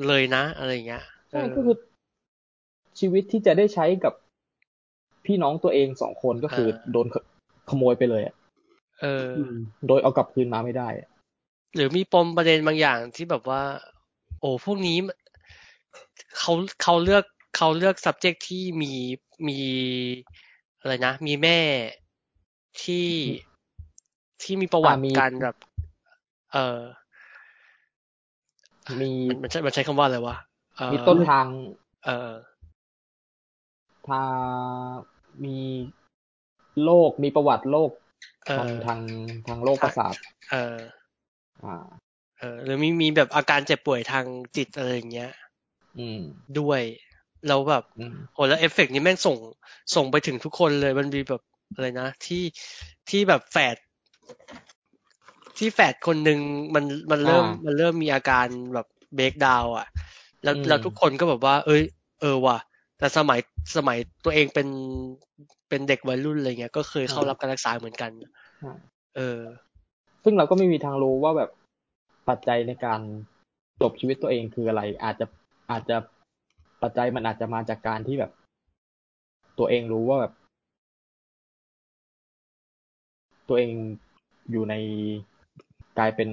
A: เลยนะ อะไรอย่างเงี้ย
B: ใช่
A: เออ
B: ก็คือชีวิตที่จะได้ใช้กับพี่น้องตัวเองสองคนก็คือ
A: เออ
B: โดนขขโมยไปเลยอะ
A: เออ
C: ม
B: โดยเอากลับคืนมาไม่ได้อะ
A: หรือมีปมประเด็นบางอย่างที่แบบว่า โอ้พวกนี้มันเขาเขาเลือกเขาเลือก subject ที่มีมีอะไรนะ มีแม่ที่ที่มีประวัติการแบบ เออ
B: มี
A: มันมันใช้มันใช้คำว่าอะไรวะเอ่อ
B: มีต้นทาง
A: เออ
B: ทางมีโรคมีประวัติโรค
A: เออ
B: ทางทางทางโรคประสาท
A: เออ
B: อ่า
A: เออ หรือมีมีแบบอาการเจ็บป่วยทางจิตอะไรอย่างเงี้ย
B: อืม
A: ด้วยแล้วแบบ
B: อืม
A: โหแล้วเอฟเฟกต์นี้แม่งส่งส่งไปถึงทุกคนเลยมันมีแบบอะไรนะ ที่ที่แบบแฝดที่แฝดคนหนึ่งมันมันเริ่มมันเริ่มมีอาการแบบเบรกดาวอ่ะ แล้วแล้วทุกคนก็แบบว่า เอ้ย เออว่ะ แต่สมัยสมัยตัวเองเป็นเป็นเด็กวัยรุ่นอะไรเงี้ย ก็เคยเข้ารับการรักษาเหมือนกัน
B: อ่า
A: เออ
B: ซึ่งเราก็ไม่มีทางรู้ว่าแบบปัจจัยในการจบชีวิตตัวเองคืออะไร อาจจะอาจจะปัจจัยมันอาจจะมาจากการที่แบบ ตัวเองรู้ว่าแบบ ตัวเองอยู่ในกลายเป็น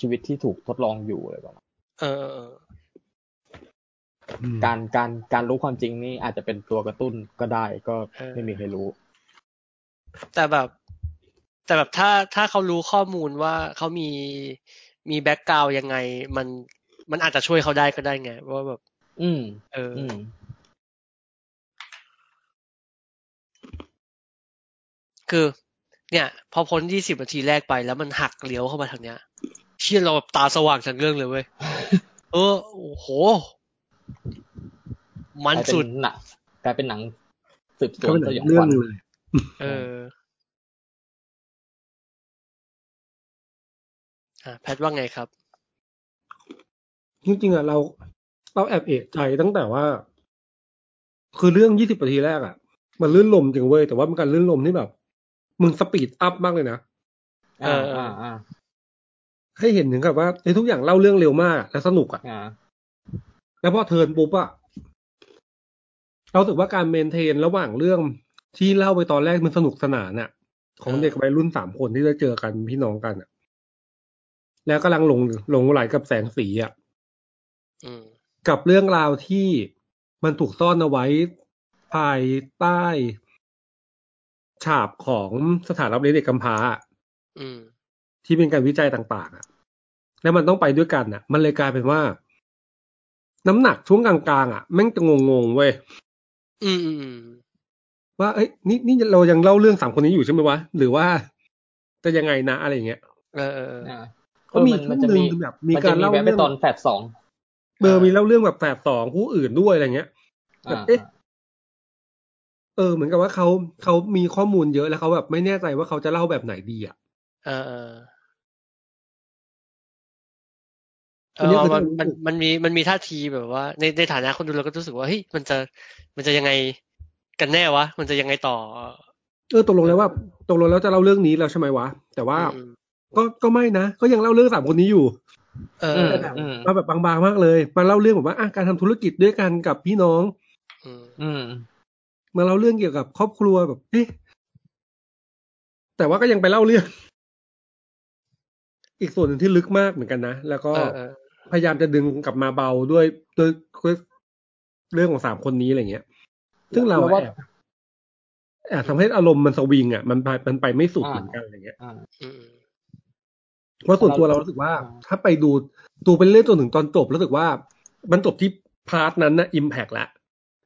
B: ชีวิตที่ถูกทดลองอยู่อะไรประมาณ
A: เออเออเออ
C: อืม
B: การการการรู้ความจริงนี่อาจจะเป็นตัวกระตุ้นก็ได้ ก็ไม่มีใครรู้
A: แต่แบบ แต่แบบถ้าถ้าเขารู้ข้อมูลว่าเขามีมีแบ็กกราวยังไง มันมันอาจจะช่วยเขาได้ก็ได้ไงว่าแบบ
B: อืม
A: เอออ
B: อืม
A: คือ เนี่ย พอพ้นยี่สิบนาทีแรกไปแล้วมันหักเลี้ยวเข้ามาทางเนี้ยเชี่ยเราแบบตาสว่างทั้งเรื่องเลยเว้ย เออ โอ้โห มันสุด
B: กลายเป็นหนังกลายเป็นหนังสืบส
C: ก็
B: วน
C: เป็น
B: สยองข
C: เรื่อ
B: วั
C: ง
B: ญ
C: หนึ่งเลย
A: เออ อ่ะแพทว่าไงครับ
C: จริงๆอ่ะเราเราแอบเอกใจตั้งแต่ว่า คือเรื่องยี่สิบนาทีแรกอ่ะ มันลื่นลมจริงเว้ยแต่ว่ามันการลื่นลมที่แบบ มึงสปีดอัพมากเลยนะ
A: เอออ่
B: อ่าอ่า
C: ให้เห็นถึงกับว่าไอ้ยทุกอย่างเล่าเรื่องเร็วมากอะและสนุกอ่ะ
B: อ่า
C: แล้วพอเทิร์นปุ๊บอะเราถือว่าการเมนเทนระหว่างเรื่องที่เล่าไปตอนแรกมันสนุกสนานอะของ
A: เออ
C: เด็กวัยรุ่นสามคนที่ได้เจอกันพี่น้องกันอะแล้วกำลังหลงหลงไหลกับแสงสีอะ
A: อืม
C: กับเรื่องราวที่มันถูกซ่อนเอาไว้ภายใต้ ฉาบของสถานรับเลี้ยงเด็กกำพร้าอะ
A: อืม
C: ที่เป็นการวิจัยต่าง ๆอะแล้วมันต้องไปด้วยกันอะมันเลยกลายเป็นว่า น้ำหนักช่วงกลางๆอะแม่งจะงงๆเว้ย
A: อืมอืมอืม
C: ว่าเอ้ยนี่นี่เรายังเล่าเรื่องสามคนนี้อยู่ใช่ไหมวะ หรือว่าจะยังไงนะอะไรอย่างเงี้ย
A: เออเออเออ
B: อ่า
C: ก็มี
B: เออมัน
C: ช่ว
B: มันจะ
C: งหนึ่ง
B: มี
C: แบบ
B: มี
C: มี
B: กา
C: การ ร
B: เล่า
C: เล่า
B: แวะไป
C: เรื่อง
B: ตอนแฟดสอง
C: เบอร์มีเล่าเรื่องแบบแสบสองผู้อื่นด้วยอะไรเงี้ย
B: อ่า
C: เอ๊ะ เออเหมือนกับว่าเขาเขามีข้อมูลเยอะแล้วเขาแบบไม่แน่ใจว่าเขาจะเล่าแบบไหนดีอ่ะ
A: เออเออ
C: อันนี้
A: เออ
C: คือ
A: มัน
C: ต้องรู้
A: มันมันมีมันมีท่าทีแบบว่า ในในฐานะคนดูเราก็รู้สึกว่าเฮ้ยมันจะมันจะยังไงกันแน่วะ มันจะยังไงต่อ
C: เออตกลงแล้วว่าตกลงแล้วจะเล่าเรื่องนี้แล้วใช่ไหมวะ แต่ว่า
A: อืม
C: ก็ก็ไม่นะก็ยังเล่าเรื่องสามคนนี้อยู่
A: เออ
B: อืม
A: เออ
B: อืม
C: มาแบบบางๆมากเลยมาเล่าเรื่องแบบว่าอ่ะการทำธุรกิจด้วยกันกับพี่น้อง
A: อืม
B: อืม
C: มาเล่าเรื่องเกี่ยวกับครอบครัวแบบเอ๊ะแต่ว่าก็ยังไปเล่าเรื่อง อีกส่วนหนึ่งที่ลึกมากเหมือนกันนะ แล้วก็
A: เออเออ
C: พยายามจะดึงกลับมาเบาด้วยด้วยด้วยเรื่องของสามคนนี้อะไรเงี้ย ซึ่งเรา
B: แล้วว่า
C: แอบแอบทำให้อารมณ์มันสวิงอ่ะมันไปมันไปไม่สุด
B: อ่า
C: เหมือนกันอะไรเงี้ย
B: อ่า
A: อืม
C: เพราะส่วนตัว
B: เรา
C: เรารู้สึกว่า
B: อ่า
C: ถ้าไปดูดูไปเรื่อยจนถึงตอนจบรู้สึกว่า มันจบที่พาร์ทนั้นนะอิมแพกละ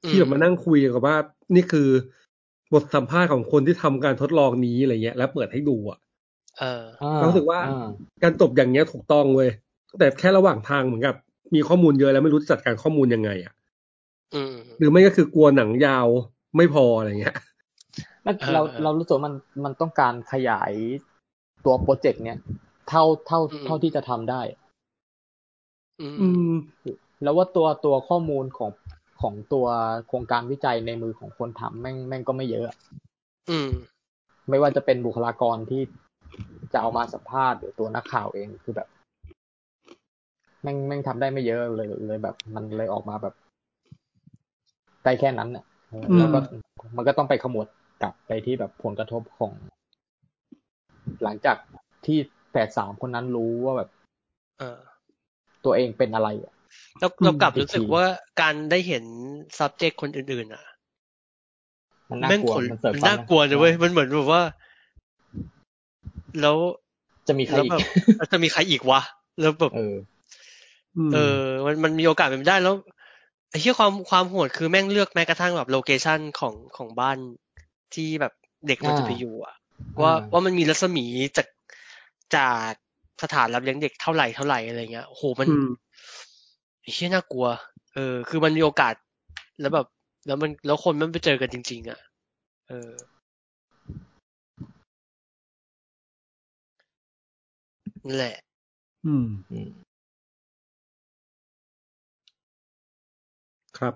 A: อื
C: ที่แบบมานั่งคุยกับว่า นี่คือบทสัมภาษณ์ของคนที่ทำการทดลองนี้อะไรเงี้ย แล้วเปิดให้ดูอ่ะ
A: เออ
C: เรารู้สึกว่า การจบอย่างเงี้ยถูกต้องเว้ยแต่แค่ระหว่างทางเหมือนกับ มีข้อมูลเยอะแล้วไม่รู้จะจัดการข้อมูลยังไงอ่ะ
A: อืม
C: หรือไม่ก็คือกลัวหนังยาวไม่พออะไรเงี้ย
B: มัน
A: เออ
B: เรา
A: เออ
B: เรารู้สึกว่ามันมันต้องการขยายตัวโปรเจกต์เนี้ยเท่าเท่า
A: อืม
B: เท่าที่จะทำได้
A: อืม
C: อืม
B: แล้วว่าตัวตัวข้อมูลของ ของตัวโครงการวิจัยในมือของคนทำแม่งแม่งก็ไม่เยอะ
A: อืม
B: ไม่ว่าจะเป็นบุคลากรที่จะเอามาสัมภาษณ์หรือตัวนักข่าวเองคือแบบแม่งแม่งทำได้ไม่เยอะเลยเลยแบบ มันเลยออกมาแบบได้แค่นั้นน่ะเออแล้วก็มันก็ต้องไปขมวดกลับไปที่แบบผลกระทบของ หลังจากที่แฝดสามคนนั้นรู้ว่าแบบ
A: เออ
B: ตัวเองเป็นอะไรอะ
A: แล้ว
C: อืม
A: เรากลับรู้สึก
B: อีกที
A: ว่าการได้เห็น subject คนอื่นๆอ่ะ
B: มันน่า
A: แม่ง
B: กลัว
A: ขน
B: มันเสริม
A: มัน
B: ควม
A: น่ากลัวนะเว้ยมันเหมือนแบบว่า แล้ว
B: จะมีใคร
A: แล้ว
B: อีก
A: แบบแล้วจะมีใครอีกวะแล้วแบบ
B: เออ
A: เออ มันมันมีโอกาสเป็นไปได้แล้วไอ้ที่ความความโหดคือแม่งเลือกแม้กระทั่งแบบโลเคชันของของบ้านที่แบบเด็กมันจะ
B: อ่า
A: ไปอยู่อะว่า
B: อ่า
A: ว่ามันมีรัศมีจากจากสถานรับเลี้ยงเด็กเท่าไหร่เท่าไหร่อะไรเงี้ยโหมัน
C: อืม
A: ไอ้เชี่ยน่ากลัว เออ คือมันมีโอกาสแล้วแบบ แล้วมันแล้วคนมันไปเจอกันจริง ๆอะเออ นั่นแหละ
C: อืม
B: อืม
C: ครับ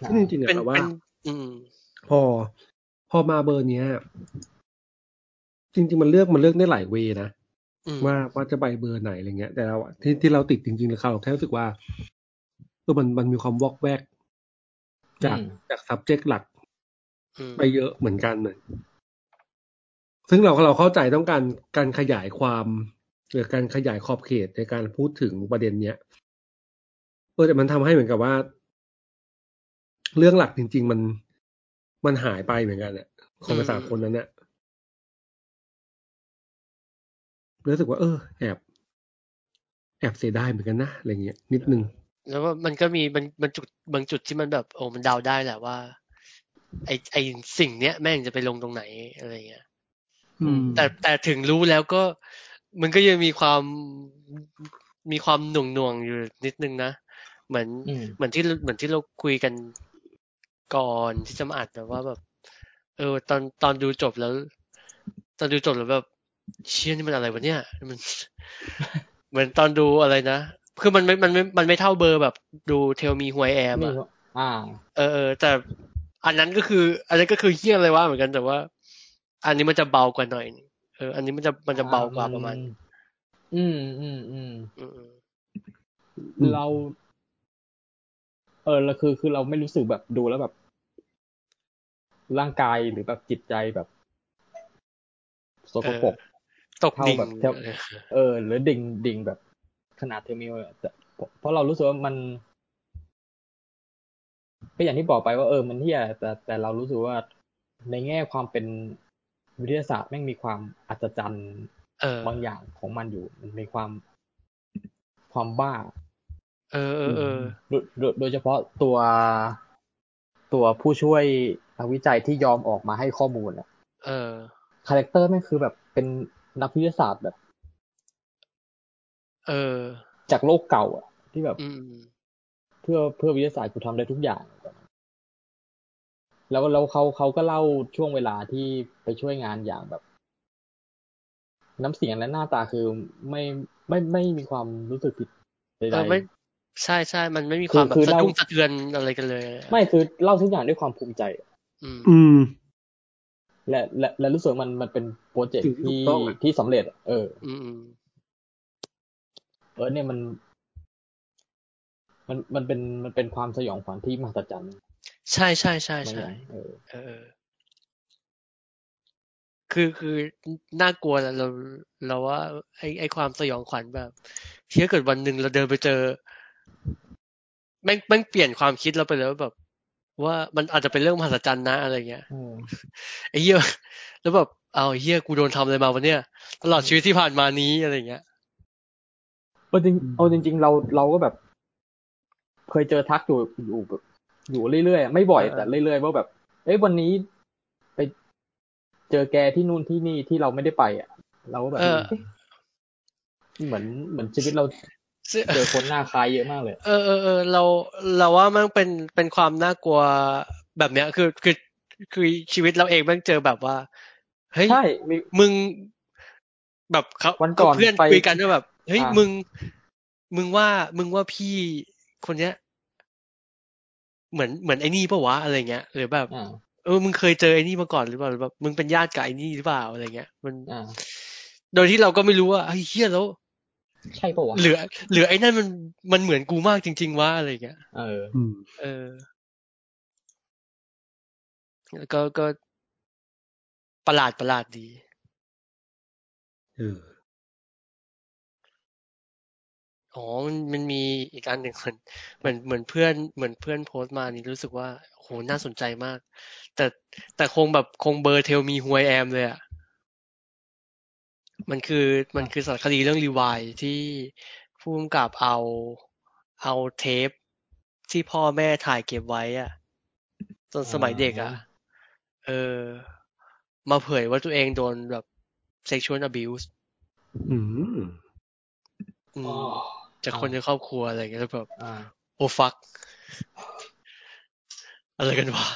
B: อ่า
C: ซึ่งจริงๆเนี่ย
A: เป็น
C: แบบว่า
A: เป็น อืม
C: พอ พอมาเบอร์เนี้ย จริง ๆ มันเลือกมันเลือกได้หลายเวย์นะ
A: อืม
C: ว่าว่าจะไปเบอร์ไหนอะไรเงี้ย แต่เราอะที่ที่เราติดจริงๆเลยครับเราแค่รู้สึกว่าเออมันมันมีความวอกแวก จาก
B: อืม
C: จาก subject หลัก
A: อืม
C: ไปเยอะเหมือนกันเลยซึ่งเราเราเข้าใจต้องการการขยายความหรือการขยายขอบเขตในการพูดถึงประเด็นเนี้ยเออแต่มันทำให้เหมือนกับว่า เรื่องหลักจริง ๆ มันมันหายไปเหมือนกันอะของไอ้
A: อืม
C: สามคนนั้นเนี่ยรู้สึกว่า เออแอบแอบเสียดายเหมือนกันนะอะไรเงี้ยนิดนึง
A: แล้วว่ามันก็มีมันมันจุดบางจุดที่มันแบบโอ้มันเดาได้แหละว่า ไอไอสิ่งเนี้ยแม่งจะไปลงตรงไหนอะไรเงี้ย
C: อืม
A: แต่แต่ถึงรู้แล้วก็ มันก็ยังมีความมีความหน่วงหน่วงๆอยู่นิดนึงนะเหมือน
B: อืม
A: เหมือนที่เหมือนที่เราคุยกันก่อนที่จะมาอัดแต่ว่าแบบ เออ ตอนตอนดูจบแล้ว ตอนดูจบแล้วแบบเชี่ยนี่มันอะไรวะเนี่ยมัน เหมือนตอนดูอะไรนะคือมันไม่มันไม่มันไม่เท่าเบอร์แบบดูเทลมีหวยแอม
B: มี
A: อะ
B: อ่า
A: เออเออแต่อันนั้นก็คือ อันนั้นก็คือเฮี้ยอะไรวะเหมือนกันแต่ว่า อันนี้มันจะเบากว่าหน่อยนึงเออ อันนี้มันจะมันจะเบากว่าประมาณ
B: อืมอืมอืม
A: อืม
C: อืม
B: เรา เออเราคือคือเราไม่รู้สึกแบบดูแล้วแบบ ร่างกายหรือแบบจิตใจแบบสกปรก
A: ตกดิ่ง
B: เท่าแบบเท่า
A: เออ
B: เออ หรือดิ่งดิ่งแบบขนาดเทอร์มิวอะแต่เพราะเพราะเรารู้สึกว่ามันก็อย่างที่บอกไปว่าเออมันเที่ยแต่แต่เรารู้สึกว่าในแง่ความเป็นวิทยาศาสตร์แม่งมีความอัศจรรย์
A: เออบ
B: างอย่างของมันอยู่ มันมีความความบ้า
A: เออเออเออ
B: โดยโดยโดยเฉพาะตัวตัวผู้ช่วยนักวิจัยที่ยอมออกมาให้ข้อมูลอะ
A: เออ
B: คาแรคเตอร์แม่งคือแบบเป็นนักวิทยาศาสตร์แบบ
A: เออ
B: จากโลกเก่าอะที่แบบ
A: อืม
B: เพื่อเพื่อวิทยาศาสตร์กูทำได้ทุกอย่าง แล้วแล้วเขาเขาก็เล่าช่วงเวลาที่ไปช่วยงานอย่างแบบ น้ำเสียงและหน้าตาคือไม่ไม่ไม่มีความรู้สึกผิดใด
A: เออ
B: ๆ
A: ไม่ใช่ใช่มันไม่มีความแบบ
B: คือ
A: สะ
B: เล่า
A: ดุ้งสะเทือนอะไรกันเลยอะ
B: ไม่คือเล่าทุกอย่างด้วยความภูมิใจ
A: อืม
C: อืม
B: และและและรู้สึกว่ามันมันเป็นโปรเจกต์
C: สิ่ง
B: ที่
C: ที่ถูกต้องอะ
B: ที่สำเร็จอะเออ
A: อืมอืม
B: เออเนี่ยมัน มันมันเป็นมันเป็นความสยองขวัญที่มหัศจรรย์
A: ใช่ใช่ใช่
B: บางอ
A: ใช่
B: ย่างเออ
A: เออเออ คือคือน่ากลัวแหละเราเราว่า ไอไอความสยองขวัญแบบที่ถ้าเกิดวันหนึ่งเราเดินไปเจอแม่งแม่งเปลี่ยนความคิดเราไปแล้วาแบบ ว่ามันอาจจะเป็นเรื่องมหัศจรรย์นะอะไรเงี้ย
B: เออ
A: ไอ้เหี้ยแล้วแบบเอาเหี้ยกูโดนทำอะไรมาวะเนี่ย ตลอดชีวิตที่ผ่านมานี้อะไรเงี้ย
B: เอาจริง
C: อืม
B: เอาจริง ๆ เราเราก็แบบ เคยเจอทักอยู่อยู่แบบอยู่เรื่อยๆไม่บ่อย
A: เออ
B: แต่เรื่อยๆว่าแบบ เอ้ยวันนี้ ไปเจอแกที่นู่นที่นี่ที่เราไม่ได้ไป อ่ะ เราก็แบบ
A: เออ
B: เอ๊ะเหมือนเหมือนชีวิตเรา
A: ซึ่ง
B: เจอคนหน้าคล้ายเยอะมากเลย
A: เออเออเออเราเราว่ามันเป็นเป็นความน่ากลัวแบบเนี้ย คือคือคือชีวิตเราเองแม่งเจอแบบว่าเฮ้ย
B: ใช่มี
A: มึงแบบเขา
B: วันก่อน
A: เพื่อน
B: ไป
A: คุยกันว่าแบบเฮ้ย
B: อ่า
A: มึ
B: มึ
A: ง มึงว่ามึงว่าพี่คนเนี้ย เหมือนเหมือนไอ้นี่ปะวะอะไรเงี้ยหรือแบบ
D: อ่า
A: เออมึงเคยเจอไอ้นี่มาก่อนหรือเปล่าหรือแบบมึงเป็นญาติกับไอ้นี่หรือเปล่าอะไรเงี้ย มัน
D: อ่า
A: โดยที่เราก็ไม่รู้ว่าเฮยเหียแล้ว
D: ใช่ปะวะ
A: เหลือเหลือไอ้นั่นมันมันเหมือนกูมากจริง ๆวะอะไรเงี้ย
D: เออ
C: อืม
A: เออแล้วก็ก็ประหลาดประหลาดดี
C: เออ
A: อ๋อมันมันมีอีกอันหนึ่ง เหมือนเหมือนเหมือนเพื่อนเหมือนเพื่อนโพสต์มานี่รู้สึกว่าโหน่าสนใจมาก แต่แต่คงแบบคงเบอร์เทลมีหวยแอมเลยอ่ะมันคือมันคือสารคดีเรื่องรีวายที่ผู้กำกับเอาเอาเทปที่พ่อแม่ถ่ายเก็บไว้อ่ะตอนสมัยเด็กอ่ะ เออ มาเผยว่าตัวเองโดนแบบ sexual abuse
C: อืม
A: อืม
D: อ๋อ
A: จากคนในครอบครัวอะไรอย่างเงี้ยแล้วแบบ
D: อ่า
A: โอ้ฟัก อะไรกันวะ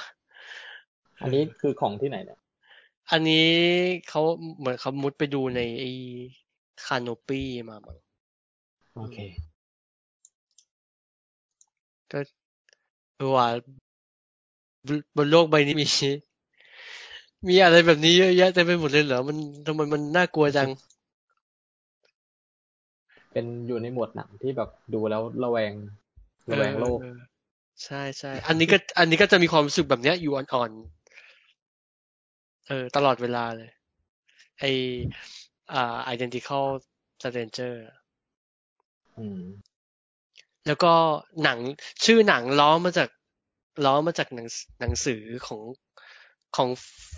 D: อันนี้คือของที่ไหนเนี่ย
A: อันนี้เขาเหมือนเขามุดไปดูในไอ้คานปี้มาบ้าง
D: โอเค
A: ก็คือว่าบนบนโลกใบนี้มี มีอะไรแบบนี้เยอะแยะเต็มไปหมดเลยเหรอ มันทำไมมันน่ากลัวจัง
D: เป็นอยู่ในหมวดหนังที่แบบดูแล้วระแวงระแวงโลก
A: เออใช่ใช่อันนี้ก็อันนี้ก็จะมีความรู้สึกแบบเนี้ยอยู่อ่อนๆเออตลอดเวลาเลย ไออ่า identical stranger อะ
D: อืม
A: แล้วก็หนังชื่อหนังล้อมาจากล้อมาจากหนังหนังสือของของ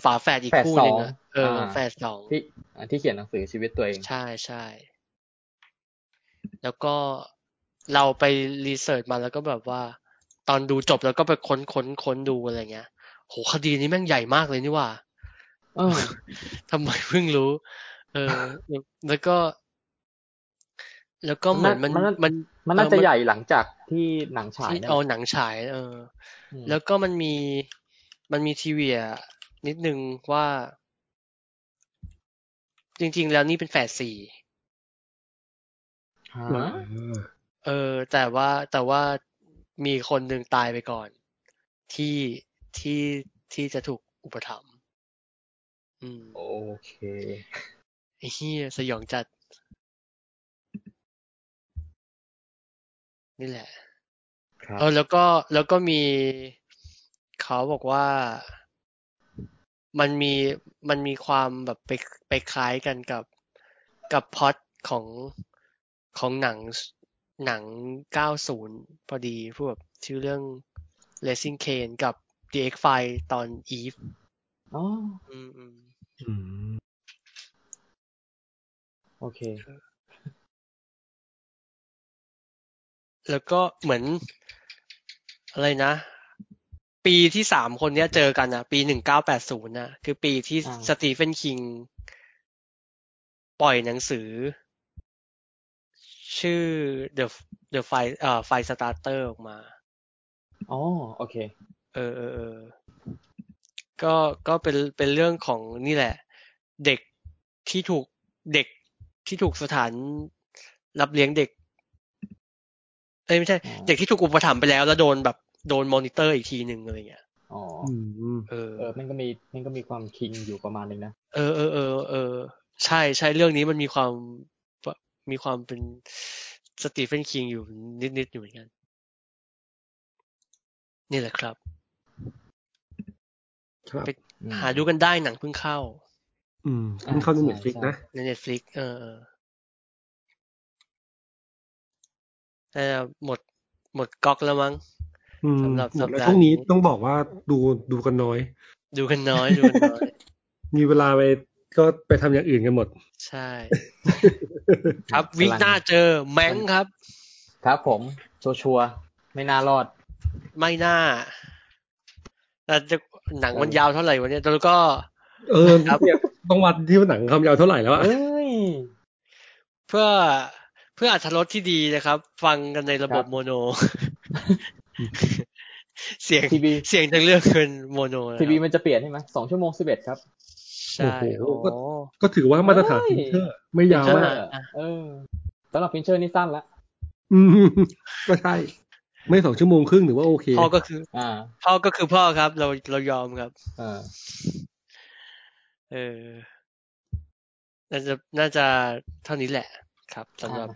A: ฝาแฝดอีก
D: แฝด
A: คู่
D: ส
A: ห
D: อ
A: นึ่
D: ง
A: งอะเอออา แฝดสอง
D: ที่อ่าที่เขียนหนังสือชีวิตตัวเอง
A: ใช่ใช่แล้วก็เราไปรีเสิร์ชมาแล้วก็แบบว่า ตอนดูจบแล้วก็ไปค้นค้นค้นดูอะไรเงี้ย โหคดีนี้แม่งใหญ่มากเลยนี่หว่า
D: เออ
A: ทำไมเพิ่งรู้ เออ แล้วก็ แล้วก็เหมือนมัน
D: มันน่ามั
A: มัน
D: มันน่าจะใหญ่หลังจากที่หนังฉาย
A: ที่
D: เนี่ย
A: เอาหนังฉาย เออ
D: ม
A: แล้วก็มันมีมันมีทีเวียนิดนึงว่า จริง ๆ แล้วนี่เป็นแฝดสี่
D: ฮะ
A: เออ แต่ว่าแต่ว่ามีคนหนึ่งตายไปก่อน ที่ที่ที่จะถูกอุปถัมภ์อืม
D: โอเค
A: ไอ้เฮียสยองจัด นี่แหละ
D: ครับ
A: เออแล้วก็แล้วก็มีเขาบอกว่ามันมีมันมีความแบบไปไปคล้ายกันกับกับพล็อตของของหนังหนัง 90 พอดีพวกแบบชื่อเรื่อง Racing Kane กับ The X Files ตอน Eve
D: อ๋อ
A: อืมอืม
C: อืม
D: โอเค
A: แล้วก็เหมือนอะไรนะ ปีที่สามคนเนี้ยเจอกันอ่ะ ปีหนึ่งเก้าแปดศูนย์ะคือปีที่
D: อ่า
A: สตีเฟนคิง ปล่อยหนังสือ ชื่อ The The Fire เอ่อ Fire Starter ออกมา
D: อ๋อโอเค
A: เออเออเออ ก็ก็เป็นเป็นเรื่องของนี่แหละ เด็กที่ถูกเด็กที่ถูกสถานรับเลี้ยงเด็ก เอ้ยไม่ใช่
D: อ๋อ
A: เด็กที่ถูกอุปถัมภ์ไปแล้ว แล้วโดนแบบโดนมอนิเตอร์อีกทีหนึ่งอะไรเงี้ย
D: อ๋อ
C: อืม
A: เออ
D: เออมันก็มีมันก็มีความคิงอยู่ประมาณนึงนะ
A: เออเออเออเออใช่ใช่เรื่องนี้มันมีความมีความเป็นสตีเฟนคิงอยู่นิดๆอยู่เหมือนกัน นี่แหละครับ
C: ครับ
D: อืม
A: หาดูกันได้หนังเพิ่งเข้า
C: อืมงั้นเข้าในเน็ตฟลิกนะ
A: ใน Netflix เออเออแต่หมดหมดก๊อกแล้วมั้ง
C: อืม
A: สำหรับสัปดาห์นี้
C: แล้วช่วงนี้ต้องบอกว่าดูดูกันน้อย
A: ดูกันน้อย ดูกันน้อย
C: มีเวลาไปก็ไปทำอย่างอื่นกันหมด
A: ใช่ ครับวิก
D: กำลัง
A: หน้าเจอแมงครับ
D: ครับผมชัวชัวร์ๆไม่น่ารอด
A: ไม่น่าแต่จะหนังมันยาวเท่าไหร่วะเนี่ยแล้วก็
C: เออ
A: ครับ
C: เนี่ยต้องวัดที่ว่าหนังคำยาวเท่าไหร่แล้วอะ
D: เอ้ย
A: เพื่อเพื่ออรรถรสที่ดีนะครับ ฟังกันในระบบ
D: ครับ
A: โม โน เสียง
D: ทีวี
A: เสียงทางเลือกเป็นโมโนนะครับ
D: ทีวีมันจะเปลี่ยนใช่ไหมสองชั่วโมงสิบเอ็ดครับ
A: ใช่โอ้
C: ก็ถือว่ามาตรฐานฟิเชอร์ไม่ยาวมาก
D: เออสำหรับฟินเชอร์นี่สั้นละ
C: อืมก็ใช่ ไม่สองชั่วโมงครึ่งหรือว่าโอเค
A: พ่อก็คือ
B: อ่า
A: พ่อก็คือพ่อครับ เราเรายอมครับ
B: เออ
A: เออ น่าจะน่าจะเท่านี้แหละครับสำหรับ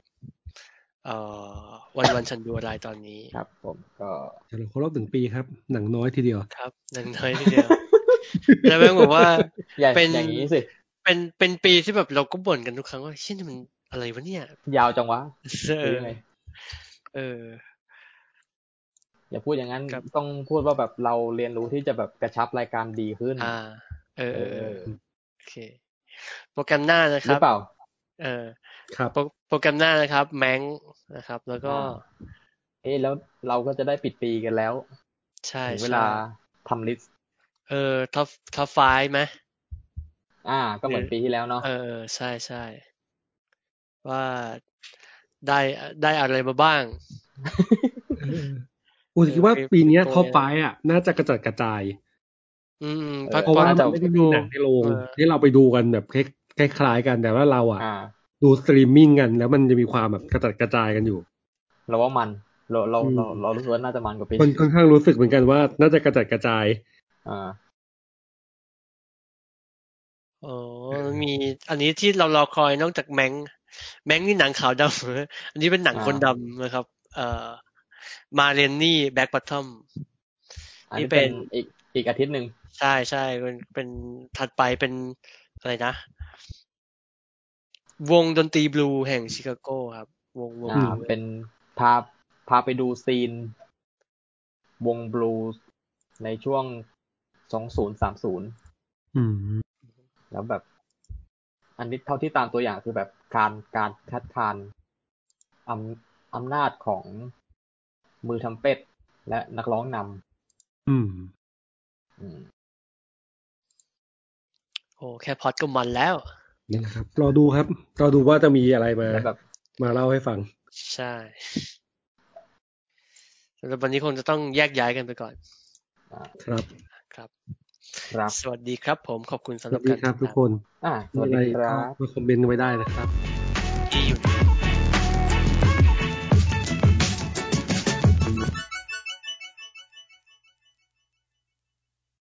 A: เอ่อ วันวันฉันดูอะไรตอนนี้
B: ครับ ผมก็
C: เฉลิมครบรอบหนึ่งปีครับ หนังน้อยทีเดียว
A: ครับหนึ่งน้อยทีเดียว แล้วแม่งบอกว่า
B: อย่า
A: เป็น
B: อย่างนี้สิ
A: เป็นเป็นปีที่แบบเราก็บ่นกันทุกครั้งว่าเช่นมันอะไรวะเนี่ย
B: ยาวจังวะห
A: เออ
B: รือยังไง
A: เออ
B: อย่าพูดอย่างนั้น
A: ครับ
B: ต้องพูดว่าแบบเราเรียนรู้ที่จะแบบกระชับรายการดีขึ้น
A: อ่า เออ
B: เอ
A: เออเอ
B: อ
A: อโอเค โปรแกรมหน้านะค
B: หรื
A: รั
B: อบ เปล่า
A: เออ
C: ครับ
A: โปรโปรแกรมหน้านะครับแมงนะครับ แล้วก็
B: อ่า เอ๊ะแล้วเราก็จะได้ปิดปีกันแล้ว
A: ใช่
B: ถึง
A: ใช่
B: เวลาทำลิสต์
A: เออท็อปท็อปไฟไหม
B: อ่า ก็เหมือนปีที่แล้วเนาะ
A: เออใช่ใช่ ว่าได้ได้อะไรมาบ้าง
C: กูคิดว่าปีเนี้ย
A: เออ
C: ท็อปไฟอ่ะ น่าจะกระจัดกระจาย
A: อืมอืม
C: เพราะว่ามันไม่ได้มีหนังในโรง
A: เออ
C: ที่เราไปดูกันแบบคล้ายคล้ายๆกันแต่ว่าเราอ่ะ
B: อ่า
C: ดูสตรีมมิ่งกัน แล้วมันจะมีความแบบกระจัดกระจายกันอยู่
B: เราว่ามันเราเรา
C: อืม
B: เราเรารู้สึกว่าน่าจะมันกว่าปี
C: คนค่อนข้างรู้สึกเหมือนกันว่า น่าจะกระจัดกระจาย
B: อ่า
A: โอ้มีอันนี้ที่เรารอคอยนอกจากแมงแมงนี่หนังขาวดำ อันนี้เป็นหนัง
B: อ่า
A: คนดำนะครับ เอ่อมาเรนนี่แบ็กบัตทอม
B: อัน
A: นี่
B: นี้
A: เป็
B: เป็น
A: น
B: อีกอีกอาทิตย์หนึ่ง
A: ใช่ใช่เป็นเป็นถัดไปเป็นอะไรนะ วงดนตรีบลูแห่งชิคาโกครับ วงวง
B: อ่า
A: Blue
B: เป็นพาพาไปดูซีน วงบลูส์ในช่วงสองศูนย์สามศูนย์
C: อืม
B: แล้วแบบ อันนี้เท่าที่ตามตัวอย่างคือแบบการการคัดค้านอำอำนาจของมือทำเป็ดและนักร้องน
C: อืม
B: ำอืม
A: โอ้แค่พอดก็มันแล้ว
C: นี่แหละครับ รอดูครับ รอดูว่าจะมีอะไรมา
B: แล้วแบบ
C: มาเล่าให้ฟัง
A: ใช่สำหรับวันนี้คงจะต้องแยกย้ายกันไปก่อน
C: ครับ
A: ครับ
B: ครับ
A: สวัสดีครับผมขอบคุณ
C: ส
A: สำห
C: วั
A: รับ
C: สดี
A: การ
C: ครับทุ
A: ติด
C: กค
A: ตาม
C: น
B: อ่าส
C: มี
B: วัส
C: อะไร
B: ดีครั
C: ก็
B: บ
C: มาคอมเมนต์ไว้ได้นะครับ
A: ที่อยู่ใน